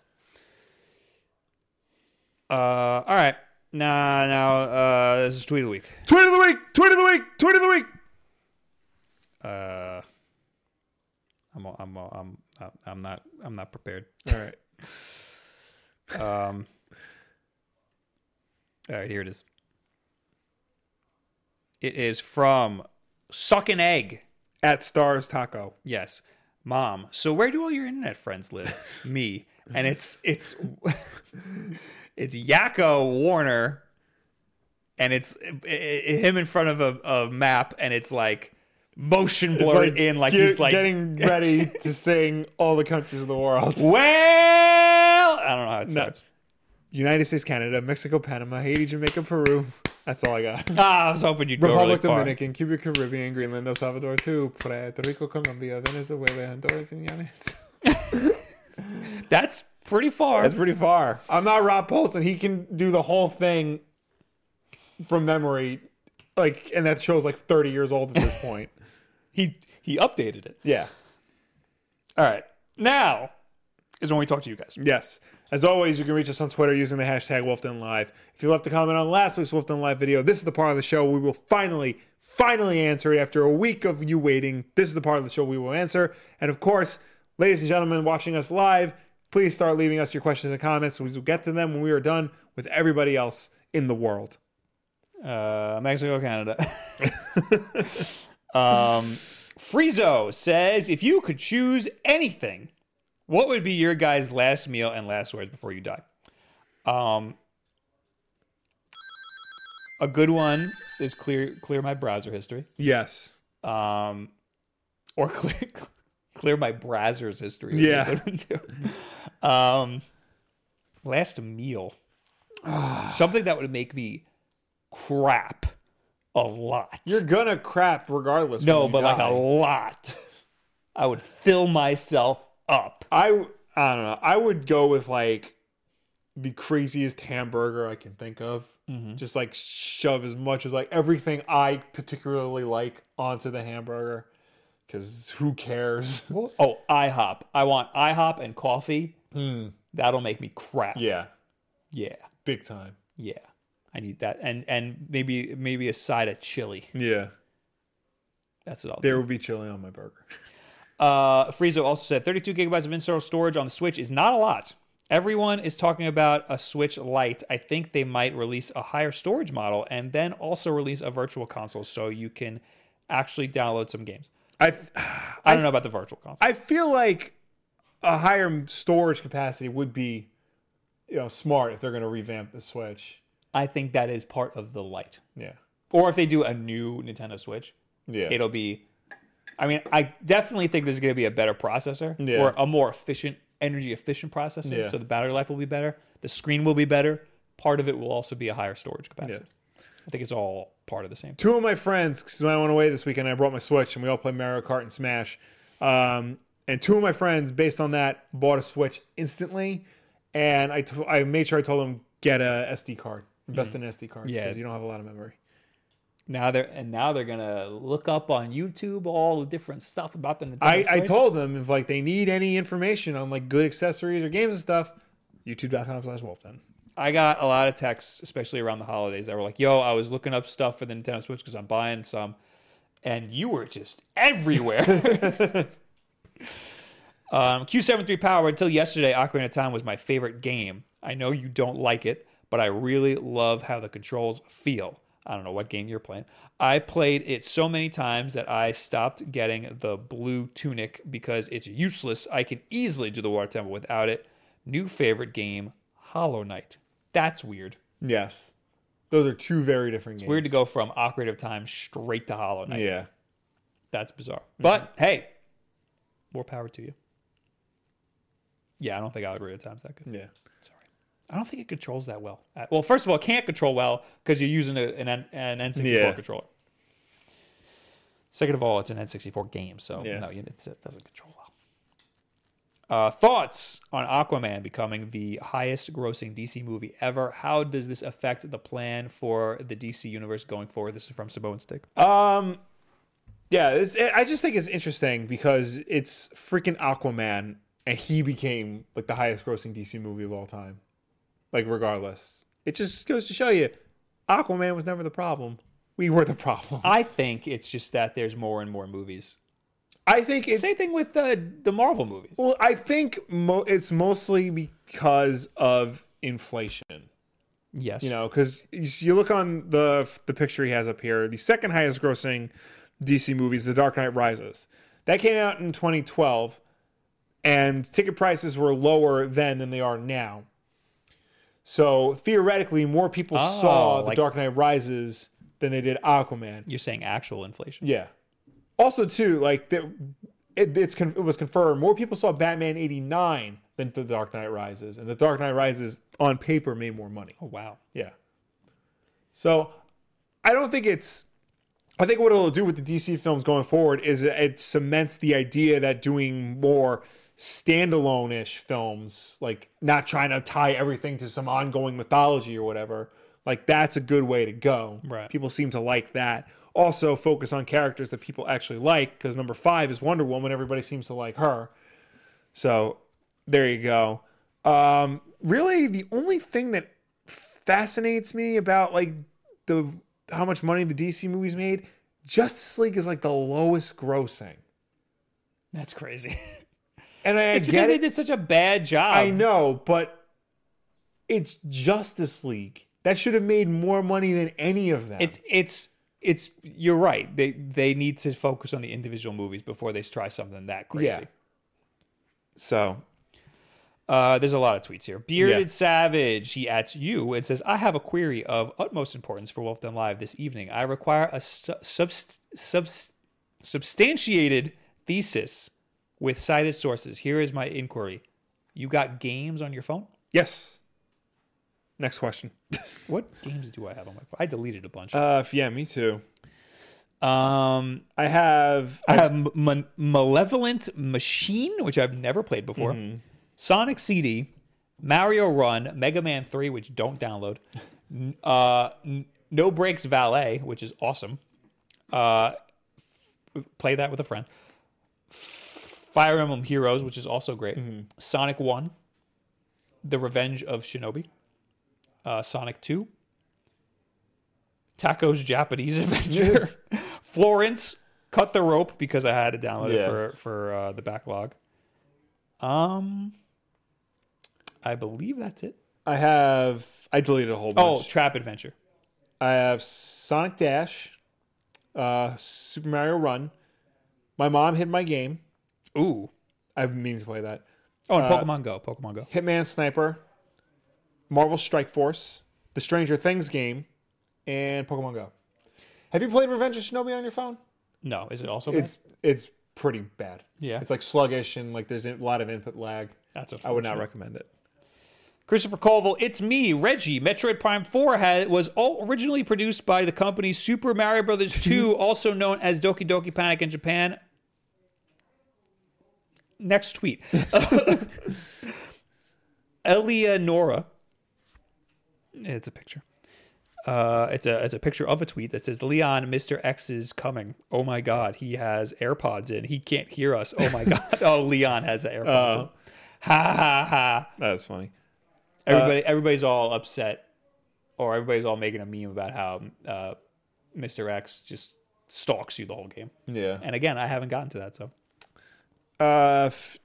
Speaker 2: Uh, all right. Now, now, uh, this is tweet of the week.
Speaker 4: Tweet of the week! Tweet of the week! Tweet of the week!
Speaker 2: Uh, I'm, I'm, I'm, I'm, I'm not, I'm not prepared.
Speaker 4: All right.
Speaker 2: Um, all right, here it is. It is from Suckin' Egg.
Speaker 1: At Stars Taco.
Speaker 2: Yes. Mom, so where do all your internet friends live? Me. And it's it's it's Yakko Warner and it's i- i- him in front of a, a map and it's like motion blurred in like
Speaker 4: get-
Speaker 2: he's like
Speaker 4: Getting ready to sing all the countries of the world.
Speaker 2: well I don't know how it starts.
Speaker 1: United States, Canada, Mexico, Panama, Haiti, Jamaica, Peru. That's all I got.
Speaker 2: Ah, I was hoping you'd go
Speaker 1: Republic
Speaker 2: really far.
Speaker 1: Dominican, Cuba, Caribbean, Greenland, El Salvador, too. Puerto Rico, Colombia, Venezuela, Honduras, and Yanis.
Speaker 2: That's pretty far.
Speaker 1: That's pretty far.
Speaker 4: I'm not Rob Paulson. He can do the whole thing from memory.
Speaker 1: Like, and that show's like 30 years old at this point.
Speaker 2: he he updated it.
Speaker 1: Yeah.
Speaker 2: All right. Now is when we talk to you guys.
Speaker 1: Yes. As always, you can reach us on Twitter using the hashtag WolfdenLive. If you left a comment on last week's Wolfden Live video, this is the part of the show we will finally, finally answer it after a week of you waiting. This is the part of the show we will answer. And of course, ladies and gentlemen watching us live, please start leaving us your questions and comments. We will get to them when we are done with everybody else in the world.
Speaker 2: Uh, Mexico, Canada. um, Friezo says, if you could choose anything, what would be your guy's last meal and last words before you die? Um, a good one is clear clear my browser history.
Speaker 1: Yes.
Speaker 2: Um, or clear clear my browser's history. would be a
Speaker 1: Yeah.
Speaker 2: good one, too. um, last meal, something that would make me crap a lot.
Speaker 4: You're gonna crap regardless.
Speaker 2: No,
Speaker 4: when you
Speaker 2: but like
Speaker 4: die.
Speaker 2: a lot. I would fill myself up.
Speaker 4: I I don't know. I would go with like
Speaker 1: the craziest hamburger I can think of. Just like shove as much as like everything I particularly like onto the hamburger. Cause who cares?
Speaker 2: Oh, IHOP. I want IHOP and coffee. That'll make me crap.
Speaker 1: yeah.
Speaker 2: yeah,
Speaker 1: Big time.
Speaker 2: yeah. I need that, and and maybe maybe a side of chili.
Speaker 1: Yeah.
Speaker 2: That's it all.
Speaker 1: There would be chili on my burger.
Speaker 2: Uh, Friezo also said 32 gigabytes of internal storage on the Switch is not a lot. Everyone is talking about a Switch Lite. I think they might release a higher storage model and then also release a virtual console so you can actually download some games.
Speaker 1: I th-
Speaker 2: I don't know about the virtual console.
Speaker 1: I feel like a higher storage capacity would be, you know, smart if they're going to revamp the Switch.
Speaker 2: I think that is part of the Lite.
Speaker 1: Yeah.
Speaker 2: Or if they do a new Nintendo Switch,
Speaker 1: Yeah.
Speaker 2: it'll be. I mean, I definitely think there's going to be a better processor
Speaker 1: Yeah.
Speaker 2: or a more efficient, energy efficient processor.
Speaker 1: Yeah.
Speaker 2: So the battery life will be better. The screen will be better. Part of it will also be a higher storage capacity. I think it's all part of the same.
Speaker 1: two of my friends because I went away this weekend. I brought my Switch and we all played Mario Kart and Smash. Um, and two of my friends, based on that, bought a Switch instantly. And I, t- I made sure I told them get a SD card, invest in an SD card
Speaker 2: Yeah.
Speaker 1: because you don't have a lot of memory.
Speaker 2: Now they're and now they're gonna look up on YouTube all the different stuff about the Nintendo
Speaker 1: I, I
Speaker 2: Switch.
Speaker 1: told them if like they need any information on like good accessories or games and stuff, YouTube.com/slash Wolfden.
Speaker 2: I got a lot of texts, especially around the holidays, that were like, "Yo, I was looking up stuff for the Nintendo Switch because I'm buying some," and you were just everywhere. um, Q73 Power. Until yesterday, Ocarina of Time was my favorite game. I know you don't like it, but I really love how the controls feel. I don't know what game you're playing. I played it so many times that I stopped getting the blue tunic because it's useless. I can easily do the water temple without it. New favorite game, Hollow Knight. That's weird.
Speaker 1: Yes, those are two very different games.
Speaker 2: Weird to go from Ocarina of Time straight to Hollow Knight.
Speaker 1: Yeah,
Speaker 2: That's bizarre. But hey, more power to you. Yeah, I don't think Ocarina of Time's that good.
Speaker 1: yeah.
Speaker 2: Sorry. I don't think it controls that well. Uh, Well, first of all, it can't control well because you're using a, an, N- an N64
Speaker 1: Yeah.
Speaker 2: controller. Second of all, it's an N64 game, so
Speaker 1: Yeah.
Speaker 2: no, you- it's, it doesn't control well. Uh, thoughts on Aquaman becoming the highest grossing DC movie ever? How does this affect the plan for the DC universe going forward? This is from Saboan Stick.
Speaker 1: Um, yeah, it's, I just think it's interesting because it's freaking Aquaman, and he became like the highest-grossing DC movie of all time. Like, regardless, it just goes to show you, Aquaman was never the problem. We were the problem.
Speaker 2: I think it's just that there's more and more movies.
Speaker 1: I think it's
Speaker 2: Same thing with the, the Marvel movies.
Speaker 1: well. I think mo- it's mostly because of inflation.
Speaker 2: Yes.
Speaker 1: you know because you, s- you look on the the picture he has up here the second highest grossing dc movies the dark knight rises that came out in 2012 and ticket prices were lower then than they are now so theoretically more people
Speaker 2: Oh,
Speaker 1: saw
Speaker 2: like-
Speaker 1: the dark knight rises than they did aquaman
Speaker 2: You're saying actual inflation.
Speaker 1: yeah also too like that it, it's con- it was confirmed more people saw batman 89 than the dark knight rises and the dark knight rises on paper made more money
Speaker 2: Oh, wow.
Speaker 1: yeah. So I don't think it's. I think what it'll do with the DC films going forward is it- it cements the idea that doing more standalone ish films, like not trying to tie everything to some ongoing mythology or whatever, like that's a good way to go.
Speaker 2: Right.
Speaker 1: People seem to like that. Also, focus on characters that people actually like because number five is Wonder Woman. Everybody seems to like her. So there you go. Um, really, the only thing that fascinates me about like the how much money the DC movies made, Justice League is like the lowest grossing,
Speaker 2: That's crazy.
Speaker 1: and I, I
Speaker 2: it's because
Speaker 1: get
Speaker 2: they
Speaker 1: it.
Speaker 2: did such a bad job.
Speaker 1: I know, but it's Justice League that should have made more money than any of them.
Speaker 2: It's it's it's you're right. They they need to focus on the individual movies before they try something that crazy.
Speaker 1: yeah. So
Speaker 2: Uh, there's a lot of tweets here. Bearded
Speaker 1: Yeah.
Speaker 2: Savage, he at you and says, I have a query of utmost importance for Wolf Done Live this evening. I require a stu- subst- subst- substantiated thesis with cited sources. Here is my inquiry. You got games on your phone?
Speaker 1: yes. Next question.
Speaker 2: What games do I have on my phone? I deleted a bunch.
Speaker 1: Uh, yeah, me too.
Speaker 2: um,
Speaker 1: I have
Speaker 2: I have M- Mon- Malevolent Machine, which I've never played before, Sonic CD, Mario Run, Mega Man 3, which don't download, n- uh, n- No Breaks Valet, which is awesome. Uh, f- play that with a friend. Fire Emblem Heroes, which is also great. Sonic 1, The Revenge of Shinobi, uh, Sonic 2, Taco's Japanese Adventure, Florence, Cut the Rope, because I had to download
Speaker 4: Yeah.
Speaker 2: it for, for uh, the backlog. Um, I believe that's it.
Speaker 1: I have I deleted a whole
Speaker 2: Oh,
Speaker 1: bunch.
Speaker 2: Trap Adventure.
Speaker 1: I have Sonic Dash, uh, Super Mario Run. My mom hid my game.
Speaker 2: Ooh.
Speaker 1: I've been meaning to play that.
Speaker 2: Oh, and Pokemon Go. Pokemon Go.
Speaker 1: Hitman Sniper, Marvel Strike Force, the Stranger Things game, and Pokemon Go. Have you played Revenge of Shinobi on your phone?
Speaker 2: No, is it also?
Speaker 1: It's it's pretty bad.
Speaker 2: Yeah.
Speaker 1: it's like sluggish and like there's a lot of input lag.
Speaker 2: That's
Speaker 1: I would not
Speaker 2: unfortunate.
Speaker 1: recommend it.
Speaker 2: Christopher Colville, it's me, Reggie. Metroid Prime 4 had, was all originally produced by the company Super Mario Brothers 2, also known as Doki Doki Panic in Japan. Next tweet. Eleonora. It's a picture. Uh, it's a it's a picture of a tweet that says Leon, Mr. X is coming. Oh my God, he has AirPods in. He can't hear us. Oh my God. oh, Leon has the AirPods. in. Ha ha ha.
Speaker 1: That's funny.
Speaker 2: Everybody, everybody's all upset, or everybody's all making a meme about how uh, Mr. X just stalks you the whole game.
Speaker 1: Yeah.
Speaker 2: And again, I haven't gotten to that, so
Speaker 1: Uh, f-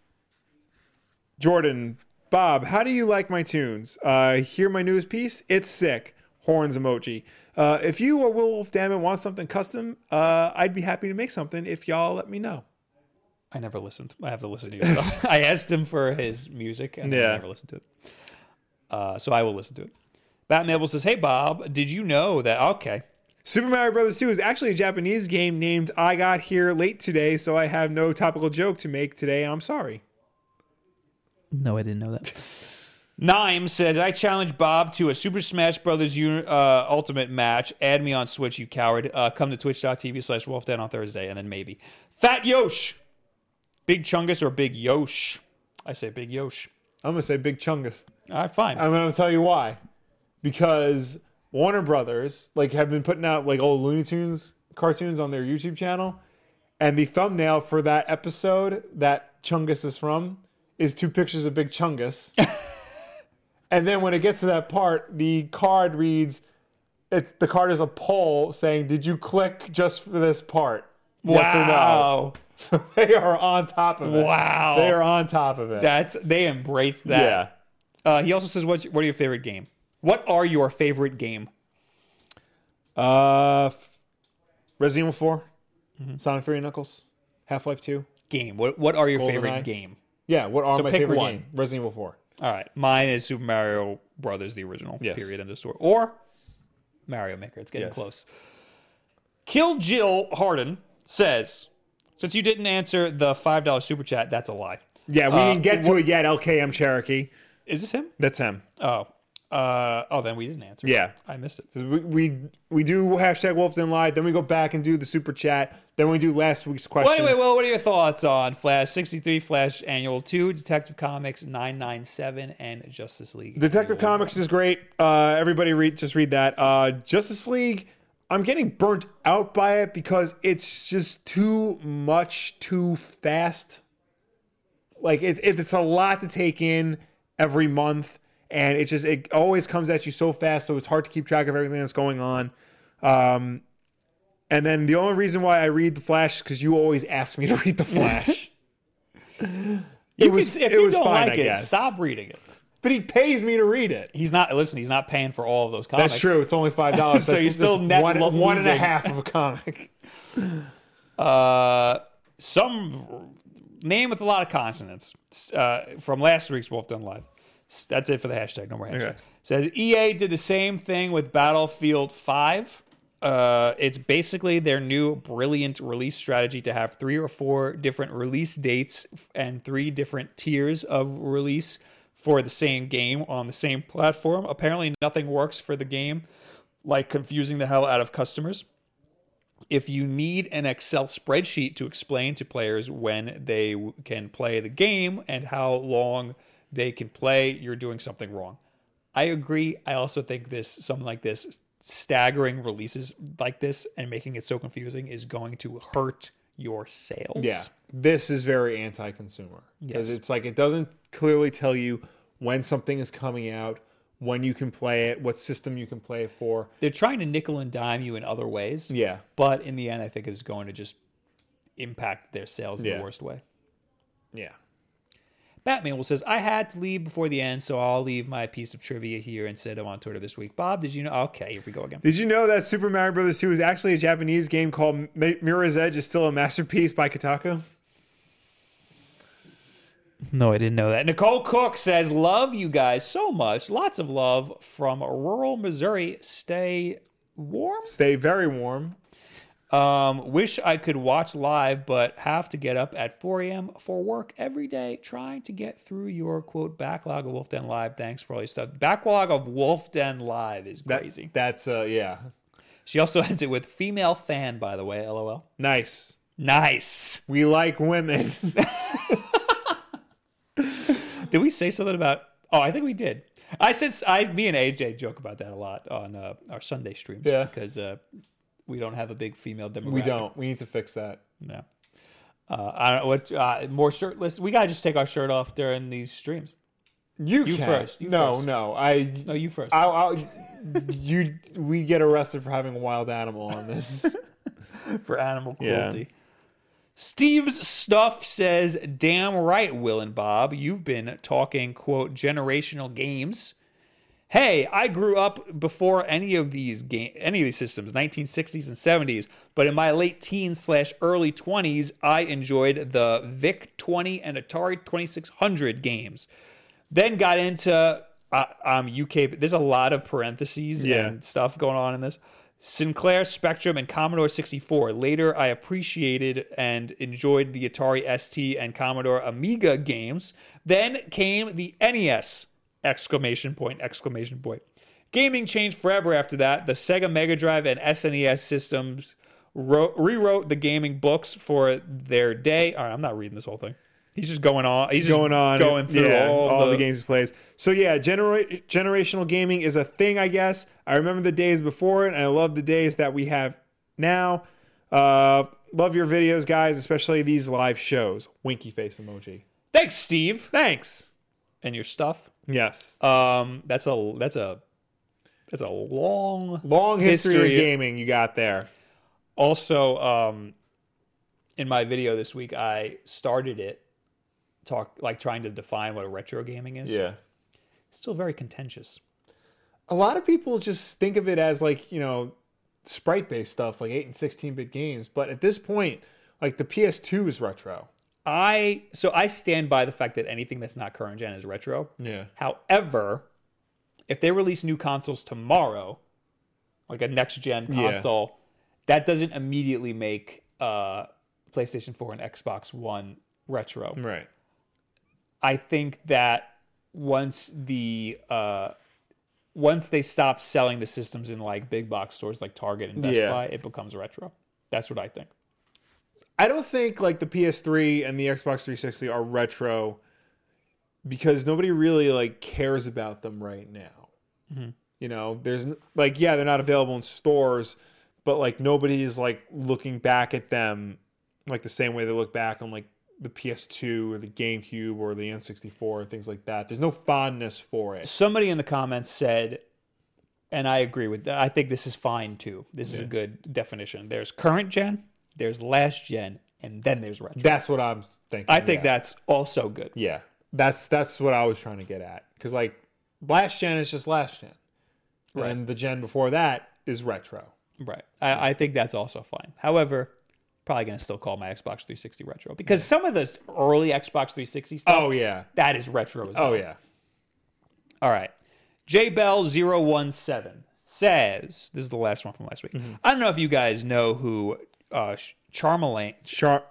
Speaker 1: Jordan, Bob, how do you like my tunes? Uh, hear my newest piece? It's sick. Horns emoji. Uh, if you or Wolf Dammit want something custom, uh, I'd be happy to make something if y'all let me know.
Speaker 2: I never listened. I have to listen to your stuff. I asked him for his music, and
Speaker 1: Yeah.
Speaker 2: I never listened to it. Uh, so I will listen to it. Batmable says, "Hey Bob, did you know that?" Okay,
Speaker 1: Super Mario Brothers 2 is actually a Japanese game named I Got Here Late Today, so I have no topical joke to make today. I'm sorry.
Speaker 2: No, I didn't know that. Nime says, I challenge Bob to a Super Smash Brothers uni- uh, Ultimate match. Add me on Switch, you coward. Uh, come to twitch.tv slash wolfden on Thursday, and then maybe. Fat Yosh! Big Chungus or Big Yosh? I say Big Yosh.
Speaker 1: I'm going to say Big Chungus.
Speaker 2: All right, fine.
Speaker 1: I'm going to tell you why. Because Warner Brothers like have been putting out like old Looney Tunes cartoons on their YouTube channel, and the thumbnail for that episode that Chungus is from is two pictures of Big Chungus. and then when it gets to that part, the card reads, it's, "The card is a poll saying, did you click just for this part?" Yes or no. Uh,
Speaker 2: wow.
Speaker 1: So they are on top of it.
Speaker 2: Wow.
Speaker 1: They are on top of it.
Speaker 2: That's, they embrace that.
Speaker 1: yeah.
Speaker 2: Uh, he also says, What's, What are your favorite game? What are your favorite game?
Speaker 1: Uh, f- Resident Evil 4, Sonic 3 and Knuckles, Half Life 2.
Speaker 2: Game. What, what are your
Speaker 1: GoldenEye.
Speaker 2: favorite game?
Speaker 1: Yeah, what are my
Speaker 2: pick
Speaker 1: favorite
Speaker 2: one.
Speaker 1: game? Resident Evil 4.
Speaker 2: All right, mine is Super Mario Brothers, the original.
Speaker 1: Yes.
Speaker 2: Period. End of story. Or Mario Maker. It's getting
Speaker 1: Yes.
Speaker 2: close. Kill Jill Harden says, since you didn't answer the five dollar super chat, that's a lie.
Speaker 1: Yeah, we
Speaker 2: Uh,
Speaker 1: didn't get to it yet. LKM Cherokee.
Speaker 2: Is this him?
Speaker 1: That's him.
Speaker 2: Oh, uh, oh, then we didn't answer. it.
Speaker 1: Yeah.
Speaker 2: I missed it.
Speaker 1: We, we we do hashtag Wolfden Live, then we go back and do the super chat, then we do last week's
Speaker 2: Well,
Speaker 1: questions.
Speaker 2: anyway, well, what are your thoughts on Flash 63, Flash Annual 2, Detective Comics 997, and Justice League?
Speaker 1: Detective
Speaker 2: Annual
Speaker 1: Comics is great. Uh, everybody read, just read that. Uh, Justice League, I'm getting burnt out by it because it's just too much, too fast. Like it, it, it's a lot to take in every month, and it just it always comes at you so fast, so it's hard to keep track of everything that's going on. Um, and then the only reason why I read the Flash is because you always ask me to read the Flash.
Speaker 2: You
Speaker 1: it was
Speaker 2: can, if
Speaker 1: it
Speaker 2: you
Speaker 1: was
Speaker 2: don't
Speaker 1: fine,
Speaker 2: like
Speaker 1: I
Speaker 2: it,
Speaker 1: guess.
Speaker 2: stop reading it.
Speaker 1: But he pays me to read it.
Speaker 2: He's not, listen, he's not paying for all of those comics.
Speaker 1: That's true. It's only five dollars.
Speaker 2: So
Speaker 1: That's
Speaker 2: you're still
Speaker 1: just
Speaker 2: net
Speaker 1: one,
Speaker 2: lo-
Speaker 1: one and a
Speaker 2: losing.
Speaker 1: half of a comic.
Speaker 2: Uh, some name with a lot of consonants uh, from last week's Wolf Done Live. S- That's it for the hashtag. No more hashtag.
Speaker 1: Okay.
Speaker 2: Says EA did the same thing with Battlefield 5. Uh, it's basically their new brilliant release strategy to have three or four different release dates f- and three different tiers of release for the same game on the same platform. Apparently, nothing works for the game, like confusing the hell out of customers if you need an Excel spreadsheet to explain to players when they w- can play the game and how long they can play, you're doing something wrong. I agree. I also think this something like this staggering releases like this and making it so confusing is going to hurt your sales.
Speaker 1: Yeah. This is very anti consumer. Because it's like it doesn't clearly tell you when something is coming out, when you can play it, what system you can play it for.
Speaker 2: They're trying to nickel and dime you in other ways.
Speaker 1: Yeah.
Speaker 2: But in the end I think it's going to just impact their sales in
Speaker 1: Yeah.
Speaker 2: the worst way.
Speaker 1: Yeah.
Speaker 2: Batman will says, I had to leave before the end, so I'll leave my piece of trivia here and said I'm on Twitter this week. Bob, did you know? Okay, here we go again.
Speaker 1: Did you know that Super Mario Brothers 2 is actually a Japanese game called M- Mirror's Edge is still a masterpiece by Kotaku?
Speaker 2: No, I didn't know that. Nicole Cook says, Love you guys so much. Lots of love from rural Missouri. Stay warm.
Speaker 1: Stay very warm.
Speaker 2: Um, wish I could watch live, but have to get up at 4 a.m. for work every day, trying to get through your quote backlog of Wolf Den Live. Thanks for all your stuff. Backlog of Wolf Den Live is
Speaker 1: That-
Speaker 2: crazy.
Speaker 1: That's uh yeah.
Speaker 2: she also ends it with female fan, by the way. LOL.
Speaker 1: Nice.
Speaker 2: Nice.
Speaker 1: We like women.
Speaker 2: Did we say something about? Oh, I think we did. I said I, me and AJ joke about that a lot on uh, our Sunday streams.
Speaker 1: Yeah.
Speaker 2: because uh, we don't have a big female demographic.
Speaker 1: we don't. We need to fix that.
Speaker 2: No. Uh, I don't know what uh, more shirtless. We gotta just take our shirt off during these streams.
Speaker 1: You,
Speaker 2: You
Speaker 1: can.
Speaker 2: first, you
Speaker 1: no,
Speaker 2: first.
Speaker 1: no. I
Speaker 2: No, you first.
Speaker 1: I, I you we get arrested for having a wild animal on this.
Speaker 2: for animal
Speaker 1: Yeah.
Speaker 2: cruelty. Steve's stuff says, "Damn right, Will and Bob, you've been talking quote generational games. Hey, I grew up before any of these game, any of these systems, 1960s and 70s. But in my late teens slash early 20s, I enjoyed the VIC 20 and Atari 2600 games. Then got into uh, um UK. There's a lot of parentheses
Speaker 1: Yeah.
Speaker 2: and stuff going on in this. Sinclair Spectrum and Commodore 64. Later, I appreciated and enjoyed the Atari ST and Commodore Amiga games. Then came the NES! Exclamation point! Exclamation point! Gaming changed forever after that. The Sega Mega Drive and SNES systems wrote, rewrote the gaming books for their day. All right, I'm not reading this whole thing. He's just going on. He's just
Speaker 1: going on,
Speaker 2: going through
Speaker 1: yeah,
Speaker 2: all,
Speaker 1: the, games he plays. So yeah, genera- generational gaming is a thing, I guess. I remember the days before it, and I love the days that we have now. Uh, love your videos, guys, especially these live shows. Winky face emoji.
Speaker 2: Thanks, Steve,
Speaker 1: Thanks.
Speaker 2: and your stuff.
Speaker 1: Yes.
Speaker 2: Um, that's a that's a that's a long
Speaker 1: Long history,
Speaker 2: history-
Speaker 1: of gaming you got there.
Speaker 2: also um in my video this week i started it talk like trying to define what a retro gaming is it's still very contentious
Speaker 1: A lot of people just think of it as like, you know, sprite based stuff, like 8 and 16 bit games. But at this point, like the PS2 is retro.
Speaker 2: i so i stand by the fact that anything that's not current gen is retro
Speaker 1: Yeah.
Speaker 2: however if they release new consoles tomorrow like a next gen
Speaker 1: Yeah.
Speaker 2: console that doesn't immediately make uh playstation 4 and xbox one retro
Speaker 1: Right.
Speaker 2: I think that once the uh, once they stop selling the systems in like big box stores like Target and Best
Speaker 1: Yeah.
Speaker 2: Buy, it becomes retro. That's what I think.
Speaker 1: I don't think like the PS3 and the Xbox 360 are retro because nobody really like cares about them right now.
Speaker 2: Mm-hmm.
Speaker 1: You know, there's n- like yeah, they're not available in stores, but like nobody is like looking back at them like the same way they look back on like the PS2 or the GameCube or the N64 and things like that. There's no fondness for it.
Speaker 2: Somebody in the comments said, and I agree with that. I think this is fine too. This is a good definition. There's current gen, there's last gen, and then there's retro.
Speaker 1: That's what I'm thinking.
Speaker 2: I think
Speaker 1: yeah.
Speaker 2: that's also good.
Speaker 1: Yeah, that's that's what I was trying to get at. Because like last gen is just last gen, and the gen before that is retro.
Speaker 2: Right. I, I think that's also fine. However, probably gonna still call my Xbox 360 retro because some of this early Xbox 360 stuff
Speaker 1: Oh yeah,
Speaker 2: that is retro as
Speaker 1: oh yeah.
Speaker 2: All right. JBell017 says, this is the last one from last week. I don't know if you guys know who uh, Sh- Charmelaine.
Speaker 1: Char-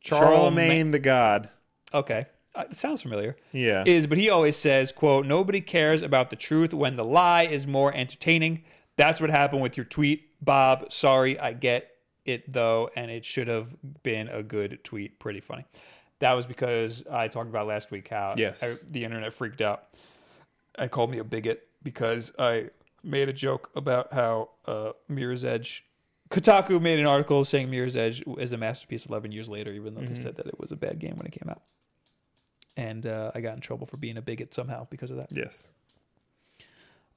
Speaker 1: Charlemagne the God.
Speaker 2: Okay. Uh, it sounds familiar.
Speaker 1: Yeah.
Speaker 2: Is, but he always says, quote, nobody cares about the truth when the lie is more entertaining. That's what happened with your tweet, Bob. Sorry, I get it though, and it should have been a good tweet. Pretty funny. That was because I talked about last week how
Speaker 1: Yes.
Speaker 2: I- the internet freaked out and called me a bigot because I made a joke about how uh, Mirror's Edge. Kotaku made an article saying Mirror's Edge is a masterpiece 11 years later, even
Speaker 1: Mm-hmm.
Speaker 2: though they said that it was a bad game when it came out. And uh, I got in trouble for being a bigot somehow because of that.
Speaker 1: Yes.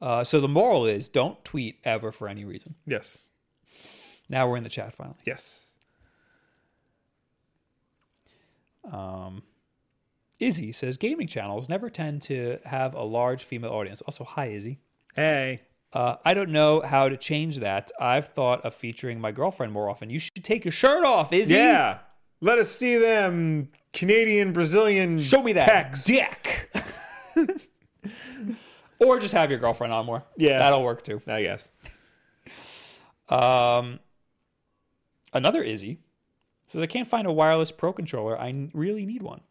Speaker 2: Uh, so the moral is don't tweet ever for any reason.
Speaker 1: Yes.
Speaker 2: Now we're in the chat finally.
Speaker 1: Yes.
Speaker 2: Um, Izzy says gaming channels never tend to have a large female audience. Also, hi Izzy.
Speaker 1: Hey.
Speaker 2: Uh, I don't know how to change that. I've thought of featuring my girlfriend more often. You should take your shirt off, Izzy.
Speaker 1: Yeah. Let us see them Canadian Brazilian.
Speaker 2: Show me that
Speaker 1: Pecs.
Speaker 2: dick. or just have your girlfriend on more.
Speaker 1: Yeah.
Speaker 2: that'll work too.
Speaker 1: I guess.
Speaker 2: Um, another Izzy says, I can't find a wireless pro controller. I n- really need one.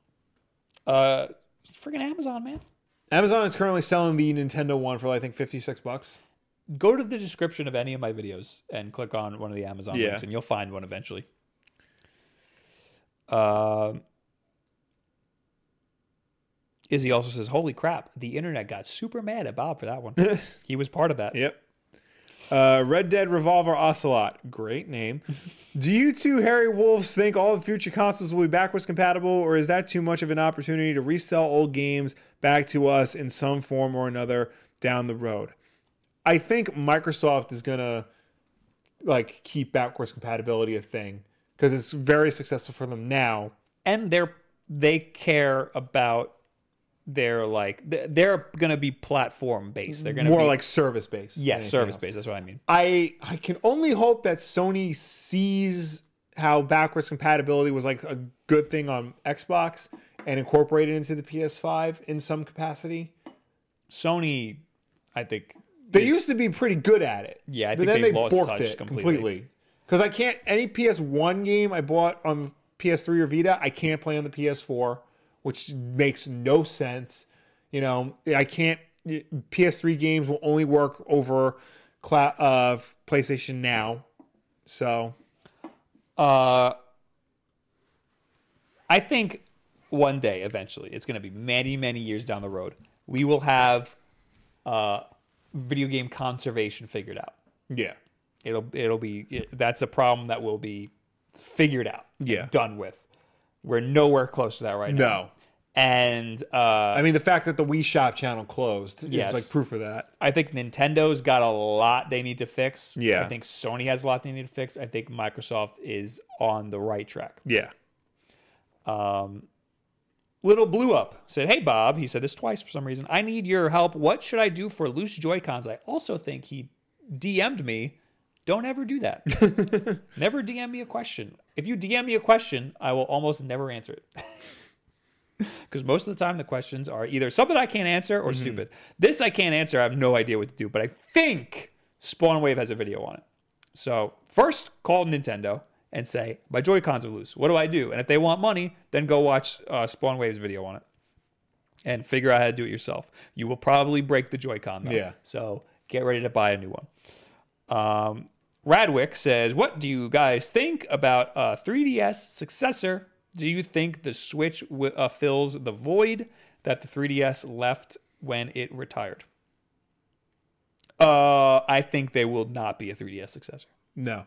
Speaker 2: Uh, freaking Amazon, man.
Speaker 1: Amazon is currently selling the Nintendo one for I think fifty six bucks.
Speaker 2: Go to the description of any of my videos and click on one of the Amazon
Speaker 1: Yeah.
Speaker 2: links, and you'll find one eventually. Um, Izzy also says, Holy crap, the internet got super mad at Bob for that one. he was part of that.
Speaker 1: Yep. Uh, Red Dead Revolver Ocelot, great name. Do you two Harry Wolves think all the future consoles will be backwards compatible, or is that too much of an opportunity to resell old games back to us in some form or another down the road? I think Microsoft is gonna like keep backwards compatibility a thing because it's very successful for them now.
Speaker 2: and they're they care about their like th- they're gonna be platform based. They're gonna
Speaker 1: More
Speaker 2: be,
Speaker 1: like service based.
Speaker 2: yes, service based. That's what I mean.
Speaker 1: I I can only hope that Sony sees how backwards compatibility was like a good thing on Xbox and incorporate it into the PS5 in some capacity.
Speaker 2: Sony, I think
Speaker 1: They used to be pretty good at it.
Speaker 2: Yeah, I
Speaker 1: but
Speaker 2: think
Speaker 1: then
Speaker 2: they've
Speaker 1: they
Speaker 2: lost
Speaker 1: borked
Speaker 2: touch
Speaker 1: it
Speaker 2: completely.
Speaker 1: completely. Because I can't any PS1 game I bought on PS3 or Vita, I can't play on the PS4, which makes no sense. You know, I can't. PS3 games will only work over cloud uh, PlayStation now. So
Speaker 2: uh I think one day eventually it's gonna be many, many years down the road, we will have uh video game conservation figured out.
Speaker 1: yeah,
Speaker 2: It'll it'll be it- that's a problem that will be figured out. and
Speaker 1: Yeah.
Speaker 2: Done with. We're nowhere close to that right now.
Speaker 1: no.
Speaker 2: And uh
Speaker 1: I mean, the fact that the Wii Shop channel closed
Speaker 2: Yes.
Speaker 1: is like proof of that.
Speaker 2: I think Nintendo's got a lot they need to fix.
Speaker 1: Yeah.
Speaker 2: I think Sony has a lot they need to fix. I think Microsoft is on the right track.
Speaker 1: Yeah,
Speaker 2: Um, Little Blue Up said, Hey, Bob. He said this twice for some reason. I need your help. What should I do for loose Joy Cons? I also think he DM'd me. Don't ever do that. never DM me a question. If you DM me a question, I will almost never answer it. Because most of the time, the questions are either something I can't answer or stupid. This I can't answer. I have no idea what to do, but I think Spawn Wave has a video on it. So first, call Nintendo and say my Joy Cons are loose. What do I do? And if they want money, then go watch uh, Spawn Wave's video on it and figure out how to do it yourself. You will probably break the Joy-Con though.
Speaker 1: Yeah.
Speaker 2: So get ready to buy a new one. Um, Radwick says, "What do you guys think about uh, 3DS successor? Do you think the Switch wi- uh, fills the void that the 3DS left when it retired?" Uh, I think there will not be a 3DS successor.
Speaker 1: no,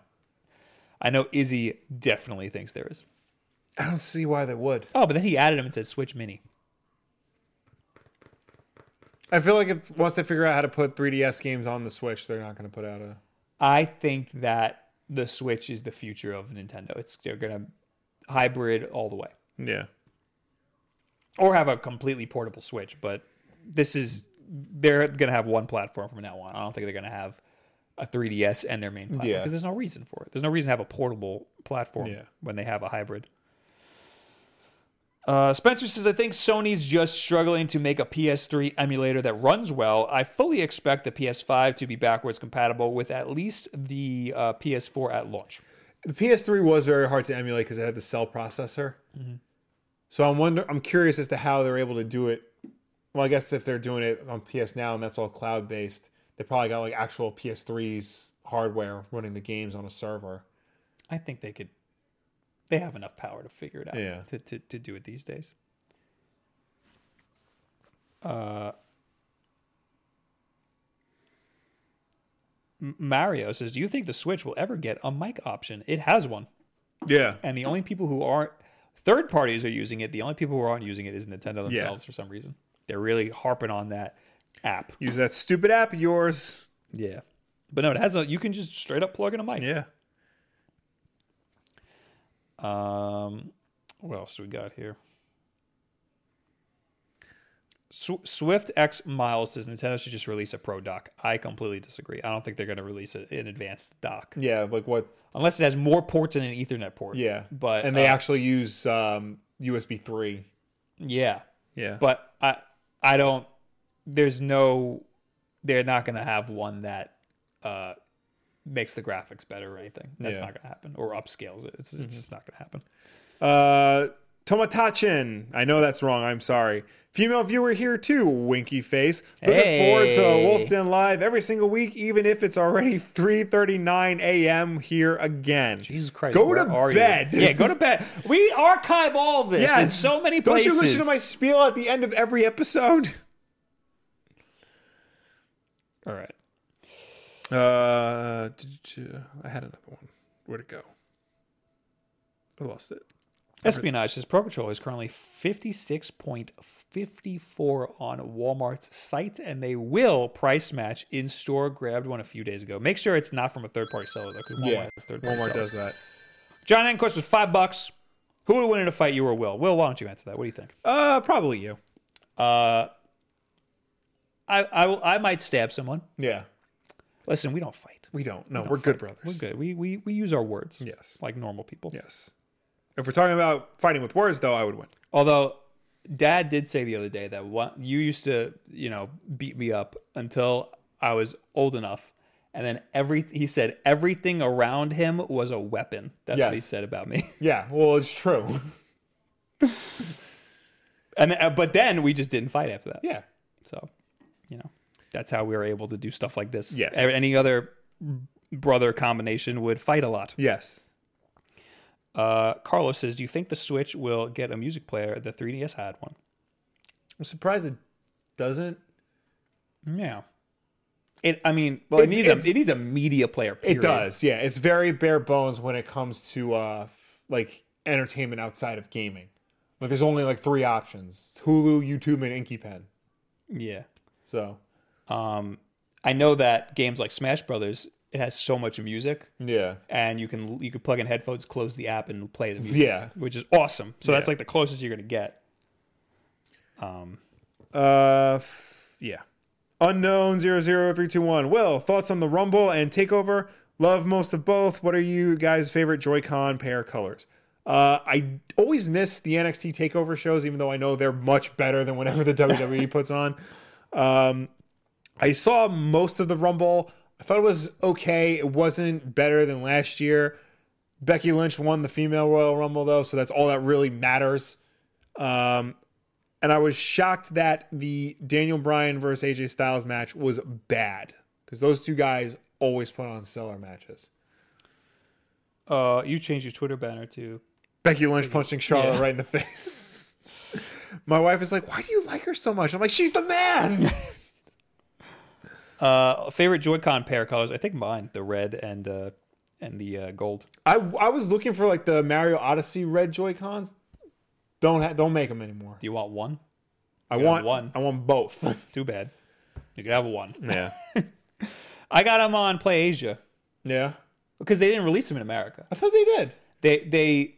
Speaker 2: I know Izzy definitely thinks there is.
Speaker 1: I don't see why they would.
Speaker 2: Oh, but then he added him and said Switch Mini.
Speaker 1: I feel like if once they figure out how to put 3DS games on the Switch, they're not going to put out a.
Speaker 2: I think that the Switch is the future of Nintendo. It's they're gonna hybrid all the way,
Speaker 1: Yeah.
Speaker 2: or have a completely portable Switch. But this is they're gonna have one platform from now on. I don't think they're gonna have a 3DS and their main platform
Speaker 1: Yeah.
Speaker 2: because there's no reason for it. There's no reason to have a portable platform
Speaker 1: Yeah.
Speaker 2: when they have a hybrid. Uh, Spencer says, I think Sony's just struggling to make a PS3 emulator that runs well. I fully expect the PS5 to be backwards compatible with at least the uh, PS4 at launch.
Speaker 1: the PS3 was very hard to emulate because it had the cell processor. So I'm wonder I'm curious as to how they're able to do it. Well, I guess if they're doing it on PS now and that's all cloud based, they probably got like actual PS3's hardware running the games on a server.
Speaker 2: I think they could they have enough power to figure it out
Speaker 1: Yeah.
Speaker 2: to, to, to do it these days. Uh, M- Mario says, "Do you think the Switch will ever get a mic option? It has one,
Speaker 1: Yeah.
Speaker 2: and the only people who aren't third parties are using it. The only people who aren't using it is Nintendo
Speaker 1: Yeah.
Speaker 2: themselves for some reason. They're really harping on that app.
Speaker 1: Use that stupid app of yours.
Speaker 2: Yeah, but no, it has a. You can just straight up plug in a mic.
Speaker 1: Yeah.
Speaker 2: Um, what else do we got here? Sw- Swift X Miles says Nintendo should just release a pro doc. I completely disagree. I don't think they're going to release a, an advanced doc
Speaker 1: Yeah. Like what?
Speaker 2: unless it has more ports than an Ethernet port.
Speaker 1: Yeah.
Speaker 2: but
Speaker 1: and they
Speaker 2: uh,
Speaker 1: actually use um, USB three.
Speaker 2: yeah,
Speaker 1: Yeah.
Speaker 2: but I I don't. There's no. They're not going to have one that uh, makes the graphics better or anything. That's
Speaker 1: Yeah.
Speaker 2: not going to happen or upscales it. It's, it's just not going to happen.
Speaker 1: Uh, Tomatachin. I know that's wrong. I'm sorry. Female viewer here too. Winky face. Looking forward
Speaker 2: Hey.
Speaker 1: to Wolfden live every single week, even if it's already 3:39 a.m. here again.
Speaker 2: Jesus Christ.
Speaker 1: Go
Speaker 2: where
Speaker 1: to
Speaker 2: are you?
Speaker 1: bed.
Speaker 2: Yeah, go to bed. We archive all this in
Speaker 1: Yes.
Speaker 2: so many
Speaker 1: Don't
Speaker 2: places.
Speaker 1: you listen to my spiel at the end of every episode?
Speaker 2: All right.
Speaker 1: Uh, d- d- I had another one. Where'd it go? I lost it.
Speaker 2: Espionage says Pro Patrol is currently 56.54 on Walmart's site, and they will price match in store. Grabbed one a few days ago. Make sure it's not from a third party seller, though, because Walmart
Speaker 1: Yeah,
Speaker 2: has third party
Speaker 1: Walmart
Speaker 2: sellers.
Speaker 1: does that.
Speaker 2: John Enquist was five bucks. Who would win in a fight, you or Will? Will, why don't you answer that? What do you think?
Speaker 1: Uh, probably you.
Speaker 2: Uh, I, I, will, I might stab someone.
Speaker 1: Yeah,
Speaker 2: Listen, we don't fight.
Speaker 1: we don't. No, we're good brothers.
Speaker 2: We're good. We, we, we use our words
Speaker 1: Yes.
Speaker 2: like normal people.
Speaker 1: Yes. If we're talking about fighting with words, though, I would win.
Speaker 2: Although dad did say the other day that one, you used to, you know, beat me up until I was old enough. And then every he said everything around him was a weapon. That's what he
Speaker 1: Yes.
Speaker 2: said about me.
Speaker 1: Yeah. Well, it's true.
Speaker 2: And uh, but then we just didn't fight after that.
Speaker 1: yeah.
Speaker 2: So, you know, that's how we were able to do stuff like this.
Speaker 1: Yes.
Speaker 2: A- Any other brother combination would fight a lot.
Speaker 1: Yes.
Speaker 2: Uh, Carlos says, "Do you think the Switch will get a music player? The 3DS had one.
Speaker 1: I'm surprised it doesn't.
Speaker 2: Yeah. It. I mean, well, it
Speaker 1: It's-
Speaker 2: needs a
Speaker 1: it's-
Speaker 2: it needs a media player.
Speaker 1: It
Speaker 2: Period.
Speaker 1: does. Yeah. It's very bare bones when it comes to uh f- like entertainment outside of gaming. Like there's only like three options: Hulu, YouTube, and InkyPen.
Speaker 2: Yeah.
Speaker 1: So
Speaker 2: Um, I know that games like Smash Brothers, it has so much music,
Speaker 1: yeah.
Speaker 2: and you can you can plug in headphones, close the app, and play the music.
Speaker 1: Yeah.
Speaker 2: Which is awesome. So that's
Speaker 1: Yeah.
Speaker 2: like the closest you're gonna get. Um,
Speaker 1: Uh, f- yeah. Unknown 00321. Will, thoughts on the Rumble and Takeover? Love most of both. What are you guys' favorite Joy-Con pair colors? Uh, I always miss the NXT Takeover shows, even though I know they're much better than whatever the WWE puts on. Um, I saw most of the Rumble. I thought it was okay. It wasn't better than last year. Becky Lynch won the female Royal Rumble though, so that's all that really matters. Um, and I was shocked that the Daniel Bryan versus AJ Styles match was bad because those two guys always put on stellar matches.
Speaker 2: uh, you changed your Twitter banner to
Speaker 1: Becky Lynch punching Charlotte
Speaker 2: Yeah.
Speaker 1: right in the face. My wife is like, "Why do you like her so much?" I'm like, "She's the man."
Speaker 2: uh, favorite Joy-Con pair colors. I think mine, the red and uh, and the uh, gold.
Speaker 1: I I was looking for like the Mario Odyssey red Joy Cons. Don't ha- don't make them anymore.
Speaker 2: Do you want one?
Speaker 1: I
Speaker 2: gotta
Speaker 1: want
Speaker 2: have one.
Speaker 1: I want both.
Speaker 2: Too bad. You could have one.
Speaker 1: Yeah.
Speaker 2: I got them on Play Asia
Speaker 1: Yeah.
Speaker 2: because they didn't release them in America.
Speaker 1: I thought they did.
Speaker 2: they they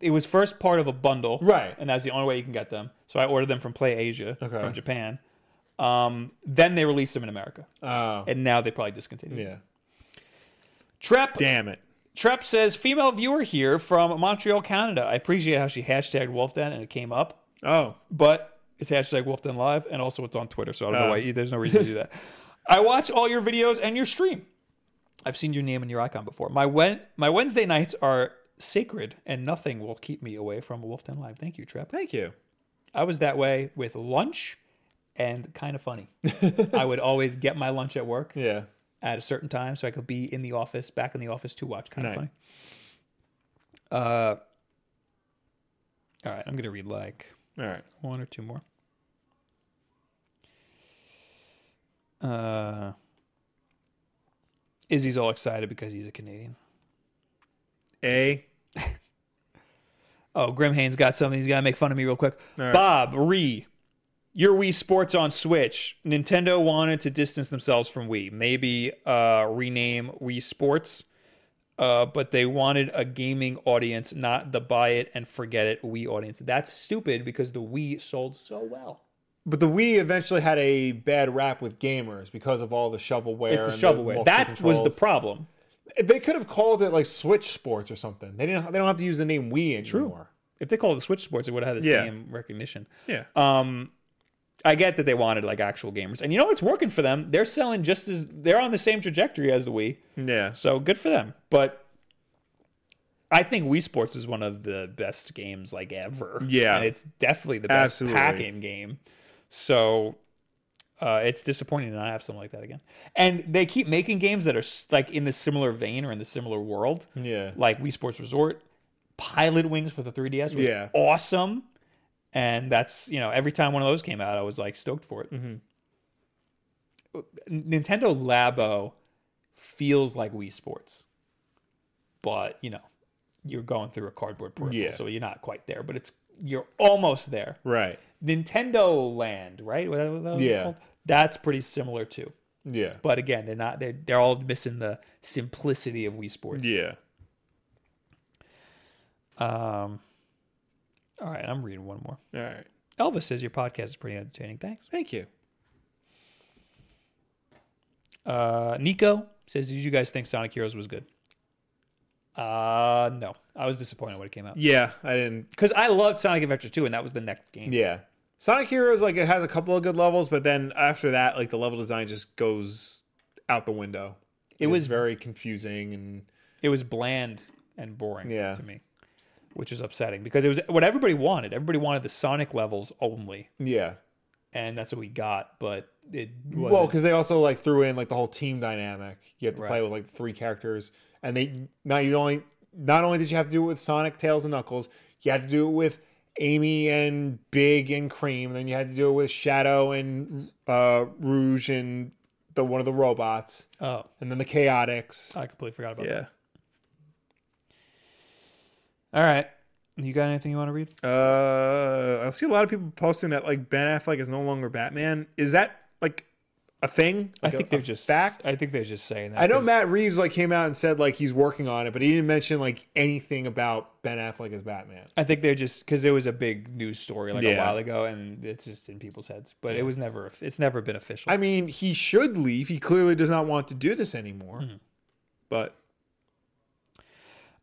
Speaker 2: it was first part of a bundle
Speaker 1: Right.
Speaker 2: and that's the only way you can get them so i ordered them from play asia
Speaker 1: Okay.
Speaker 2: from japan um, then they released them in america
Speaker 1: Oh.
Speaker 2: and now they probably discontinued
Speaker 1: Yeah.
Speaker 2: trep
Speaker 1: Damn it.
Speaker 2: trep says female viewer here from montreal canada i appreciate how she hashtagged wolfden and it came up
Speaker 1: Oh.
Speaker 2: but it's hashtag wolfden live and also it's on twitter so i don't know
Speaker 1: Oh.
Speaker 2: why e, there's no reason to do that i watch all your videos and your stream i've seen your name and your icon before my wen- my wednesday nights are sacred and nothing will keep me away from wolfden live thank you trep
Speaker 1: Thank you.
Speaker 2: I was that way with lunch and kind of funny. I would always get my lunch at work
Speaker 1: Yeah.
Speaker 2: at a certain time so I could be in the office, back in the office to watch kind of
Speaker 1: Nice.
Speaker 2: funny. Uh, all right, I'm gonna read like
Speaker 1: All right.
Speaker 2: one or two more. Uh, Izzy's all excited because he's a Canadian.
Speaker 1: A.
Speaker 2: Oh, Grim Hane's got something. He's got to make fun of me real quick.
Speaker 1: right.
Speaker 2: Bob Ree, your Wii Sports on Switch. Nintendo wanted to distance themselves from Wii. Maybe uh, rename Wii Sports, uh, but they wanted a gaming audience, not the buy it and forget it Wii audience. That's stupid because the Wii sold so well.
Speaker 1: But the Wii eventually had a bad rap with gamers because of all the shovelware.
Speaker 2: It's the
Speaker 1: and
Speaker 2: shovelware.
Speaker 1: multiple
Speaker 2: That was the
Speaker 1: controls.
Speaker 2: problem.
Speaker 1: They could have called it like Switch Sports or something. They didn't. They don't have to use the name Wii anymore.
Speaker 2: If they called it Switch Sports, it would have had the
Speaker 1: Yeah.
Speaker 2: same recognition.
Speaker 1: Yeah.
Speaker 2: um I get that they wanted like actual gamers. And you know it's working for them. They're selling just as they're on the same trajectory as the Wii.
Speaker 1: yeah.
Speaker 2: So good for them. But I think Wii Sports is one of the best games like ever.
Speaker 1: Yeah.
Speaker 2: And it's definitely the best
Speaker 1: Absolutely.
Speaker 2: pack-in game. So uh, it's disappointing to not have something like that again. And they keep making games that are s- like in the similar vein or in the similar world
Speaker 1: Yeah.
Speaker 2: like Wii Sports Resort, Pilot Wings for the 3DS was
Speaker 1: Yeah.
Speaker 2: awesome. And that's, you know, every time one of those came out, I was like stoked for it.
Speaker 1: Mm-hmm.
Speaker 2: Nintendo Labo feels like Wii Sports, but, you know, you're going through a cardboard peripheral,
Speaker 1: Yeah.
Speaker 2: so you're not quite there, but it's you're almost there.
Speaker 1: Right.
Speaker 2: Nintendo Land, right? What that- what that was
Speaker 1: Yeah.
Speaker 2: called? That's pretty similar too.
Speaker 1: Yeah.
Speaker 2: But again, they're not they're, they're all missing the simplicity of Wii Sports.
Speaker 1: Yeah.
Speaker 2: Um, all right, I'm reading one more.
Speaker 1: All right.
Speaker 2: Elvis says your podcast is pretty entertaining. Thanks.
Speaker 1: Thank you.
Speaker 2: Uh, Nico says, did you guys think Sonic Heroes was good? Uh, no, I was disappointed when it came out
Speaker 1: Yeah, I didn't.
Speaker 2: because I loved Sonic Adventure 2, and that was the next game.
Speaker 1: Yeah. Sonic Heroes like it has a couple of good levels, but then after that, like the level design just goes out the window.
Speaker 2: It
Speaker 1: It's
Speaker 2: was-
Speaker 1: very confusing and
Speaker 2: It was bland and boring
Speaker 1: Yeah.
Speaker 2: to me, which is upsetting because it was what everybody wanted. Everybody wanted the Sonic levels only,
Speaker 1: yeah.
Speaker 2: and that's what we got. But it
Speaker 1: Well,
Speaker 2: wasn't.
Speaker 1: 'cause Well, because they also like threw in like the whole team dynamic. You have to
Speaker 2: Right.
Speaker 1: play with like three characters, and they now you only not only did you have to do it with Sonic, Tails, and Knuckles, you had to do it with Amy and Big and Cream, and then you had to do it with Shadow and uh, Rouge and the one of the robots,
Speaker 2: oh,
Speaker 1: and then the Chaotix.
Speaker 2: I completely forgot about that. All right, you got anything you want to read?
Speaker 1: Uh, I see a lot of people posting that like Ben Affleck is no longer Batman. Is that like a thing?
Speaker 2: I
Speaker 1: Like, a-
Speaker 2: think they're
Speaker 1: a
Speaker 2: just
Speaker 1: fact.
Speaker 2: I think they're just saying that.
Speaker 1: I know
Speaker 2: 'cause-
Speaker 1: Matt Reeves like came out and said like he's working on it, but he didn't mention like anything about Ben Affleck as Batman.
Speaker 2: I think they're just because it was a big news story like a
Speaker 1: Yeah.
Speaker 2: while ago, and it's just in people's heads. But it was never. It's never been official.
Speaker 1: I mean, he should leave. He clearly does not want to do this anymore. But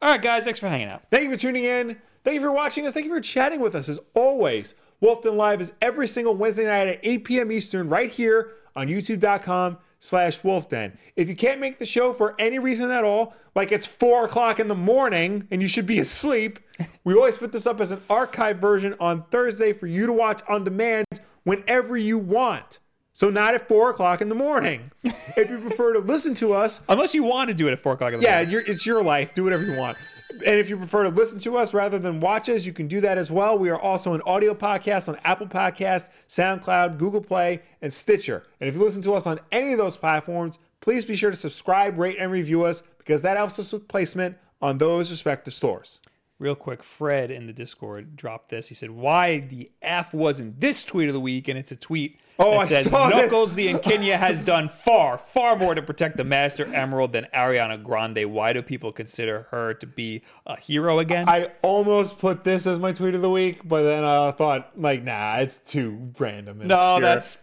Speaker 2: All right, guys, thanks for hanging out.
Speaker 1: thank you for tuning in. Thank you for watching us. Thank you for chatting with us as always. Wolfden Live is every single Wednesday night at 8 p.m. Eastern right here on youtube.com slash wolfden. If you can't make the show for any reason at all, like it's 4 o'clock in the morning and you should be asleep, we always put this up as an archive version on Thursday for you to watch on demand whenever you want. So not at 4 o'clock in the morning. If you prefer to listen to us
Speaker 2: Unless you want to do it at four o'clock in the
Speaker 1: yeah,
Speaker 2: morning.
Speaker 1: you're, it's your life. Do whatever you want. And if you prefer to listen to us rather than watch us, you can do that as well. We are also an audio podcast on Apple Podcasts, SoundCloud, Google Play, and Stitcher. And if you listen to us on any of those platforms, please be sure to subscribe, rate, and review us because that helps us with placement on those respective stores.
Speaker 2: Real quick, Fred in the Discord dropped this. He said, "Why the f wasn't this tweet of the week?" And it's a tweet.
Speaker 1: Oh,
Speaker 2: that
Speaker 1: I
Speaker 2: says,
Speaker 1: saw this.
Speaker 2: Knuckles the Enkenya has done far, far more to protect the Master Emerald than Ariana Grande. Why do people consider her to be a hero again?
Speaker 1: I almost put this as my tweet of the week, but then I thought, like, nah, it's too random. And
Speaker 2: no,
Speaker 1: obscure.
Speaker 2: that's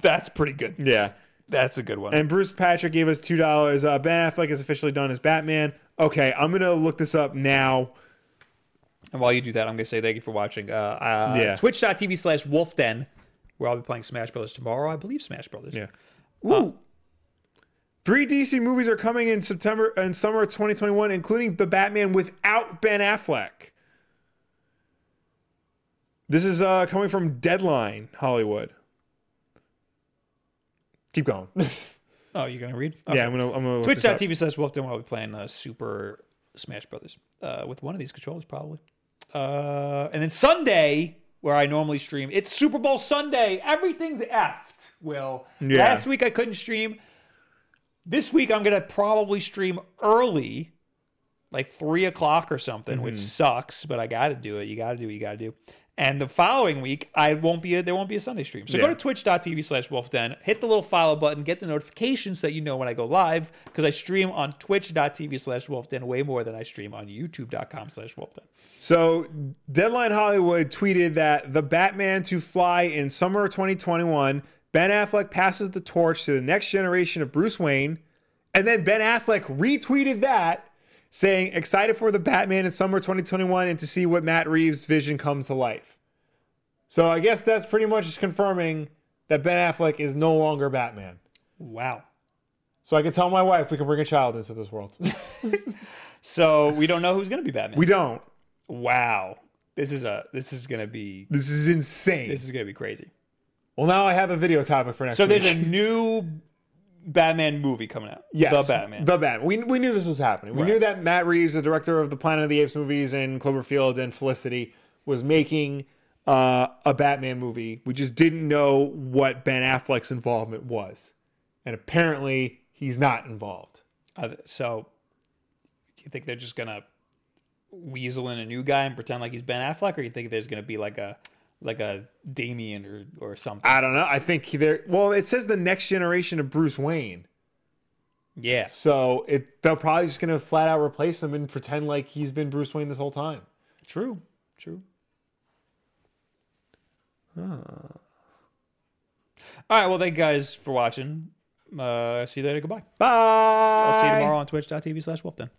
Speaker 2: that's pretty good.
Speaker 1: yeah.
Speaker 2: That's a good one.
Speaker 1: And Bruce Patrick gave us two dollars. Uh, ben Affleck is officially done as Batman. Okay, I'm gonna look this up now.
Speaker 2: And while you do that, I'm going to say thank you for watching. Uh, uh,
Speaker 1: Yeah.
Speaker 2: Twitch.tv slash Wolfden, where I'll be playing Smash Brothers tomorrow. I believe Smash Brothers.
Speaker 1: Yeah. Ooh. Three DC movies are coming in September and summer of 2021, including the Batman without Ben Affleck. This is uh, coming from Deadline Hollywood. Keep going.
Speaker 2: Oh, you're going to read?
Speaker 1: yeah, I'm gonna. I'm gonna look this up.
Speaker 2: Twitch.tv slash Wolfden, where I'll be playing uh, Super Smash Brothers uh, with one of these controllers, probably. Uh, and then Sunday, where I normally stream, it's Super Bowl Sunday. Everything's effed. Will
Speaker 1: Yeah.
Speaker 2: last week I couldn't stream. This week I'm gonna probably stream early, like three o'clock or something, which
Speaker 1: Mm-hmm.
Speaker 2: sucks. But I got to do it. You got to do what you got to do. And the following week, I won't be a, there won't be a Sunday stream. So go
Speaker 1: Yeah.
Speaker 2: to twitch.tv slash wolfden, hit the little follow button, get the notifications so that you know when I go live, because I stream on twitch.tv slash wolfden way more than I stream on youtube.com slash wolfden.
Speaker 1: So, Deadline Hollywood tweeted that the Batman to fly in summer of 2021. Ben Affleck passes the torch to the next generation of Bruce Wayne. And then Ben Affleck retweeted that, saying, excited for the Batman in summer 2021 and to see what Matt Reeves' vision come to life. So, I guess that's pretty much just confirming that Ben Affleck is no longer Batman.
Speaker 2: Wow.
Speaker 1: So, I can tell my wife we can bring a child into this world.
Speaker 2: So we don't know who's going to be Batman.
Speaker 1: we don't.
Speaker 2: wow. This is a this is going to be
Speaker 1: This is insane.
Speaker 2: this is going to be crazy.
Speaker 1: well, now I have a video topic for next
Speaker 2: So
Speaker 1: week.
Speaker 2: there's a new Batman movie coming out.
Speaker 1: Yes,
Speaker 2: The Batman.
Speaker 1: The Batman. We, we knew this was happening. We
Speaker 2: Right.
Speaker 1: knew that Matt Reeves, the director of the Planet of the Apes movies and Cloverfield and Felicity, was making uh, a Batman movie. We just didn't know what Ben Affleck's involvement was. And apparently, he's not involved.
Speaker 2: Uh, so, do you think they're just gonna weasel in a new guy and pretend like he's Ben Affleck, or you think there's gonna be like a like a Damien or or something?
Speaker 1: I don't know. I think there. Well, it says the next generation of Bruce Wayne,
Speaker 2: Yeah,
Speaker 1: so it they're probably just gonna flat out replace him and pretend like he's been Bruce Wayne this whole time.
Speaker 2: true, true. All right. Well, thank you guys for watching. Uh, see you later. Goodbye.
Speaker 1: Bye.
Speaker 2: I'll see you tomorrow on twitch.tv slash wolfden.